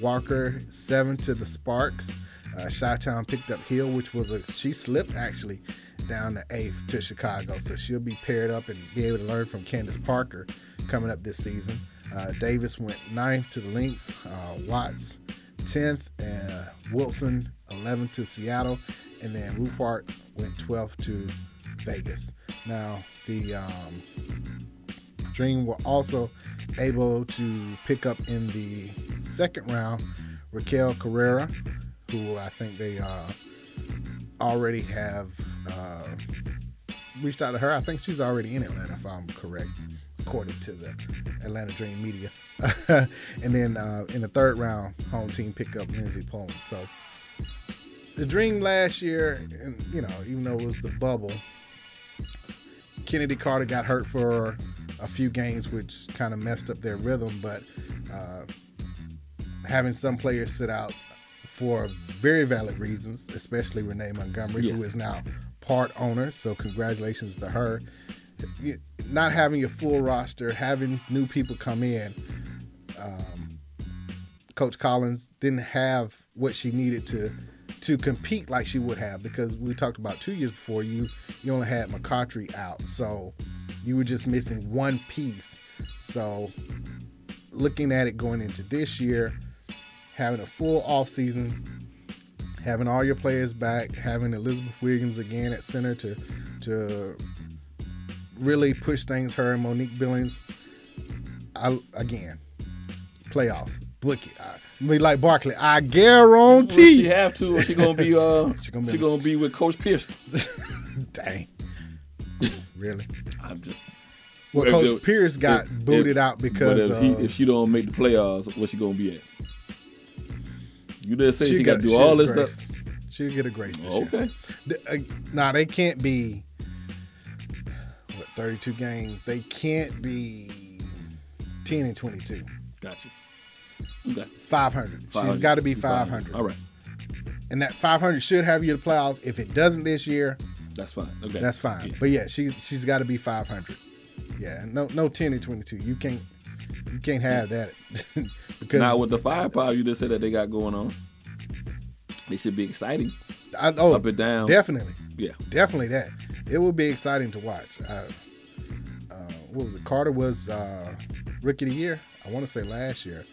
C: Walker seven to the Sparks. Uh, Chi-Town picked up Hill, which was a she slipped actually down to eighth to Chicago, so she'll be paired up and be able to learn from Candace Parker coming up this season. Uh, Davis went ninth to the Lynx, uh, Watts tenth, and uh, Wilson eleventh to Seattle, and then Rupart went twelfth to Vegas. Now the um, Dream were also able to pick up in the second round Raquel Carrera, who I think they uh, already have uh, reached out to her. I think she's already in Atlanta, if I'm correct, according to the Atlanta Dream media. and then uh, in the third round, home team pick up Lindsey Poland. So the Dream last year, and you know, even though it was the bubble, Kennedy Carter got hurt for a few games, which kind of messed up their rhythm. But uh, having some players sit out for very valid reasons, especially Renee Montgomery, who
E: Yeah.
C: is now part owner. So congratulations to her. You- Not having your full roster, having new people come in. Um, Coach Collins didn't have what she needed to to compete like she would have because we talked about two years before you you only had McCautry out, so you were just missing one piece. So looking at it going into this year, having a full offseason, having all your players back, having Elizabeth Williams again at center to to really push things her and Monique Billings. I again playoffs. Book it. I, I mean, like Barkley, I guarantee.
E: Well, she have to. Or she gonna be. Uh, she gonna
C: gonna
E: be,
C: be-
E: with Coach Pierce.
C: Dang. really?
E: I'm just.
C: Well, Coach Pierce got booted out because
E: but if, he,
C: of-
E: if she don't make the playoffs, what she gonna be at? You just say she,
C: She'll
E: got
C: get-
E: to do
C: she'll
E: all
C: get
E: this
C: a
E: stuff. Oh,
C: grace. She'll get a grace this
E: Okay.
C: year. Okay. uh, Nah, they can't be what, 32 games. They can't be 10 and 22.
E: Gotcha. Okay.
C: 500. She's
E: 500.
C: got to be
E: Be 500.
C: 500.
E: All right.
C: And that 500 should have you to the playoffs. If it doesn't this year,
E: That's fine. Okay.
C: that's fine. But yeah, she she's got to be 500. Yeah, no no 10 and 22. You can't you can't have that because
E: now with the firepower you just said that they got going on, they should be exciting.
C: I, oh,
E: up and down.
C: Definitely.
E: Yeah.
C: Definitely that. It will be exciting to watch. Uh, uh, what was it? Carter was uh, rookie of the year. I want to say last year,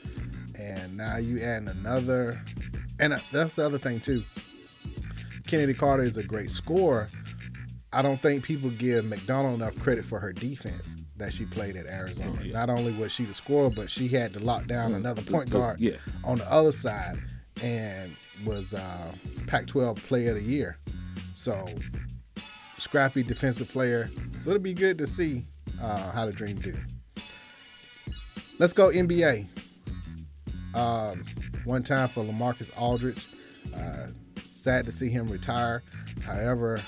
C: and now you adding another. And uh, that's the other thing too. Kennedy Carter is a great scorer. I don't think people give McDonald enough credit for her defense that she played at Arizona. Not only was she the scorer, but she had to lock down
E: Mm,
C: another
E: the-
C: point
E: the-
C: guard
E: yeah.
C: on the other side and was uh, Pac-12 Player of the Year. So scrappy defensive player. So it'll be good to see uh, how the Dream do. Let's go NBA. Um, one time for Lamarcus Aldridge. Uh, sad to see him retire. However,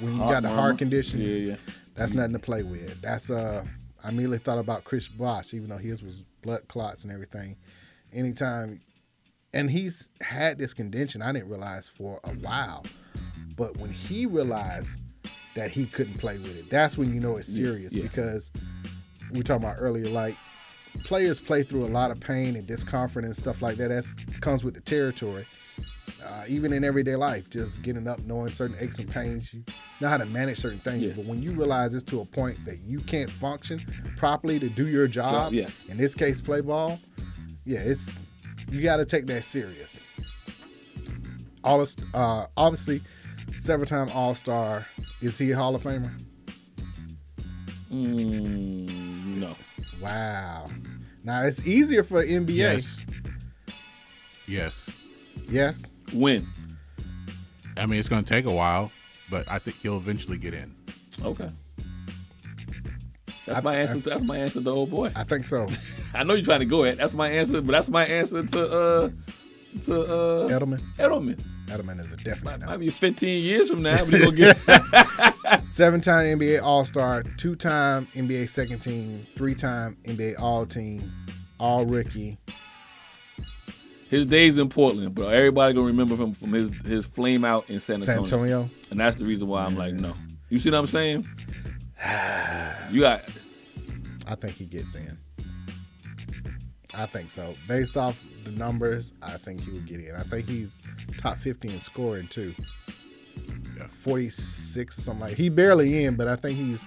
C: when you
E: Heart
C: got the
E: murmur.
C: heart condition,
E: Yeah, yeah.
C: that's nothing to play with. That's uh, I immediately thought about Chris Bosh, even though his was blood clots and everything. Anytime, and he's had this condition I didn't realize for a while, but when he realized that he couldn't play with it, that's when you know it's
E: Yeah,
C: serious
E: yeah.
C: because we were talking about earlier, like players play through a lot of pain and discomfort and stuff like that. That comes with the territory. uh, even in everyday life, just getting up, knowing certain aches and pains, you know how to manage certain things. But when you realize it's to a point that you can't function properly to do your job,
E: yeah.
C: in this case, play ball, yeah, it's you got to take that serious. All uh, obviously, several time All Star. Is he a Hall of Famer?
E: Mm, no.
C: Wow. Now it's easier for NBA.
A: Yes. Yes.
C: Yes.
E: When?
A: I mean, it's going to take a while, but I think he'll eventually get in.
E: Okay. That's my answer. that's my answer to old boy.
C: I think so.
E: I know you're trying to go at. That's my answer, but that's my answer to uh to uh
C: Edelman.
E: Edelman.
C: Edelman is a definite. no.
E: Might be 15 years from now, but he gonna get.
C: Seven time NBA All Star, two time NBA Second Team, three time NBA All Team, All Rookie.
E: His days in Portland, bro. Everybody gonna remember him from his his flame out in San
C: San
E: Antonio.
C: Antonio.
E: And that's the reason why I'm like, no. You see what I'm saying? you got.
C: I think he gets in. I think so. Based off the numbers, I think he would get in. I think he's top 50 in scoring too. 46 or something like. He barely in, but I think he's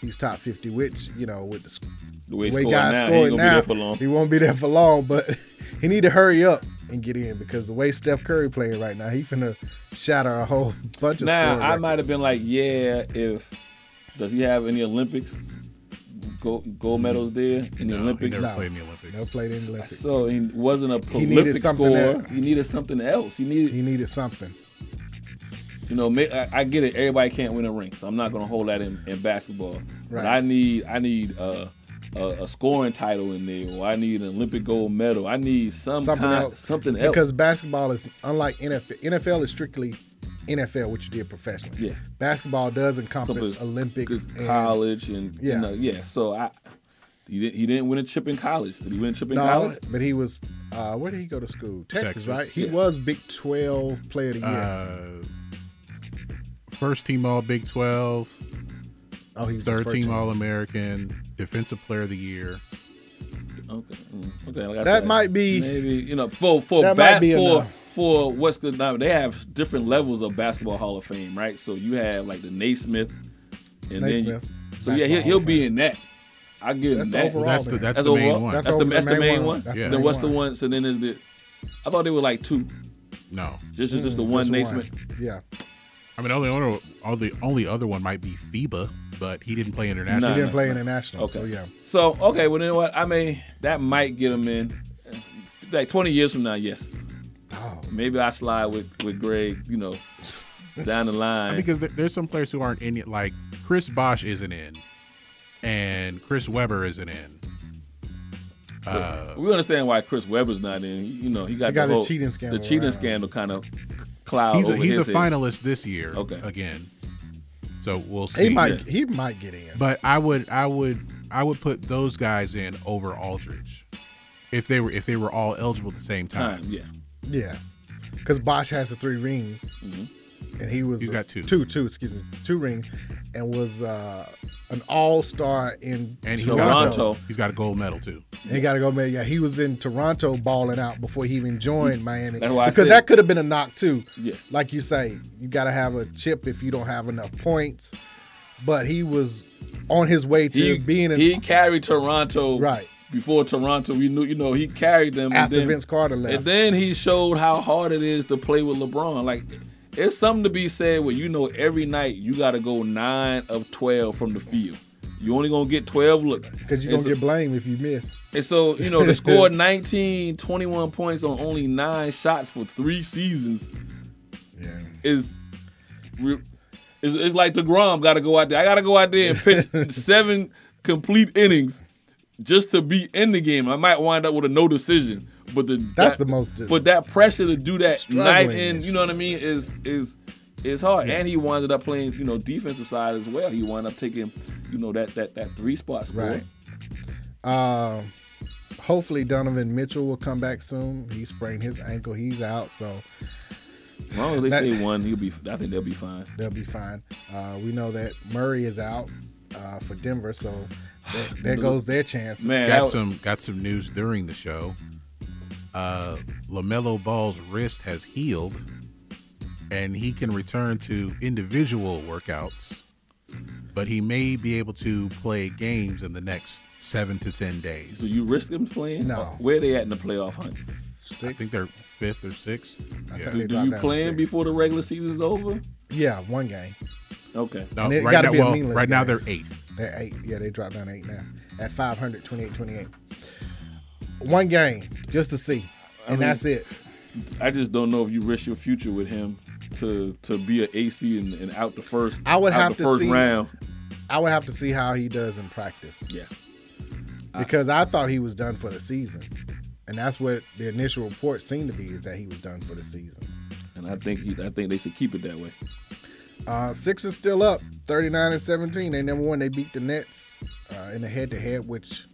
C: he's top 50 which, you know, with the, sc-
E: The way he's
C: way
E: scoring
C: guys
E: now, he ain't
C: scoring
E: gonna be
C: now,
E: there for long.
C: he won't be there for long, but he need to hurry up and get in because the way Steph Curry playing right now, he finna shatter a whole bunch of
E: Now
C: scoring
E: I
C: records.
E: might have been like, yeah, if does he have any Olympics gold, gold medals there in the Olympics?
C: never No. played in the Olympics. Never played in the Olympics.
E: So he wasn't a
C: He
E: prolific
C: needed something
E: scorer.
C: that-
E: he needed something else. He needed
C: he needed something.
E: You know, ma- I, I get it. Everybody can't win a ring, so I'm not going to hold that in, in basketball. But
C: Right.
E: I need I need uh, a, a scoring title in there, or I need an Olympic gold medal. I need some
C: something
E: kind,
C: else.
E: something else.
C: Because basketball is unlike NFL. NFL is strictly NFL, which you did professionally.
E: Yeah.
C: Basketball does encompass
E: Compass,
C: Olympics
E: good
C: and
E: college, and yeah,
C: Yeah.
E: you know, yeah. So I he didn't, he didn't win a chip in college. Did he win a chip in
C: no,
E: college?
C: but he was. Uh, where did he go to school? Texas,
A: Texas,
C: right? He
A: yeah.
C: was Big Twelve Player of the Year.
A: Uh, first team All Big 12.
C: Oh, he was just
A: third
C: first
A: team,
C: team.
A: All American, Defensive Player of the Year.
E: Okay, mm, okay. Like I
C: That
E: said,
C: might be-
E: maybe you know for for
C: That might
E: bat,
C: be
E: for
C: enough.
E: for what's good now. They have different levels of basketball Hall of Fame, right? So you have like the Naismith, and then you-
C: Naismith,
E: so
C: Basketball
E: yeah, he'll,
C: Hall
E: he'll be in that. I give
C: That's
E: him that.
C: overall That's the- then. that's the
E: overall?
C: main one.
E: That's,
C: That's
E: the,
C: over-
E: that's the main, one.
C: That's the
E: then
C: main
E: what's the
C: one.
E: one? So then is the I thought they were like two.
A: No.
E: This is just the
C: Mm,
E: one
C: just
E: Naismith.
C: Yeah.
A: I mean, only other, all the only other one might be FIBA, but he didn't play international.
C: he didn't play international,
E: Okay.
C: so yeah.
E: So okay, well then what? I mean, that might get him in. Like twenty years from now, yes.
C: Oh.
E: Maybe I slide with with Greg, you know, down the line.
A: Because there, there's some players who aren't in it. Like Chris Bosch isn't in, and Chris Webber isn't in. Uh,
E: we understand why Chris Webber's not in. He- You know, he got,
C: He got
E: the
C: a
E: whole,
C: cheating scandal
E: The cheating
C: around.
E: scandal kind of cloud.
A: he's a,
E: over
A: he's a
E: his head.
A: finalist this year.
E: Okay.
A: Again, so we'll see.
C: He might. He might get in.
A: But I would I would I would put those guys in over Aldridge, if they were if they were all eligible at the same time.
E: Time, yeah.
C: Yeah, because Bosch has the three rings, and he was
A: He's got two.
C: two, two, excuse me, two ring, and was uh, an all star in
A: And he's
C: Toronto.
A: got a, he's got a gold medal too.
C: And He got to go, man. Yeah, he was in Toronto balling out before he even joined Miami.
A: That's why I
C: because
A: said-
C: that could have been a knock too.
E: Yeah.
C: like you say, you got to have a chip if you don't have enough points. But he was on his way to
E: He,
C: being an
E: he carried Toronto
C: Right.
E: before Toronto. We knew, you know, he carried them and
C: after
E: then-
C: Vince Carter left.
E: And then he showed how hard it is to play with LeBron. Like, it's something to be said where you know every night you got to go nine of twelve from the field. You only gonna get twelve looks
C: because you're
E: And
C: gonna get
E: so-
C: blamed if you miss.
E: And so, you know, to score 19, 21 points on only nine shots for three seasons
C: Yeah.
E: is, re- is it's like DeGrom got to go out there. I got to go out there and pitch seven complete innings just to be in the game. I might wind up with a no decision, but the
C: That's
E: that-
C: the most-
E: But that pressure to do that
C: Struggling
E: night in,
C: is-
E: you know what I mean, is is is hard. And he winded up playing, you know, defensive side as well. He wound up taking, you know, that that that three spot score.
C: Right. Um, hopefully Donovan Mitchell will come back soon. He sprained his ankle. He's out, so
E: As long as they
C: That-
E: stay one, he'll be. I think they'll be fine.
C: they'll be fine. Uh, we know that Murray is out uh, for Denver, so there, there goes their chance.
A: got some got some news during the show. Uh, LaMelo Ball's wrist has healed and he can return to individual workouts, but he may be able to play games in the next seven to 10 days.
E: Do you risk them playing?
A: No.
E: Where they at in the playoff hunt?
A: I think they're fifth or sixth. Yeah.
E: Do, do you plan before the regular season's over?
C: Yeah, one game.
E: Okay.
A: No,
C: And it
A: right
C: gotta
A: now-
C: be a
A: well,
C: meaningless
A: right now
C: game.
A: they're eighth.
C: They're eight. Yeah, they dropped down to eight now at 500, 28, 28. One game just to see,
E: I
C: and
E: mean,
C: that's it.
E: I just don't know if you risk your future with him to to be an AC and, and out the first.
C: I would
E: out
C: have
E: the
C: to
E: first
C: see.
E: round.
C: I would have to see how he does in practice.
E: Yeah,
C: because I, thought he was done for the season, and that's what the initial report seemed to be is that he was done for the season.
E: And I think he, I think they should keep it that way.
C: Uh, Sixers still up, 39 and 17. They number one. They beat the Nets uh, in a head to head, which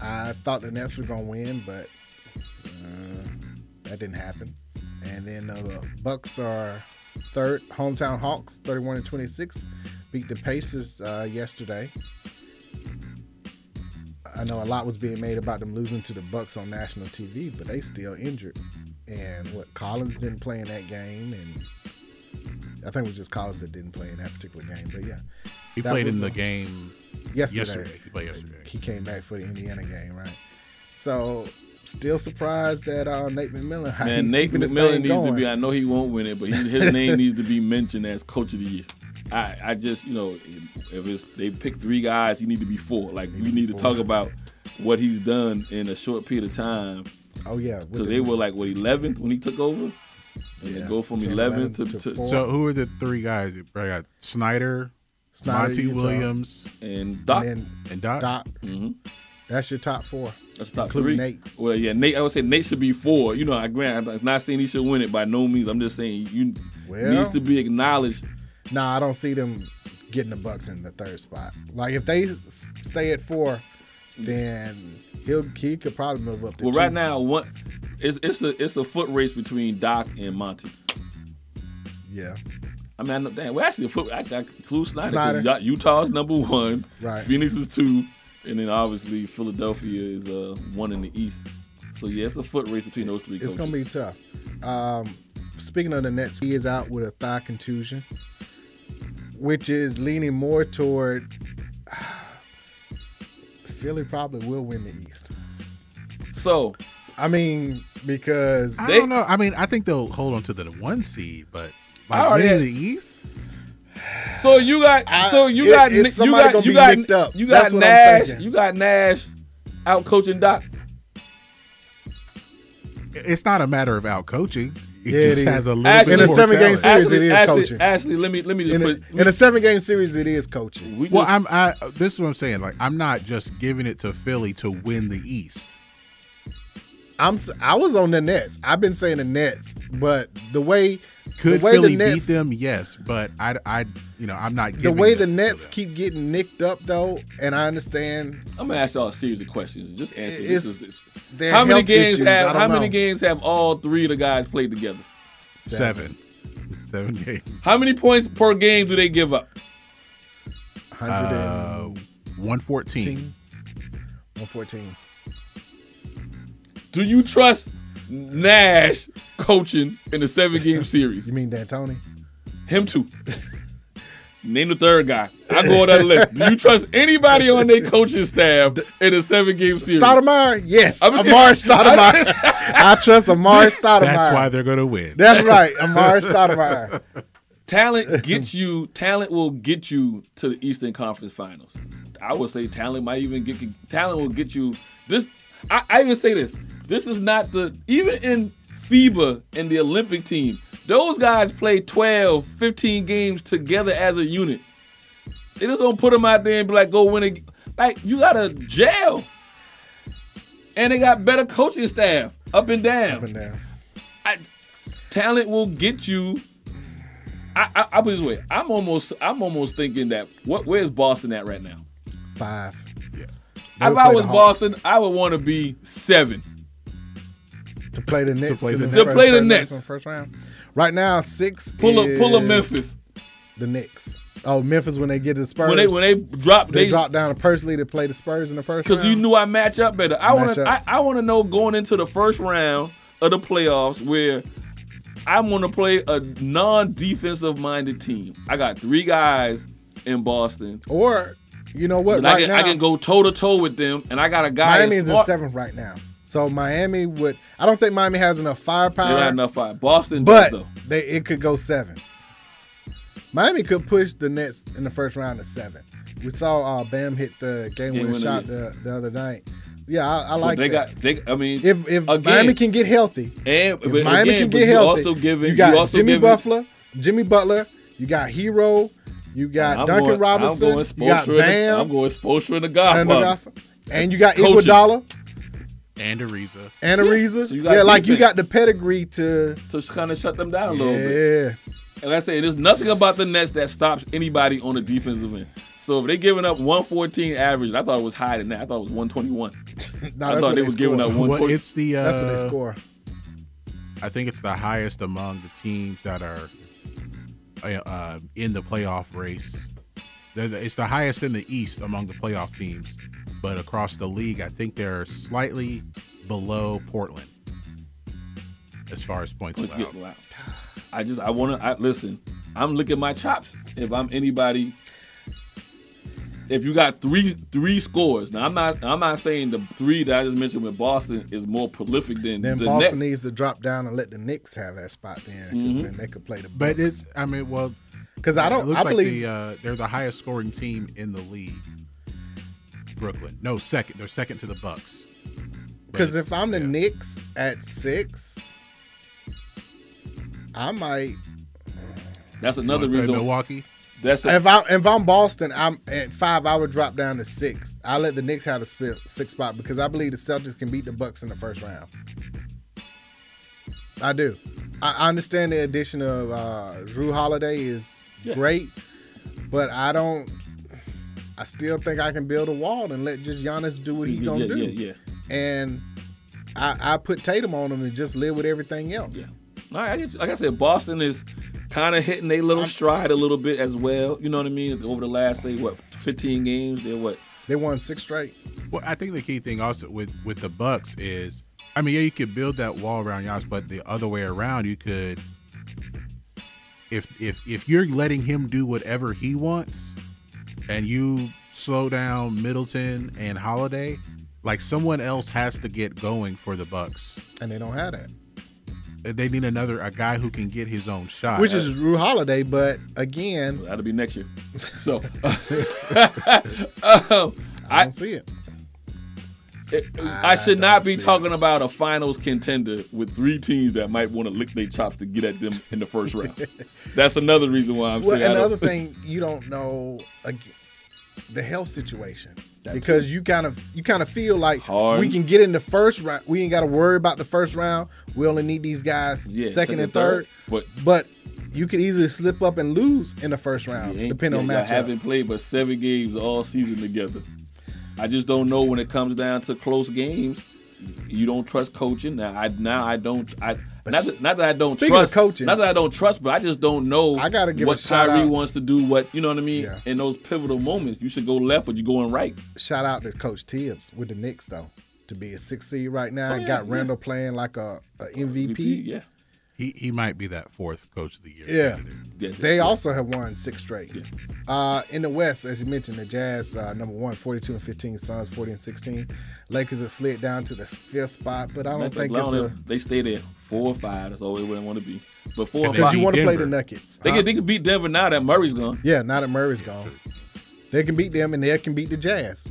C: I thought the Nets were going to win, but uh, that didn't happen. And then uh, the Bucks are third. Hometown Hawks, 31 and 26, beat the Pacers uh, yesterday. I know a lot was being made about them losing to the Bucks on national TV, but they still injured. And what Collins didn't play in that game, and I think it was just Collins that didn't play in that particular game. But yeah,
A: He
C: That
A: played in
C: was,
A: the
C: uh,
A: game
C: yesterday.
A: yesterday. He played yesterday.
C: He came back for the Indiana game, right? So still surprised that uh, Nate McMillan. how he
E: Man, Nate
C: keeping this
E: McMillan
C: thing
E: needs to
C: going.
E: be. I know he won't win it, but he, his name needs to be mentioned as coach of the year. I, I just, you know, if it's they pick three guys, he need to be four. Like we need to
C: four.
E: talk about what he's done in a short period of time.
C: Oh yeah, with
E: because
C: the-
E: they were like what 11th when he took over, and
C: Yeah,
E: they go from
C: 10,
E: 11 to,
C: 11 to
E: to,
A: So who are the three guys? I got Snyder,
C: Snyder,
A: Monty
C: Utah.
A: Williams,
E: and Doc.
C: And,
A: and Doc.
E: Mm-hmm.
C: That's your top four.
E: That's top
C: including
E: three.
C: Nate.
E: Well, yeah, Nate. I would say Nate should be four. You know, I grant. I'm not saying he should win it by no means. I'm just saying you
C: Well-
E: needs to be acknowledged.
C: Nah, I don't see them getting the Bucks in the third spot. Like if they s- stay at four, then he'll he could probably move up. To
E: Well, right
C: two.
E: now, one, it's it's a it's a foot race between Doc and Monty.
C: yeah,
E: I mean, I know, damn, well, actually, a foot. I, I include Snyder.
C: Snyder.
E: 'cause Utah- Utah's number one.
C: Right.
E: Phoenix is two, and then obviously Philadelphia is uh, one in the East. So yeah, it's a foot race between those three.
C: it's
E: coaches.
C: gonna be tough. Um, speaking of the Nets, he is out with a thigh contusion, which is leaning more toward Philly probably will win the East.
E: So,
C: I mean, because
A: I don't know. I mean, I think they'll hold on to the one seed, but like
E: already
A: winning
E: had-
A: the East.
E: So you got so you
A: it-
E: got
A: it's
E: Ni- you
A: somebody
E: got
A: gonna
E: you
A: be
E: got,
A: nicked up.
E: you got
A: That's what I'm
E: Nash
A: thinking.
E: you got Nash out coaching Doc.
A: It's not a matter of out coaching. It
C: Yeah, it
A: just
C: is.
A: has a little
C: Actually-
A: bit
C: In a
A: more
C: seven-game
A: talent.
C: series, it is coaching.
E: Actually, let me let me just
C: in a,
E: put
C: in a seven game series, it is coaching.
E: We
A: well, I'm. I this is what I'm saying. Like, I'm not just giving it to Philly to win the East.
C: I'm s- I was on the Nets. I've been saying the Nets, but the way
A: Could
C: the way
A: Philly
C: the Nets
A: beat them? Yes, but I, I, you know, I'm not.
C: the
A: Giving
C: way
A: it
C: the
A: to
C: Nets
A: them.
C: keep getting nicked up though, and I understand
E: I'm gonna ask y'all a series of questions. Just answer
C: It's-
E: this. Is, this.
C: their
E: How many
C: health
E: games
C: issues,
E: have
C: I don't
E: how many
C: know.
E: games have all three of the guys played together?
A: seven, seven games.
E: How many points per game do they give up?
C: hundred
A: Uh, one fourteen.
C: one fourteen.
E: Do you trust Nash coaching in a seven game series?
C: You mean D'Antoni?
E: Him too. Name the third guy. I go on that list. Do you trust anybody on their coaching staff in a seven game series?
C: Stoudemire, yes,
E: I'm-
C: Amari Stoudemire. I trust Amari Stoudemire.
A: That's why they're gonna win.
C: That's right, Amari Stoudemire.
E: Talent gets you. Talent will get you to the Eastern Conference Finals. I would say talent might even get. Talent will get you. This. I, I even say this. This is not the even in FIBA and the Olympic team. Those guys play 12, 15 games together as a unit. They just don't put them out there and be like, go win a Like you got to jail. And they got better coaching staff up and down. Up
C: and down.
E: I, talent will get you I, I, I put it this way. I'm almost, I'm almost thinking that what, where's Boston at right now?
C: Five.
E: if I was Boston, I would want to be seven.
C: to play the Nets,
E: play
C: in
E: the Nets. To play the
C: first-
E: Nets.
C: in the first round. Right now, six.
E: Pull up,
C: is
E: pull up Memphis.
C: The Knicks. Oh, Memphis when they get to the Spurs.
E: When they- when they drop-
C: they,
E: they-
C: drop down to Pursley to play the Spurs in the first round.
E: Because you knew I match up better. I want
C: Match
E: to.
C: up.
E: I, I want to know going into the first round of the playoffs where I'm going to play a non-defensive minded team. I got three guys in Boston.
C: Or you know what?
E: And
C: Right
E: I, can,
C: now,
E: I can go toe to toe with them, and I got a guy.
C: Miami
E: that's
C: is in
E: smart.
C: seventh right now. So Miami would. I don't think Miami has enough
E: They
C: firepower.
E: don't have enough fire. Boston
C: Uh, but
E: does though.
C: they it could go seven. Miami could push the Nets in the first round to seven. We saw uh, Bam hit the game winning
E: winner,
C: shot
E: yeah.
C: the, the other night. Yeah, I, I
E: So
C: like
E: they
C: that.
E: got. They, I mean,
C: if if
E: again,
C: Miami can get healthy,
E: and
C: if
E: but
C: Miami
E: again,
C: can
E: but
C: get
E: you
C: healthy,
E: also giving
C: you got
E: you also
C: Jimmy
E: giving,
C: Butler, Jimmy Butler, you got Hero, you got
E: I'm
C: Duncan
E: going-
C: Robinson,
E: I'm going
C: you got
E: Spoelstra and-
C: Bam,
E: I'm going Spoelstra
C: and,
E: and the
C: the
E: Godfather.
C: Godfather. and you got
E: Coaching.
C: Iguodala
A: and Ariza.
C: and Ariza.
E: So you
C: Yeah,
E: got
C: like you
E: defense.
C: got the pedigree to
E: to kind of shut them down a
C: yeah.
E: little bit. And like I say there's nothing about the Nets that stops anybody on the defensive end. So if they giving up 114 average, I thought it was higher than that. I thought it was
C: No,
E: 121. I
C: that's what
E: thought they
C: they
E: was giving up
C: scored.
E: 120.
A: Well, it's the uh,
C: That's what they score.
A: I think it's the highest among the teams that are uh, uh, in the playoff race. They're the- It's the highest in the East among the playoff teams, but across the league, I think they're slightly below Portland as far as points
E: Let's
A: allowed.
E: get loud. I just I want to I, listen. I'm licking my chops. If I'm anybody, if you got three three scores, now I'm not I'm not saying the three that I just mentioned with Boston is more prolific than
C: Then
E: the
C: Boston
E: Nets.
C: needs to drop down and let the Knicks have that spot then, 'cause
E: Mhm.
C: then they could play the.
A: But it's, I mean, well,
C: because I
A: It
C: don't,
A: looks
C: I
A: like
C: believe
A: the, uh, they're the highest scoring team in the league. Brooklyn, no second. They're second to the Bucks. uh,
C: because if I'm the Knicks at six, I might.
E: That's another
A: Wanna play
E: reason.
A: Milwaukee.
E: That's a,
C: If I if I'm Boston, I'm at five. I would drop down to six. I let the Knicks have the sp- six spot because I believe the Celtics can beat the Bucks in the first round. I do. I I understand the addition of uh, Drew Holiday is
E: Yeah.
C: great, but I don't. I still think I can build a wall and let just Giannis do what he's
E: Yeah,
C: gonna
E: yeah,
C: do.
E: yeah,
C: And I, I put Tatum on him and just live with everything else.
E: All right, I get you. like I said, Boston is kind of hitting their little stride a little bit as well. You know what I mean? Over the last say what 15 games, they're what
C: They won six straight.
A: Well, I think the key thing also with with the Bucks is, I mean, yeah, you could build that wall around Giannis, but the other way around, you could. If if if you're letting him do whatever he wants, and you slow down Middleton and Holiday, like someone else has to get going for the Bucks.
C: And they don't have that.
A: They need another a guy who can get his own shot,
C: Which is Drew Holiday, but again,
E: that'll be next year. So
C: I
E: I
C: don't see it.
E: It-
C: Ah,
E: I should not be talking about a finals contender with three teams that might want to lick their chops to get at them in the first round. That's another reason why I'm
C: Well,
E: saying I don't-
C: another thing you don't know ag- the health situation
E: That
C: because you kind of you kind of feel like
E: Hard.
C: we can get in the first round. We ain't got to worry about the first round. We only need these guys
E: Yeah,
C: second, and third.
E: But
C: But you could easily slip up and lose in the first round,
E: ain't-
C: depending on
E: y'all
C: matchup.
E: haven't played but seven games all season together. I just don't know when it comes down to close games. You don't trust coaching now. I now I don't. I not that, not that I don't
C: speaking of
E: trust
C: coaching-
E: Not that I don't trust, but I just don't know. I
C: gotta give a
E: what
C: shout
E: Kyrie
C: out.
E: wants to do. What you know what I mean?
C: Yeah.
E: In those pivotal moments, you should go left, but you're going right.
C: Shout out to Coach Tibbs with the Knicks though to be a six seed right now.
E: Oh,
C: and
E: yeah,
C: got
E: yeah.
C: Randall playing like a, a MVP.
E: yeah.
A: He he might be that fourth coach of the year.
C: Yeah.
E: Yeah,
C: They also have won six straight. Uh, in the West, as you mentioned, the Jazz uh, number one, 42 and 15, Suns 40 and 16. Lakers have slid down to the fifth spot, but I don't
E: That's-
C: think
E: as
C: it's
E: long
C: a
E: as they stay there four or five. That's always where they want to be. But four or
C: because
E: five,
C: you want to play the Nuggets.
E: They
C: Huh?
E: can, they can beat Denver now that Murray's gone.
C: yeah, now that Murray's gone, they can beat them and they can beat the Jazz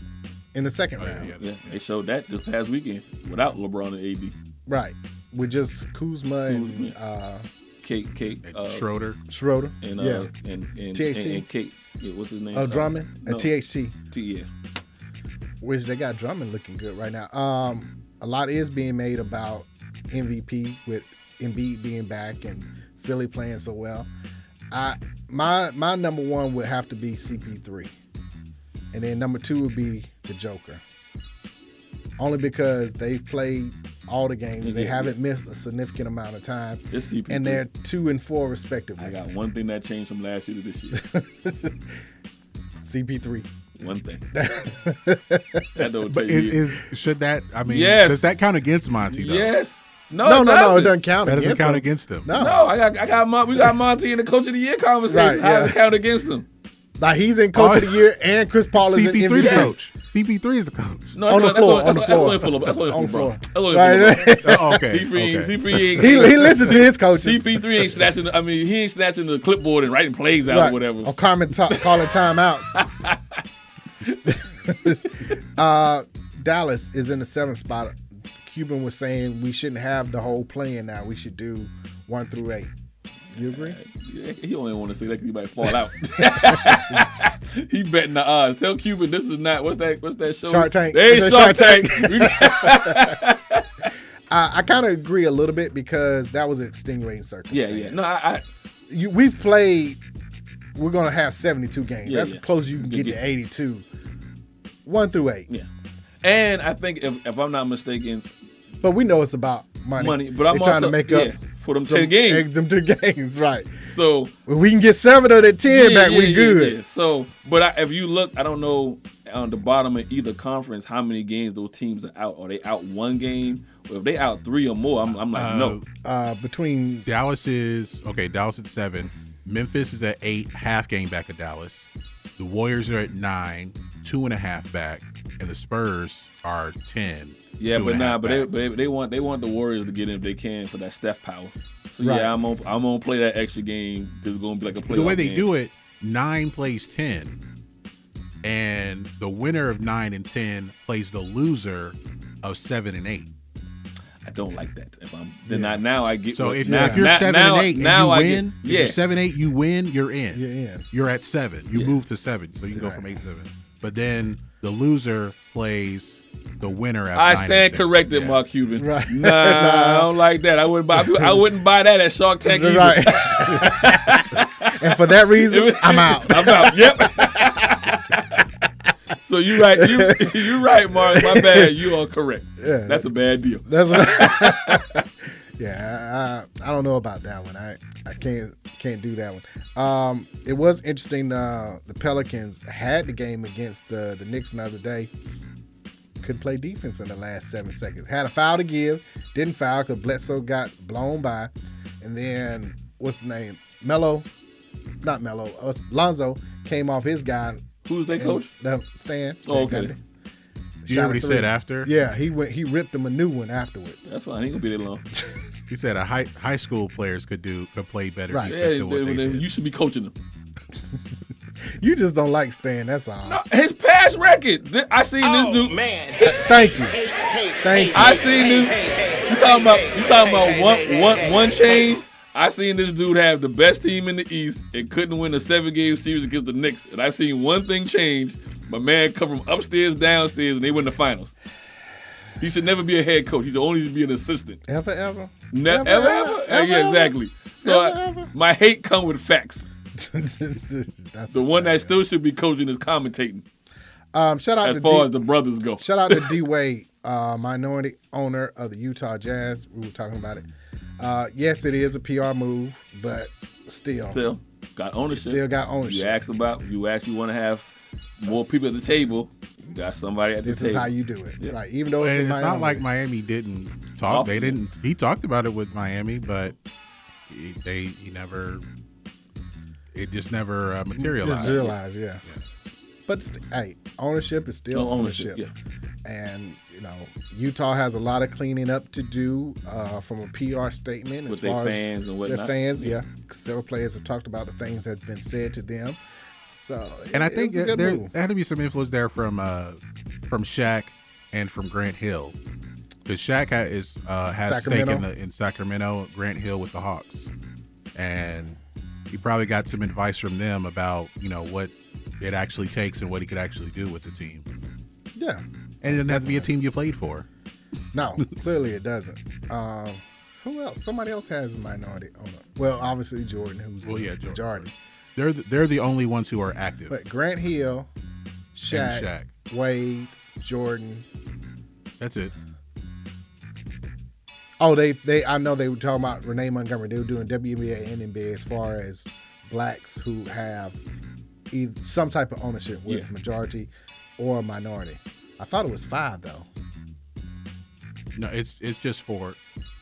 C: in the second round.
E: Oh, Yeah, they showed that this past weekend without LeBron and AD.
C: Right, with just Kuzma and uh,
E: Kate, Kate uh,
A: Schroeder.
C: Schroeder.
E: and uh,
C: yeah,
E: and and,
C: THT.
E: and, and Kate. Yeah, what's his name?
C: Oh, Drummond? Uh, THT.
E: T, yeah.
C: which they got Drummond looking good right now. Um, a lot is being made about MVP with Embiid being back and Philly playing so well. I my my number one would have to be CP3, and then number two would be the Joker. Only because they've played all the games. They
E: Yeah.
C: haven't missed a significant amount of time.
E: It's CP3.
C: And they're two and four respectively.
E: I got one thing that changed from last year to this year.
C: CP3.
E: One thing. that don't
A: But
E: tell
A: it
E: you.
A: is should that? I mean,
E: Yes.
A: does that count against Monty? Though?
E: Yes. No,
C: No,
E: it
C: no,
E: Oh, doesn't.
C: no, it doesn't count
A: That doesn't
C: against
A: count
C: them.
A: against them.
C: No.
E: No, I got, I got, Mon- we got Monty in the Coach of the Year
C: Right,
E: conversation. How
C: yeah.
E: does it count against him?
C: Like he's in coach of the year and Chris Paul is
A: CP3
C: in
A: the
C: MVP.
A: coach. CP3 is the coach.
E: No, that's
C: On the
E: not-
C: floor,
E: That's,
C: on the
E: not-
C: floor.
E: that's, not- that's only for
C: On
E: LeBron.
C: the floor.
E: That's only for
C: Right.
E: LeBron.
C: Oh, okay,
E: CP, ain't-
C: okay.
E: CP ain't.
C: He- he listens to his coaches.
E: CP3 ain't snatching. The, I mean, he ain't snatching the clipboard and writing plays out
C: Right.
E: or whatever.
C: Or Carmen ta- calling timeouts. uh, Dallas is in the seventh spot. Cuban was saying we shouldn't have the whole plan now. We should do one through eight. You agree?
E: Yeah, He only want to say that 'cause he might fall out. he betting the odds. Tell Cuban this is not what's that what's that show?
C: Shark Tank.
E: They
C: Is it
E: ain't Shark,
C: Shark
E: Tank.
C: I, I kind of agree a little bit because that was an extenuating
E: yeah,
C: circumstance.
E: yeah. No, I, I
C: You, we've played. We're gonna have seventy-two games.
E: Yeah,
C: That's
E: yeah.
C: close you can
E: Yeah,
C: get
E: yeah.
C: to eighty-two. One through eight.
E: Yeah. and I think if, if I'm not mistaken,
C: But we know it's about money.
E: Money, but I'm
C: They're trying
E: also-
C: to make up
E: yeah, for them
C: some
E: 10 games.
C: eggs, Them two games, right?
E: so
C: When we can get seven of that ten back, we good.
E: yeah. So, but I, if you look, I don't know on the bottom of either conference how many games those teams are out. Are they out one game? Or if they out three or more, I'm, I'm like, no.
C: Uh, between
A: Dallas is okay. Dallas at seven. Memphis is at eight, half game back of Dallas. The Warriors are at nine, two and a half back, and the Spurs are ten.
E: Yeah,
A: two
E: but
A: and a
E: nah,
A: half
E: but they,
A: back.
E: but they they want they want the Warriors to get in if they can for that Steph power. So
A: Right.
E: yeah, I'm on I'm gonna play that extra game because it's gonna be like a play.
A: the way they do it, nine plays ten, and the winner of nine and ten plays the loser of seven and eight.
E: I don't like that. If I'm then I, now I get
A: So if,
E: now,
A: if you're
E: now-
A: seven
E: now-
A: and eight, and
E: now I
A: you
E: get-
A: win. If
E: yeah,
A: you're seven eight, you win. You're in.
C: You're in.
A: You're at seven. You
E: Yeah.
A: move to seven, so you can go from eight to seven. But then the loser plays the winner. At
E: I
A: nine and
E: stand
A: seven.
E: corrected,
A: Yeah.
E: Mark Cuban.
A: Right.
E: Nah, I don't like that. I wouldn't buy. I wouldn't buy that at Shark Tank either.
C: Right. and for that reason, I'm out.
E: I'm out. Yep. so you right. You you right, Mark. My bad. You are correct.
C: Yeah.
E: That's a bad deal.
C: That's what yeah. I, I, I don't know about that one. I, I can't can't do that one. Um, it was interesting. Uh, the Pelicans had the game against the the Knicks the other day. Couldn't play defense in the last seven seconds. Had a foul to give. Didn't foul because Bledsoe got blown by, and then what's his name? Mello, not Mello. Uh, Lonzo came off his guy.
E: Who's they
C: and-
E: coach?
C: No, Stan.
E: Oh, okay.
A: You
C: Shot
A: hear
C: a
A: what he
C: three.
A: said after?
C: Yeah, he went. He ripped him a new one afterwards.
E: That's fine. He ain't gonna be there long.
A: He said a high high school players could do could play better
C: Right.
A: defense
E: Yeah,
A: than what
E: they-
A: they,
E: they-
A: did.
E: you should be coaching them.
C: You just don't like Stan. That's all.
E: Uh, His past record. Th- I seen this dude. Man,
C: Thank you. Thank you.
E: I seen this. You talking about? You talking about one one one change? I seen this dude have the best team in the East and couldn't win a seven game series against the Knicks. And I seen one thing change. My man come from upstairs, downstairs, and they win the finals. He should never be a head coach. He should only be an assistant.
C: Ever, ever.
E: Ne- ever, ever,
C: ever,
E: yeah,
C: ever.
E: exactly. So
C: Ever,
E: I, my hate come with facts.
C: That's
E: the one that still should be coaching is commentating.
C: Um, shout out
E: as
C: to
E: far
C: D-
E: as the brothers go.
C: Shout out to D Wade, uh, minority owner of the Utah Jazz. We were talking about it. Uh, yes, it is a PR move, but still,
E: Still got ownership.
C: Still got ownership.
E: You asked about. You actually want to have more people at the table. You got somebody at the
C: this
E: table.
C: is how you do it.
E: Yeah.
C: Like even though it's,
A: And
C: in
A: it's not
C: Miami.
A: like Miami didn't talk.
E: Off-
A: they didn't. He talked about it with Miami, but he- they he never. It just never uh, materialized.
C: Materialized, yeah. But st- hey, ownership is still
E: No,
C: ownership.
E: ownership,
C: And you know, Utah has a lot of cleaning up to do uh, from a PR statement as
E: With their
C: far as
E: fans and
C: Their
E: whatnot.
C: fans, yeah.
E: Yeah.
C: Several players have talked about the things that have been said to them. So,
A: And I
C: it- it
A: think
C: was a
A: there,
C: good
A: there
C: move.
A: had to be some influence there from uh, from Shaq and from Grant Hill, because Shaq ha- is uh, has stake
C: Sacramento.
A: in, the, in Sacramento, Grant Hill with the Hawks, and he probably got some advice from them about you know what it actually takes and what he could actually do with the team.
C: yeah.
A: And it doesn't have to be a team you played for.
C: No, clearly it doesn't. Um, who else? Somebody else has a minority owner. Well, obviously Jordan, who's
A: Well,
C: the
A: yeah, Jordan.
C: majority.
A: They're the, they're the only ones who are active.
C: But Grant Hill, Shaq,
A: Shaq.
C: Wade, Jordan.
A: That's it.
C: Oh, they they I know they were talking about Renee Montgomery. They were doing WNBA and NBA as far as blacks who have either some type of ownership with
E: Yeah.
C: majority or minority. I thought it was five though.
A: No, it's it's just four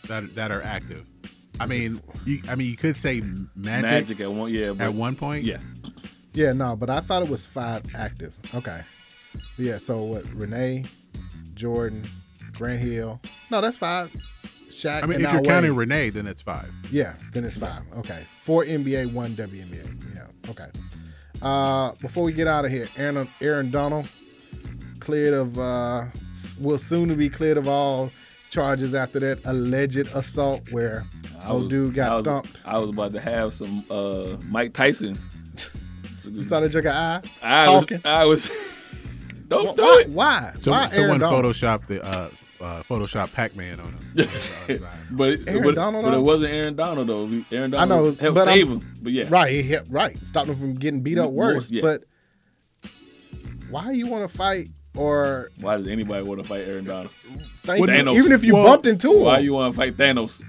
A: that that are active. I mean, you, I mean, you could say magic,
E: Magic at one- yeah, but-
A: at one point,
E: yeah.
C: Yeah, no, but I thought it was five active. Okay. Yeah, so what Renee, Jordan, Grant Hill. No, that's five. Shaq.
A: I mean,
C: and
A: if you're
C: Elway.
A: counting Renee, then it's five.
C: Yeah, then it's five. Okay. Four NBA, one WNBA. Yeah. Okay. Uh, before we get out of here, Aaron Aaron Donald cleared of uh, s- will soon to be cleared of all charges after that alleged assault where old dude
E: I
C: got
E: was-
C: stumped.
E: I was about to have some uh, Mike Tyson.
C: You saw that joker eye
E: I
C: talking.
E: was, I was. Don't
C: Wh-
E: do
C: why,
E: it.
C: Why?
A: So
C: why
A: someone
C: Donald?
A: photoshopped the uh, uh, Photoshop Pac-Man on him.
E: but, it,
C: Aaron
E: but,
C: Donald,
E: but it
C: though?
E: wasn't Aaron Donald though. We- Aaron
C: I
E: Donald
C: know,
E: helped
C: but
E: save
C: I'm,
E: him. But yeah,
C: right, he helped, right, stopped him from getting beat up
E: More-
C: worse.
E: yeah.
C: But why you want to fight or
E: Why does anybody want to fight Aaron Donald?
C: Thank you. Even if you Well, bumped into him.
E: why you want to fight Thanos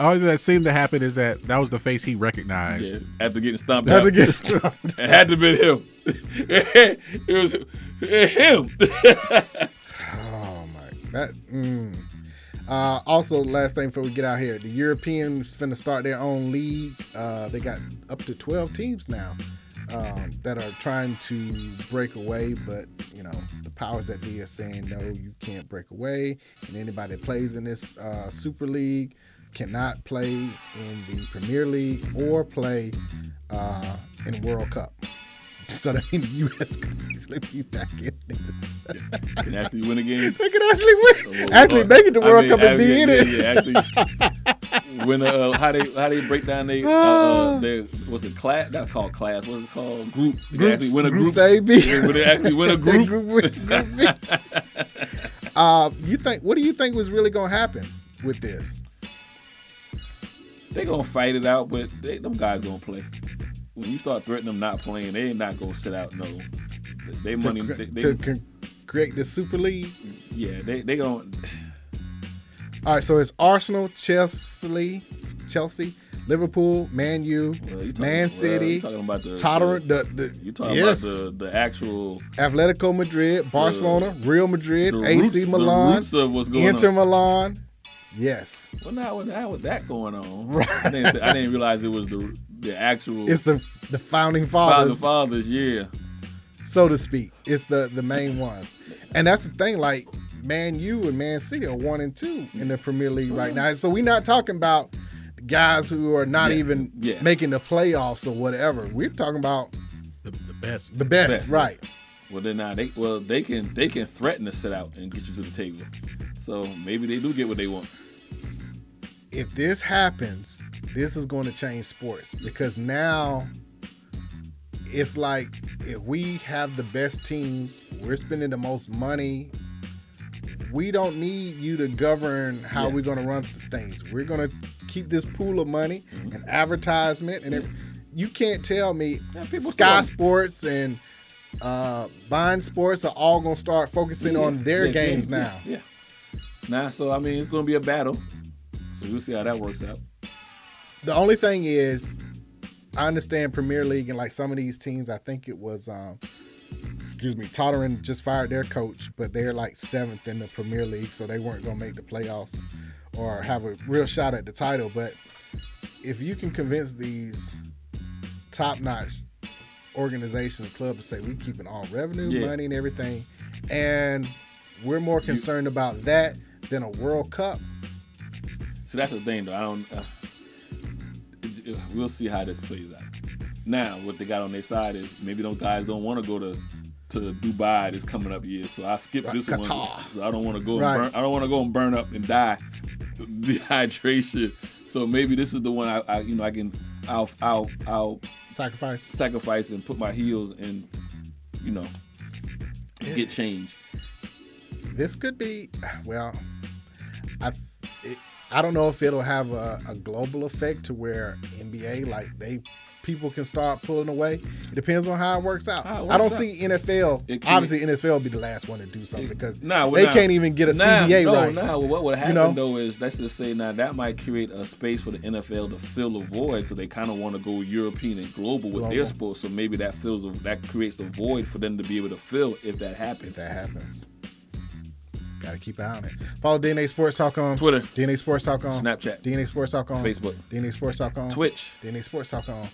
A: All that seemed to happen is that that was the face he recognized.
E: Yeah, after getting stomped?
A: After
E: out.
A: getting stomped
E: it had to be him. it was it him.
C: Oh my! That. Mm. Uh, also, last thing before we get out here, the Europeans finna start their own league. Uh, they got up to twelve teams now um, that are trying to break away, but you know the powers that be are saying no, you can't break away, and anybody that plays in this uh, Super League cannot play in the Premier League or play uh, in World Cup. So that means the U.S. could easily be back in this.
E: Can actually win a game.
C: They could actually
E: Oh,
C: win. Actually make it to World Cup and be in it.
E: yeah, actually, when uh, how they how they break down they uh, uh, their what's it class? That's called class. What's it called? Group. They can
C: Groups-
E: actually win a
C: group.
E: group.
C: A, B.
E: Yeah, When they actually win a
C: They
E: group.
C: win- group B. uh, you think? What do you think was really gonna happen with this?
E: they gonna fight it out, but they, them guys gonna play. When you start threatening them not playing, they ain't not gonna sit out. No, they
C: To
E: money.
C: cre-
E: They, they,
C: to con- create the Super League.
E: yeah, they they gonna
C: All right, so it's Arsenal, Chelsea, Chelsea, Liverpool, Man U,
E: you talking-
C: Man
E: well,
C: City,
E: you talking about the-
C: Tottenham, the, the,
E: you talking
C: yes,
E: about the the actual
C: Atletico Madrid, Barcelona, Real Madrid,
E: the
C: AC
E: roots- the
C: Milan,
E: roots of what's going
C: Inter
E: on.
C: Milan. Yes,
E: Well, now with how was that going on? I, didn't, I didn't realize it was the the actual.
C: it's the the founding
E: father
C: fathers.
E: fathers. Yeah,
C: so to speak. It's the the main one, and that's the thing. Like Man U and Man City are one and two in the Premier League right now. So we're not talking about guys who are not
A: Yeah,
C: even
A: yeah.
C: making the playoffs or whatever. We're talking about
A: The best.
C: the best, right?
E: Well, then now they well they can they can threaten to sit out and get you to the table. So maybe they do get what they want.
C: If this happens, this is going to change sports because now it's like if we have the best teams, we're spending the most money. We don't need you to govern how
E: Yeah.
C: we're going to run th- things. We're going to keep this pool of money
E: Mm-hmm.
C: and advertisement, and every- you can't tell me
E: people
C: Sky
E: still-
C: Sports and uh, Bond Sports are all going to start focusing
E: Yeah,
C: on their
E: yeah,
C: games
E: yeah,
C: now.
E: Yeah. Now, so I mean, it's gonna be a battle. So we'll see how that works out.
C: The only thing is, I understand Premier League and like some of these teams. I think it was, um, excuse me, Tottenham just fired their coach, but they're like seventh in the Premier League, so they weren't gonna make the playoffs or have a real shot at the title. But if you can convince these top-notch organizations, club to say we're keeping all revenue,
E: Yeah.
C: money, and everything, and we're more concerned about that than a World Cup.
E: So that's the thing, though. I don't. Uh, it- it- we'll see how this plays out. Now, what they got on their side is maybe those guys don't want to go to to Dubai this coming up year, so I skip
C: Right,
E: this one.
C: Qatar.
E: So I don't want to go.
C: Right.
E: And burn, I don't want to go and burn up and die of dehydration. So maybe this is the one I, I you know, I can. I'll, I'll, I'll
C: Sacrifice.
E: sacrifice and put my heels and, you know, get change.
C: this could be well I, it, I don't know if it'll have a, a global effect to where NBA like they people can start pulling away. It depends on how it works out.
E: How it
C: I don't
E: works out.
C: see NFL.
E: It can-
C: Obviously, NFL will be the last one to do something because
E: Nah, well,
C: they
E: nah.
C: can't even get a
E: Nah,
C: CBA
E: no,
C: right.
E: Nah, well, what would happen
C: You know?
E: though is that's just say now that might create a space for the NFL to fill a void because they kind of want to go European and global with
C: Global.
E: their sports. So maybe that fills a, that creates a void for them to be able to fill if that happens. If
C: that happens, Gotta keep an eye on it. Follow DNA Sports Talk on
E: Twitter,
C: DNA Sports Talk on
E: Snapchat,
C: DNA Sports Talk on
E: Facebook.
C: DNA Sports Talk on
E: Twitch.
C: DNA Sports Talk on.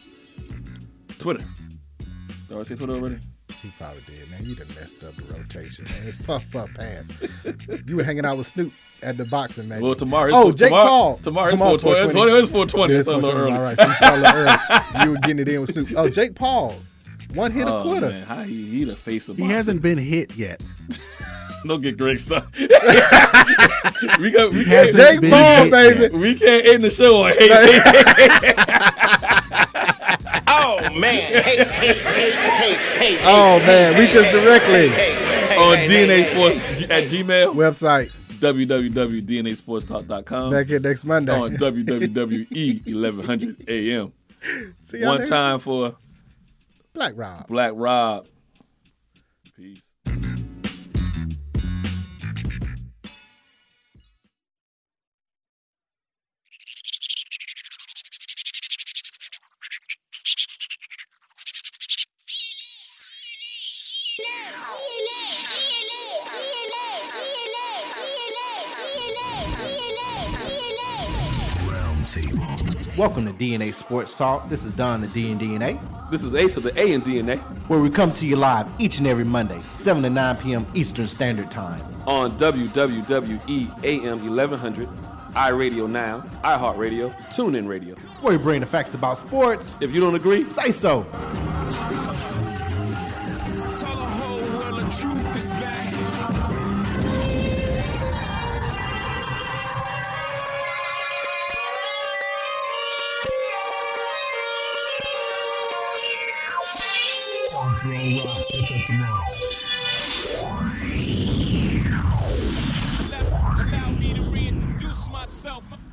E: Twitter. Did I already say Twitter already?
C: He probably did, man. You done messed up the rotation, man. It's puff puff pass. you were hanging out with Snoop at the boxing match.
E: Well, tomorrow is
C: Oh,
E: four-
C: Jake
E: tomorrow-
C: Paul.
E: tomorrow is
C: Tomorrow
E: 420.
C: 420.
E: It's 420.
C: Yeah,
E: It's a little
C: 420.
E: early.
C: All right, so you started early. You were getting it in with Snoop. Oh, Jake Paul, one hit a
E: Oh,
C: quitter.
E: man, how he, he the face of
A: He
E: boxing.
A: hasn't been hit yet.
E: Don't get Greg stuff. we got we
A: He
E: can't
A: hasn't Jake been Paul, hit baby. yet.
E: We can't end the show on hate.
N: Oh man. Hey, hey, hey, hey, hey.
C: Oh man, reach us directly.
E: on DNA Sports g- at Gmail
C: website
E: www.dnasportstalk.com.
C: Back here next Monday.
E: on
D: E
E: WWE 1100 AM.
C: See y'all
E: One
C: next-
E: time for
C: Black Rob.
E: Black Rob. Peace.
G: Welcome to DNA Sports Talk. This is Don the D and DNA,
D: This is Ace of the A and DNA
G: where we come to you live each and every Monday, 7 to 9 p.m. Eastern Standard Time.
D: on
E: E
D: WWE AM 1100, iRadio Now, iHeartRadio, TuneIn Radio.
G: Where we bring the facts about sports.
D: If you don't agree,
G: say so.
H: Tell the whole world the truth is back. Allow me to reintroduce myself.